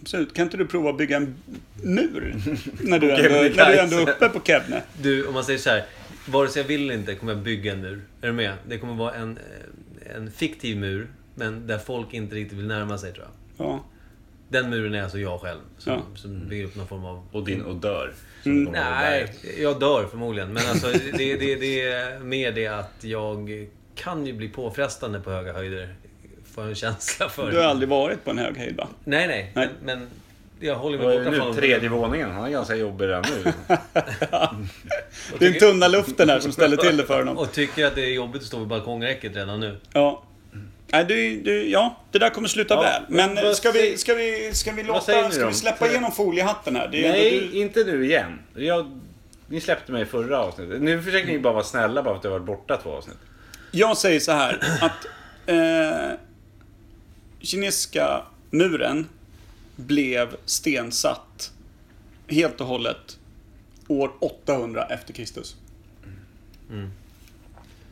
Speaker 1: Absolut. Kan inte du prova att bygga en mur? När du ändå,
Speaker 2: Kebnekaise.
Speaker 1: när du ändå är uppe på Kebne.
Speaker 2: Du, om man säger så här. Vare sig jag vill eller inte kommer jag bygga en mur. Är du med? Det kommer vara en, eh, en fiktiv mur, men där folk inte riktigt vill närma sig tror jag.
Speaker 1: Ja.
Speaker 2: Den muren är alltså jag själv som,
Speaker 1: Ja.
Speaker 6: Mm.
Speaker 2: som bygger upp någon form av...
Speaker 6: Och din odör.
Speaker 1: Mm.
Speaker 2: Nej, jag dör förmodligen. Men alltså, det, det, det är mer det att jag kan ju bli påfrestande på höga höjder. Får jag en känsla för.
Speaker 1: Du har aldrig varit på en hög höjd va?
Speaker 2: Nej, nej.
Speaker 1: Nej.
Speaker 2: Men jag håller
Speaker 6: Vad
Speaker 2: mig
Speaker 6: är det
Speaker 2: borta
Speaker 6: nu?
Speaker 2: från...
Speaker 6: Tredje våningen? Han är ganska jobbig redan nu.
Speaker 1: Det är den tunna luften här som ställer till det för honom.
Speaker 2: Och tycker att det är jobbigt att stå vid balkongräcket redan nu.
Speaker 1: Ja. Nej, du, du, ja, det där kommer sluta väl. Men eh,
Speaker 6: vad
Speaker 1: ska vi,
Speaker 6: säger-
Speaker 1: ska vi, ska vi,
Speaker 6: säger
Speaker 1: låta,
Speaker 6: ni
Speaker 1: ska
Speaker 6: då?
Speaker 1: vi släppa igenom foliehatten här? Det är ändå
Speaker 6: Nej,
Speaker 1: du-
Speaker 6: inte nu igen. Jag, ni släppte mig i förra avsnittet. Nu försöker ni bara vara snälla bara för att jag har varit borta två avsnitt.
Speaker 1: Jag säger så här att eh, kinesiska muren blev stensatt helt och hållet år 800 efter Kristus.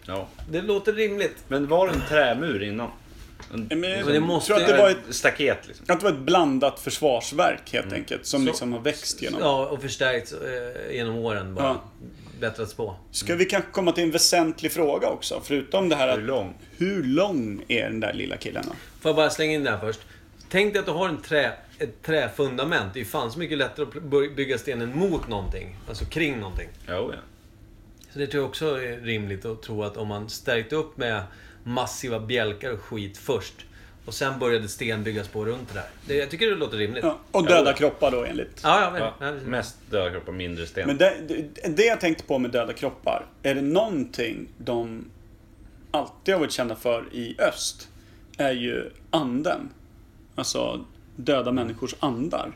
Speaker 6: Ja.
Speaker 2: Det låter rimligt.
Speaker 6: Men var det en trämur innan? En,
Speaker 1: Men jag
Speaker 2: Men det måste-
Speaker 1: tror att det var ett,
Speaker 6: ett staket liksom.
Speaker 1: att det var ett blandat försvarsverk helt enkelt som liksom har växt genom.
Speaker 2: Ja, och förstärkts eh, genom åren bara.
Speaker 1: Ja.
Speaker 2: Bättrats på.
Speaker 1: Ska vi kanske komma till en väsentlig fråga också? Förutom det här att
Speaker 6: Hur lång?
Speaker 1: hur lång är den där lilla killen då?
Speaker 2: Får jag bara slänga in det här först? Tänk dig att du har en trä, ett träfundament. Det är ju fan så mycket lättare att pl- bygga stenen mot någonting. Alltså kring någonting.
Speaker 6: Jo, ja.
Speaker 2: Så det tror jag också är rimligt att tro att om man stärkte upp med massiva bjälkar och skit först. Och sen började sten byggas på runt det där. Det, jag tycker det låter rimligt.
Speaker 1: Ja,
Speaker 2: Ja,
Speaker 1: och döda kroppar då enligt.
Speaker 2: ja, jag vet.
Speaker 6: Ja,
Speaker 2: Ja, precis.
Speaker 6: mest döda kroppar, mindre sten.
Speaker 1: Men det, det, det jag tänkte på med döda kroppar, är det någonting de alltid har varit kända för i öst, är ju anden. Alltså döda människors andar.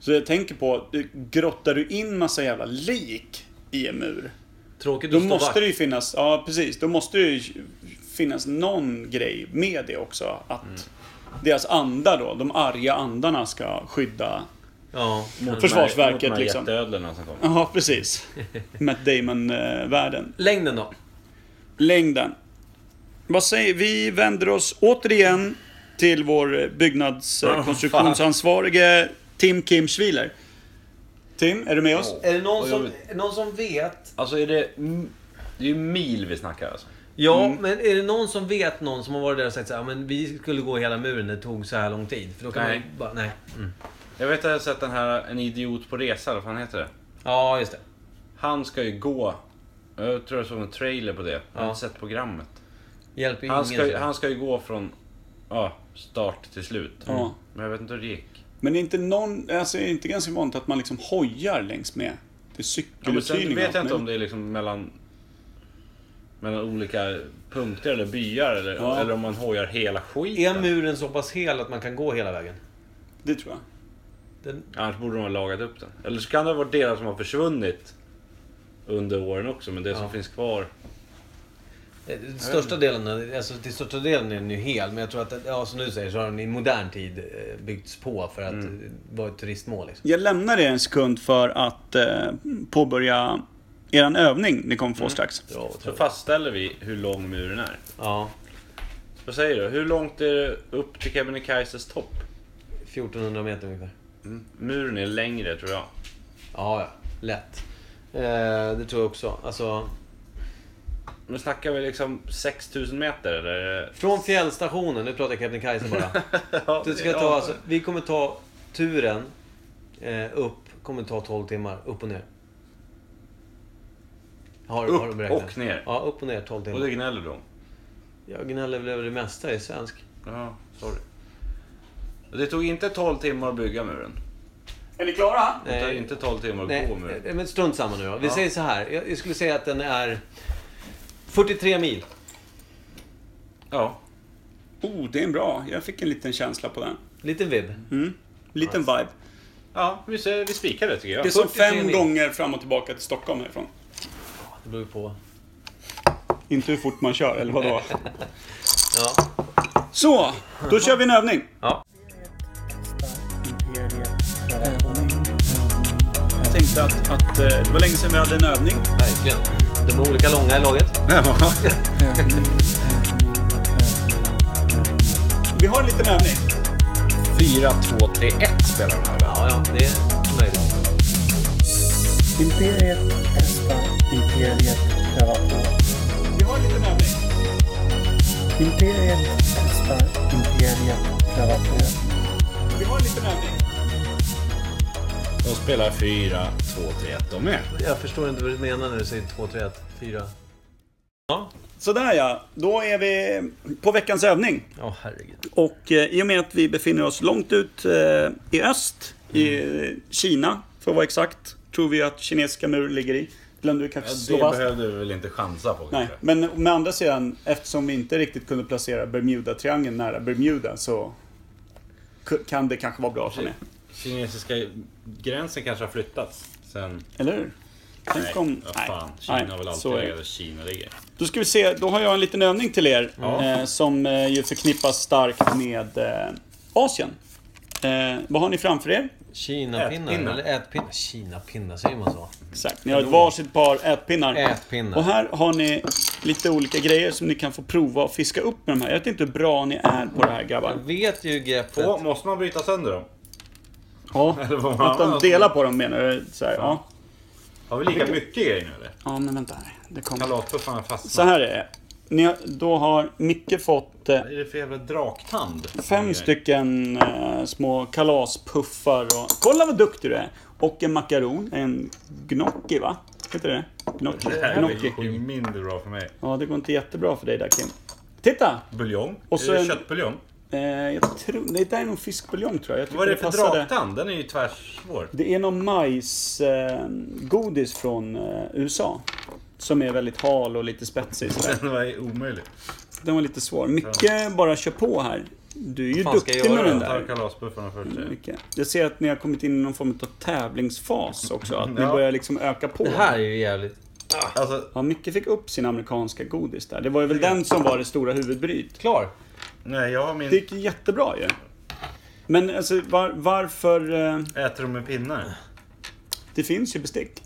Speaker 1: Så jag tänker på, du- grottar du in massa jävla lik i en mur,
Speaker 2: Tråkigt
Speaker 1: då
Speaker 2: att stå
Speaker 1: måste
Speaker 2: vakt.
Speaker 1: det ju finnas, ja precis, då måste det ju finnas någon grej med det också. Att
Speaker 6: Mm.
Speaker 1: deras andar då, de arga andarna ska skydda
Speaker 2: Ja,
Speaker 6: Mot
Speaker 1: Försvarsverket,
Speaker 6: de här, mot de här
Speaker 1: liksom.
Speaker 6: jätteödlorna som kom.
Speaker 1: Ja, precis. Matt Damon-världen.
Speaker 2: Längden då?
Speaker 1: Längden. Vad säger vi? vänder oss återigen till vår eh, byggnadskonstruktionsansvarige Tim Kim Schwiler. Tim, är du med oss?
Speaker 2: Är det någon,
Speaker 6: Och
Speaker 2: som,
Speaker 6: jag vet-
Speaker 2: är någon som vet?
Speaker 6: Alltså är det... m- Det är ju mil vi snackar alltså.
Speaker 2: Ja, men är det någon som vet någon som har varit där och sagt så här, "Ja, men vi skulle gå hela muren, det tog så här lång tid. För då kan
Speaker 6: Nej.
Speaker 2: man ju bara, nej. Mm.
Speaker 6: Jag vet att jag har sett den här En idiot på resa, eller vad fan heter det?
Speaker 2: Ja, just det.
Speaker 6: Han ska ju gå... Jag tror jag såg en trailer på det. Jag har
Speaker 2: Ja.
Speaker 6: inte sett programmet.
Speaker 2: Hjälper ju ingen.
Speaker 6: Han ska, ju-
Speaker 2: så.
Speaker 6: han ska ju gå från ja, start till slut.
Speaker 1: Ja.
Speaker 6: Men jag vet inte hur det gick.
Speaker 1: Men är inte någon, alltså är det inte ganska vanligt att man liksom hojar längs med? Det är
Speaker 6: Ja, men sen
Speaker 1: cykeluthyrning och
Speaker 6: vet
Speaker 1: allt
Speaker 6: jag inte om
Speaker 1: möjligt.
Speaker 6: det är liksom mellan... Mellan olika punkter eller byar eller,
Speaker 1: Ja.
Speaker 6: eller om man hojar hela
Speaker 2: Är
Speaker 6: skiten.
Speaker 2: muren så pass hel att man kan gå hela vägen?
Speaker 1: Det tror jag.
Speaker 2: Den,
Speaker 6: Annars borde de ha lagat upp den. Eller så kan det ha varit delar som har försvunnit under åren också, men det som finns kvar.
Speaker 2: eh, största delen, alltså till största delen är den ju hel. Men jag tror att, ja, som du säger, så har den i modern tid eh, byggts på för att
Speaker 6: Mm.
Speaker 2: eh, vara ett turistmål. Liksom.
Speaker 1: Jag lämnar er en sekund för att eh, påbörja eran övning ni kommer få
Speaker 6: Mm.
Speaker 1: strax.
Speaker 2: Bra och
Speaker 6: Så
Speaker 2: tråkigt.
Speaker 6: fastställer vi hur lång muren är.
Speaker 2: Ja,
Speaker 6: Vad säger du? Hur långt är det upp till Kebnekaises topp?
Speaker 2: 1400 meter ungefär.
Speaker 6: Muren är längre tror jag.
Speaker 2: Ja, ja. Lätt. Eh, det tror jag också. Alltså,
Speaker 6: Men snackar vi liksom 6000 meter eller?
Speaker 2: Från fjällstationen, nu pratar jag Kebnekaise bara.
Speaker 6: Ja,
Speaker 2: Du ska
Speaker 6: ja.
Speaker 2: ta, alltså, vi kommer ta turen eh, upp, kommer ta 12 timmar, upp och ner. Har, har de
Speaker 6: Upp
Speaker 2: beräknat?
Speaker 6: och ner.
Speaker 2: Ja, upp och ner 12
Speaker 6: Och det
Speaker 2: timmar.
Speaker 6: gnäller de.
Speaker 2: Jag gnäller väl över det mesta, jag är svensk.
Speaker 6: Ja, sorry. Och Det tog inte 12 timmar att bygga muren.
Speaker 1: Är ni klara?
Speaker 6: Det tar inte 12 timmar att
Speaker 2: nej,
Speaker 6: gå muren.
Speaker 2: eh, men strunt samma nu då. Vi säger så här, jag, jag skulle säga att den är 43 mil.
Speaker 6: Ja.
Speaker 1: Oh, det är en bra. Jag fick en liten känsla på den.
Speaker 2: Lite vibb.
Speaker 6: Mm.
Speaker 1: Liten vibe.
Speaker 6: Ja, vi, ser- vi spikar det tycker jag.
Speaker 1: Det är som
Speaker 2: 43
Speaker 1: fem
Speaker 2: mil.
Speaker 1: gånger fram och tillbaka till Stockholm härifrån.
Speaker 2: Det beror ju på.
Speaker 1: Inte hur fort man kör, eller vadå?
Speaker 2: Ja.
Speaker 1: Så, då kör vi en övning.
Speaker 2: Ja.
Speaker 1: Jag tänkte att, att eh, det var länge sedan vi hade en övning.
Speaker 2: Verkligen. De är olika långa i laget.
Speaker 1: Vi har en liten övning.
Speaker 5: 4, 2, 3, 1 spelar den här.
Speaker 2: Ja, ja, det är möjligt.
Speaker 8: Imperiet testar, Imperiet prövar på.
Speaker 1: Vi har en liten övning.
Speaker 8: Imperiet testar, Imperiet prövar på.
Speaker 1: Vi har en liten övning.
Speaker 6: De spelar 4, 2, 3, 1 de med.
Speaker 2: Jag förstår inte vad du menar när du säger 2, 3, 1, 4.
Speaker 1: Sådär ja, då är vi på veckans övning.
Speaker 2: Ja, herregud.
Speaker 1: Och eh, i och med att vi befinner oss långt ut eh, i öst, i eh, Kina för att vara exakt, tror vi att kinesiska mur ligger i. Glömde vi kanske
Speaker 6: Det
Speaker 1: slå fast.
Speaker 6: behövde vi väl inte chansa på
Speaker 1: Nej,
Speaker 6: kanske.
Speaker 1: men med andra sidan, eftersom vi inte riktigt kunde placera Bermuda-triangeln nära Bermuda så ku- kan det kanske vara bra för mig.
Speaker 6: Kinesiska gränsen kanske har flyttats sen...
Speaker 1: Eller hur?
Speaker 6: Nej,
Speaker 1: Tänk om...
Speaker 6: vad fan. Kina har väl alltid
Speaker 1: så är det.
Speaker 6: legat där Kina ligger.
Speaker 1: Då ska vi se, då har jag en liten övning till er eh, som eh, ju förknippas starkt med eh, Asien. Eh, vad har ni framför er?
Speaker 2: Kinapinnar,
Speaker 6: Ätpinnar.
Speaker 2: eller ätpinnar. Kinapinnar, säger man så?
Speaker 1: Exakt, ni har ett varsitt par ätpinnar.
Speaker 2: Ätpinnar.
Speaker 1: Och här har ni lite olika grejer som ni kan få prova att fiska upp med de här. Jag vet inte hur bra ni är på det här
Speaker 2: Jag
Speaker 1: grabbar.
Speaker 2: vet ju greppet.
Speaker 6: Åh, måste man bryta sönder dem?
Speaker 1: Ja,
Speaker 6: Eller vad man-
Speaker 1: att de delar på dem menar du? Så här, ja.
Speaker 6: Har vi lika mycket grejer nu eller?
Speaker 1: ja, men vänta här. Det kommer.
Speaker 6: Kalatpuffan har fastnat.
Speaker 1: Så här är det. Ni har, då har Micke fått eh,
Speaker 6: Vad är det för jävla draktand?
Speaker 1: fem stycken eh, små kalaspuffar och... Kolla vad duktig du är! Och en makaron, en gnocchi va? Heter det Gnocchi?
Speaker 6: Det här
Speaker 1: gnocchi.
Speaker 6: är ju mindre bra för mig.
Speaker 1: Ja, det går inte jättebra för dig där Kim. Titta!
Speaker 6: Buljong?
Speaker 1: Och så
Speaker 6: är det
Speaker 1: en-
Speaker 6: köttbuljong?
Speaker 1: Eh, jag tror, nej, det där är nog fiskbuljong tror jag. jag tyckte
Speaker 6: Vad är det för
Speaker 1: passade.
Speaker 6: draktand? Den är ju tvärsvår.
Speaker 1: Det är någon majsgodis eh, godis från eh, USA. Som är väldigt hal och lite spetsig sådär.
Speaker 6: Den var omöjlig.
Speaker 1: Den var lite svår. Mycket bara kör på här. Du är ju
Speaker 2: Fan ska jag
Speaker 1: duktig med
Speaker 2: göra?
Speaker 1: den
Speaker 6: Jag tar
Speaker 1: där.
Speaker 6: kalasbuffarna först. eh.
Speaker 1: Micke. Jag ser att ni har kommit in i någon form av tävlingsfas också. Att ni
Speaker 6: Ja.
Speaker 1: börjar liksom öka på.
Speaker 2: Det här är ju jävligt...
Speaker 1: Ah.
Speaker 6: Alltså,
Speaker 1: Ja, Micke fick upp sin amerikanska godis där. Det var ju väl den som var det stora huvudbryt.
Speaker 2: Klar!
Speaker 6: nej jag har min...
Speaker 1: Det gick ju jättebra ju. Men alltså var, varför... Eh,
Speaker 6: Äter de med pinnar?
Speaker 1: det finns ju bestick.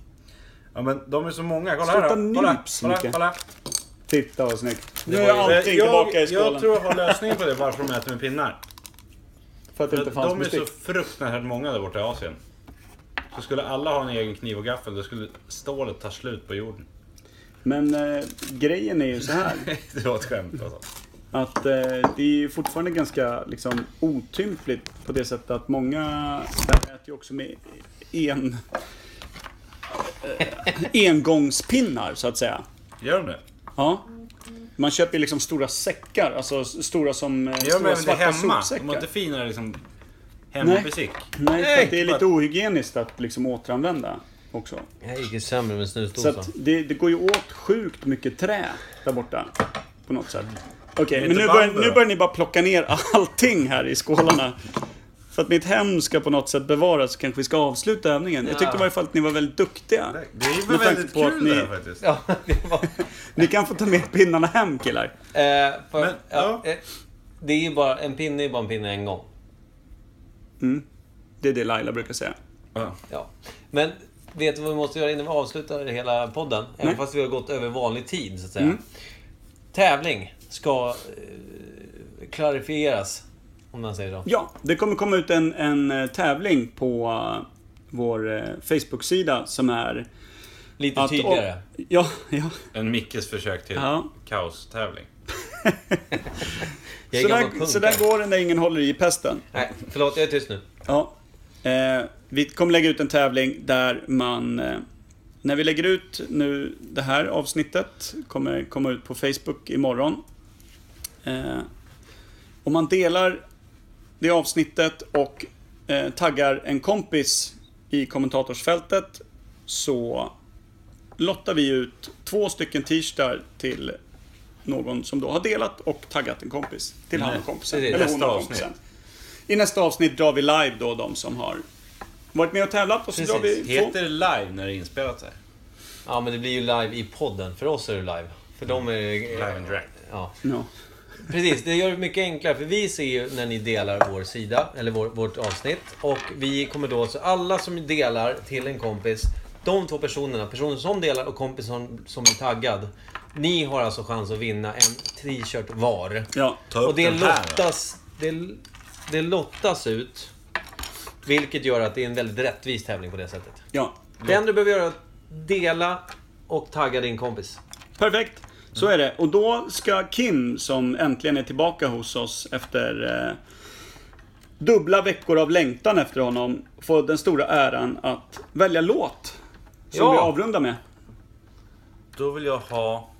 Speaker 6: Ja men de är så många, kolla
Speaker 1: Sluta
Speaker 6: här då. Kolla,
Speaker 1: nyps,
Speaker 6: kolla,
Speaker 1: Micke.
Speaker 6: kolla. Eh,
Speaker 1: Titta vad snyggt. Nu är
Speaker 2: var ju-
Speaker 1: allting tillbaka i
Speaker 6: Jag,
Speaker 1: skålen.
Speaker 6: jag tror jag har lösningen på det, varför de äter med pinnar.
Speaker 1: För att det inte fanns
Speaker 6: De är
Speaker 1: bestick.
Speaker 6: så fruktansvärt många där borta i Asien. Så skulle alla ha en egen kniv och gaffel, då skulle stålet ta slut på jorden.
Speaker 1: Men eh, grejen är ju så här.
Speaker 6: Det var ett skämt alltså.
Speaker 1: Att eh, det är ju fortfarande ganska liksom, otympligt på det sättet att många där äter ju också med en... eh, engångspinnar så att säga.
Speaker 6: Gör de det?
Speaker 1: Ja. Man köper ju liksom stora säckar, alltså s- stora som eh,
Speaker 6: Gör de
Speaker 1: stora
Speaker 6: även det
Speaker 1: svarta
Speaker 6: hemma? De har
Speaker 1: sopsäckar.
Speaker 6: inte finare liksom
Speaker 1: Nej.
Speaker 6: hembesick?
Speaker 1: Nej, för att det är
Speaker 6: Nej!
Speaker 1: lite ohygieniskt att liksom återanvända också.
Speaker 2: Jag gick ju sämre med
Speaker 1: Så att
Speaker 2: snusdosan.
Speaker 1: det, det går ju åt sjukt mycket trä där borta. På något sätt. Okej, men nu
Speaker 6: Mm. inte
Speaker 1: börjar,
Speaker 6: bambu
Speaker 1: nu
Speaker 6: då?
Speaker 1: börjar ni bara plocka ner allting här i skålarna. För att mitt hem ska på något sätt bevaras så kanske vi ska avsluta övningen. Jag tyckte i varje fall att ni var väldigt duktiga.
Speaker 6: Det är väl
Speaker 1: Med tanke
Speaker 6: väldigt
Speaker 1: på att
Speaker 6: kul
Speaker 1: ni-
Speaker 6: det här faktiskt.
Speaker 2: Ja, det var...
Speaker 1: Ni kan få ta med pinnarna hem killar.
Speaker 2: Eh, för,
Speaker 6: Men,
Speaker 2: ja,
Speaker 6: ja.
Speaker 2: eh, det är ju bara... En pinne är bara en pinne en gång.
Speaker 1: Det är det Laila brukar säga.
Speaker 2: Ja. Men vet du vad vi måste göra innan vi avslutar hela podden? Även
Speaker 1: Nej.
Speaker 2: fast vi har gått över vanlig tid, så att säga.
Speaker 1: Mm.
Speaker 2: Tävling ska eh, klarifieras, om man säger så.
Speaker 1: Ja, det kommer komma ut en, en eh, tävling på eh, vår eh, Facebook-sida som är...
Speaker 2: Lite tydligare.
Speaker 1: Ja, ja.
Speaker 6: En Mickes försök till
Speaker 1: Ja.
Speaker 6: kaostävling.
Speaker 2: Jag är
Speaker 1: Så
Speaker 2: gammal
Speaker 1: där,
Speaker 2: punk
Speaker 1: så där
Speaker 2: här.
Speaker 1: går det när ingen håller i pesten.
Speaker 2: Nej, förlåt, jag är tyst nu.
Speaker 1: Ja. Eh, vi kommer lägga ut en tävling där man... Eh, när vi lägger ut nu det här avsnittet, kommer komma ut på Facebook imorgon. Eh, om man delar det avsnittet och eh, taggar en kompis i kommentatorsfältet så lottar vi ut två stycken t-shirtar till någon som då har delat och taggat en kompis. Till han och kompisen.
Speaker 2: precis.
Speaker 1: Eller hon
Speaker 6: Nästa
Speaker 1: och
Speaker 6: avsnitt.
Speaker 1: kompisen. I nästa avsnitt drar vi live då de som har varit med och tävlat och så drar vi...
Speaker 2: Precis.
Speaker 1: få-
Speaker 6: Heter det live när det är inspelat? Så här?
Speaker 2: Ja, men det blir ju live i podden. För oss är det live. För dem är det... Live
Speaker 6: and direct.
Speaker 2: Ja,
Speaker 1: Ja.
Speaker 2: Precis, det gör det mycket enklare. För vi ser ju när ni delar vår sida, eller vår, vårt avsnitt. Och vi kommer då, så alla som delar till en kompis, de två personerna, personen som delar och kompisen som blir taggad. Ni har alltså chans att vinna en t-shirt var.
Speaker 1: ja.
Speaker 5: upp
Speaker 2: Och det
Speaker 5: den här,
Speaker 2: lottas, det, det lottas ut. Vilket gör att det är en väldigt rättvis tävling på det sättet.
Speaker 1: Ja.
Speaker 2: Det enda Mm. du behöver göra är att dela och tagga din kompis.
Speaker 1: Perfekt. Så är det. Och då ska Kim, som äntligen är tillbaka hos oss efter eh, dubbla veckor av längtan efter honom, få den stora äran att välja låt. Som
Speaker 2: Ja.
Speaker 1: vi avrundar med.
Speaker 6: Då vill jag ha...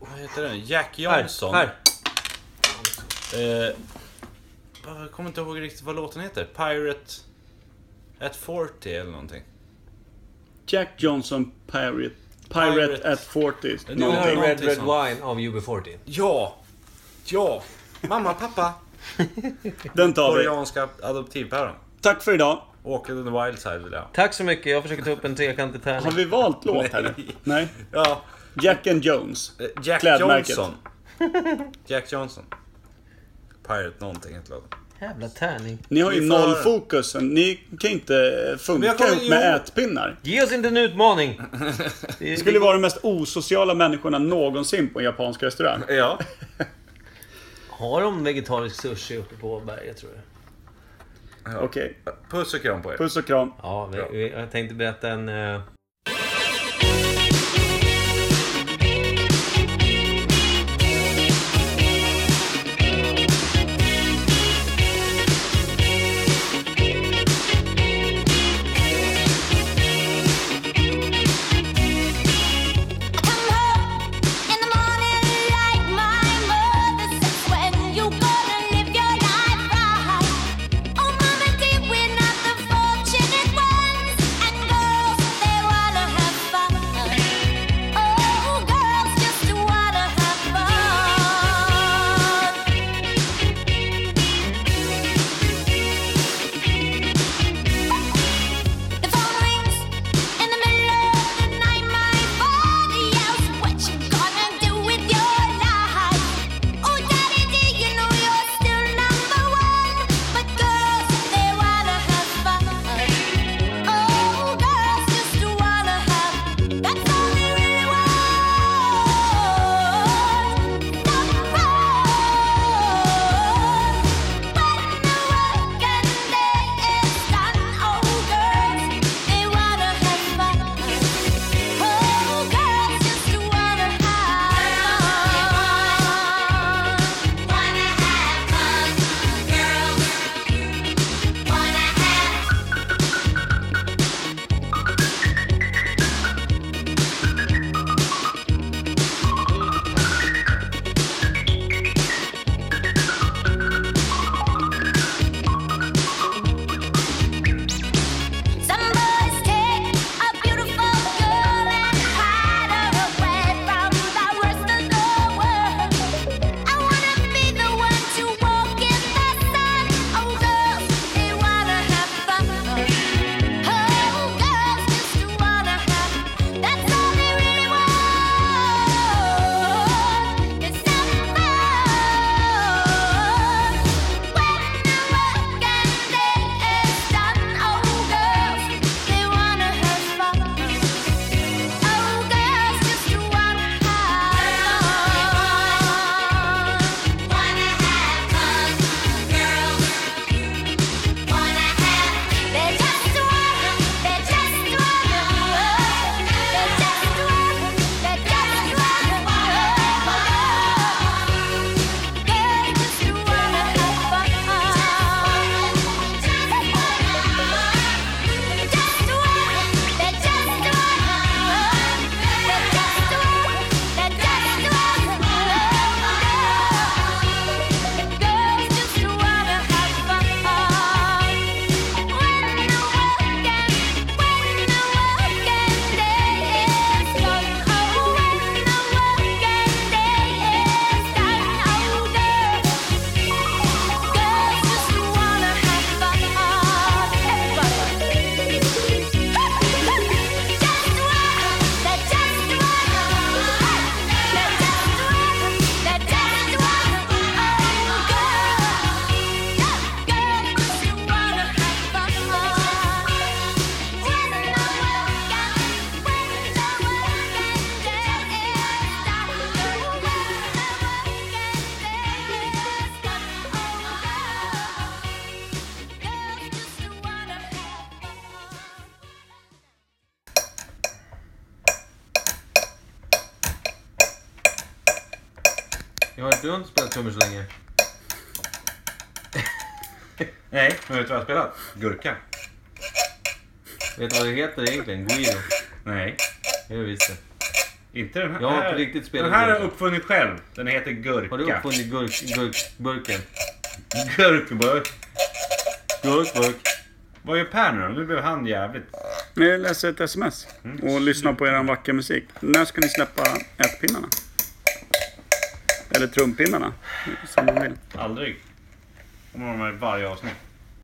Speaker 6: Vad heter den? Jack
Speaker 2: Här,
Speaker 6: Jansson.
Speaker 2: här.
Speaker 6: Eh, jag kommer inte ihåg riktigt vad låten heter. Pirate... At 40 eller någonting.
Speaker 1: Jack Johnson Pirate, Pirate,
Speaker 6: Pirate.
Speaker 1: at 40.
Speaker 6: det
Speaker 2: Du
Speaker 1: någonting.
Speaker 2: har
Speaker 6: någonting
Speaker 2: Red Red
Speaker 6: sånt.
Speaker 2: Wine av UB40.
Speaker 6: Ja! Ja! Mamma, pappa.
Speaker 1: Den tar vi.
Speaker 6: Koreanska adoptivpäron.
Speaker 1: Tack för idag.
Speaker 6: Auckland and Wildside vill jag ha.
Speaker 2: Tack så mycket. Jag försöker ta upp en trekantig
Speaker 1: Har
Speaker 2: tärning.
Speaker 1: vi valt låt här nu?
Speaker 6: Nej.
Speaker 1: Nej.
Speaker 6: Ja,
Speaker 1: Jack and Jones.
Speaker 6: eh, Jack
Speaker 1: Klädmärket.
Speaker 6: Johnson. Jack Johnson. Pirate någonting heter låten.
Speaker 2: Jävla tärning.
Speaker 1: Ni har ju
Speaker 6: Vi får
Speaker 1: noll
Speaker 6: höra.
Speaker 1: fokus. Ni kan inte funka
Speaker 6: jag kommer-
Speaker 1: ihop med
Speaker 6: jo.
Speaker 1: ätpinnar.
Speaker 2: Ge oss inte en utmaning. Det-
Speaker 1: Det skulle vara de mest osociala människorna någonsin på en japansk restaurang.
Speaker 6: Ja.
Speaker 2: Har de vegetarisk sushi uppe på berget tror jag?
Speaker 1: Okej,
Speaker 6: Puss och kram på er.
Speaker 1: puss och kram.
Speaker 2: Ja, vi, vi, jag tänkte berätta en... eh,
Speaker 9: Oh, Mama, dear, we're not the fortunate ones. And girls, there are.
Speaker 2: Jag har, du har inte spelat trummor så länge.
Speaker 6: Nej, men vet du vad jag har spelat? Gurka.
Speaker 2: Vet du vad det heter egentligen? Guido.
Speaker 6: Nej,
Speaker 2: Jag visste.
Speaker 6: inte den här.
Speaker 2: Jag har inte riktigt spelat
Speaker 6: Den här har jag
Speaker 2: gurka.
Speaker 6: uppfunnit själv. Den heter Gurka.
Speaker 2: Har du uppfunnit gurk, gurk, burken?
Speaker 6: Gurkburk.
Speaker 2: Gurk, burk.
Speaker 6: Vad gör Per nu då? Nu blev han jävligt...
Speaker 1: Jag läser ett sms
Speaker 6: Mm.
Speaker 1: och lyssnar på er vackra musik. När ska ni släppa ätpinnarna? Eller trumpinnarna, som man vill.
Speaker 6: Aldrig. Kommer de här i varje avsnitt.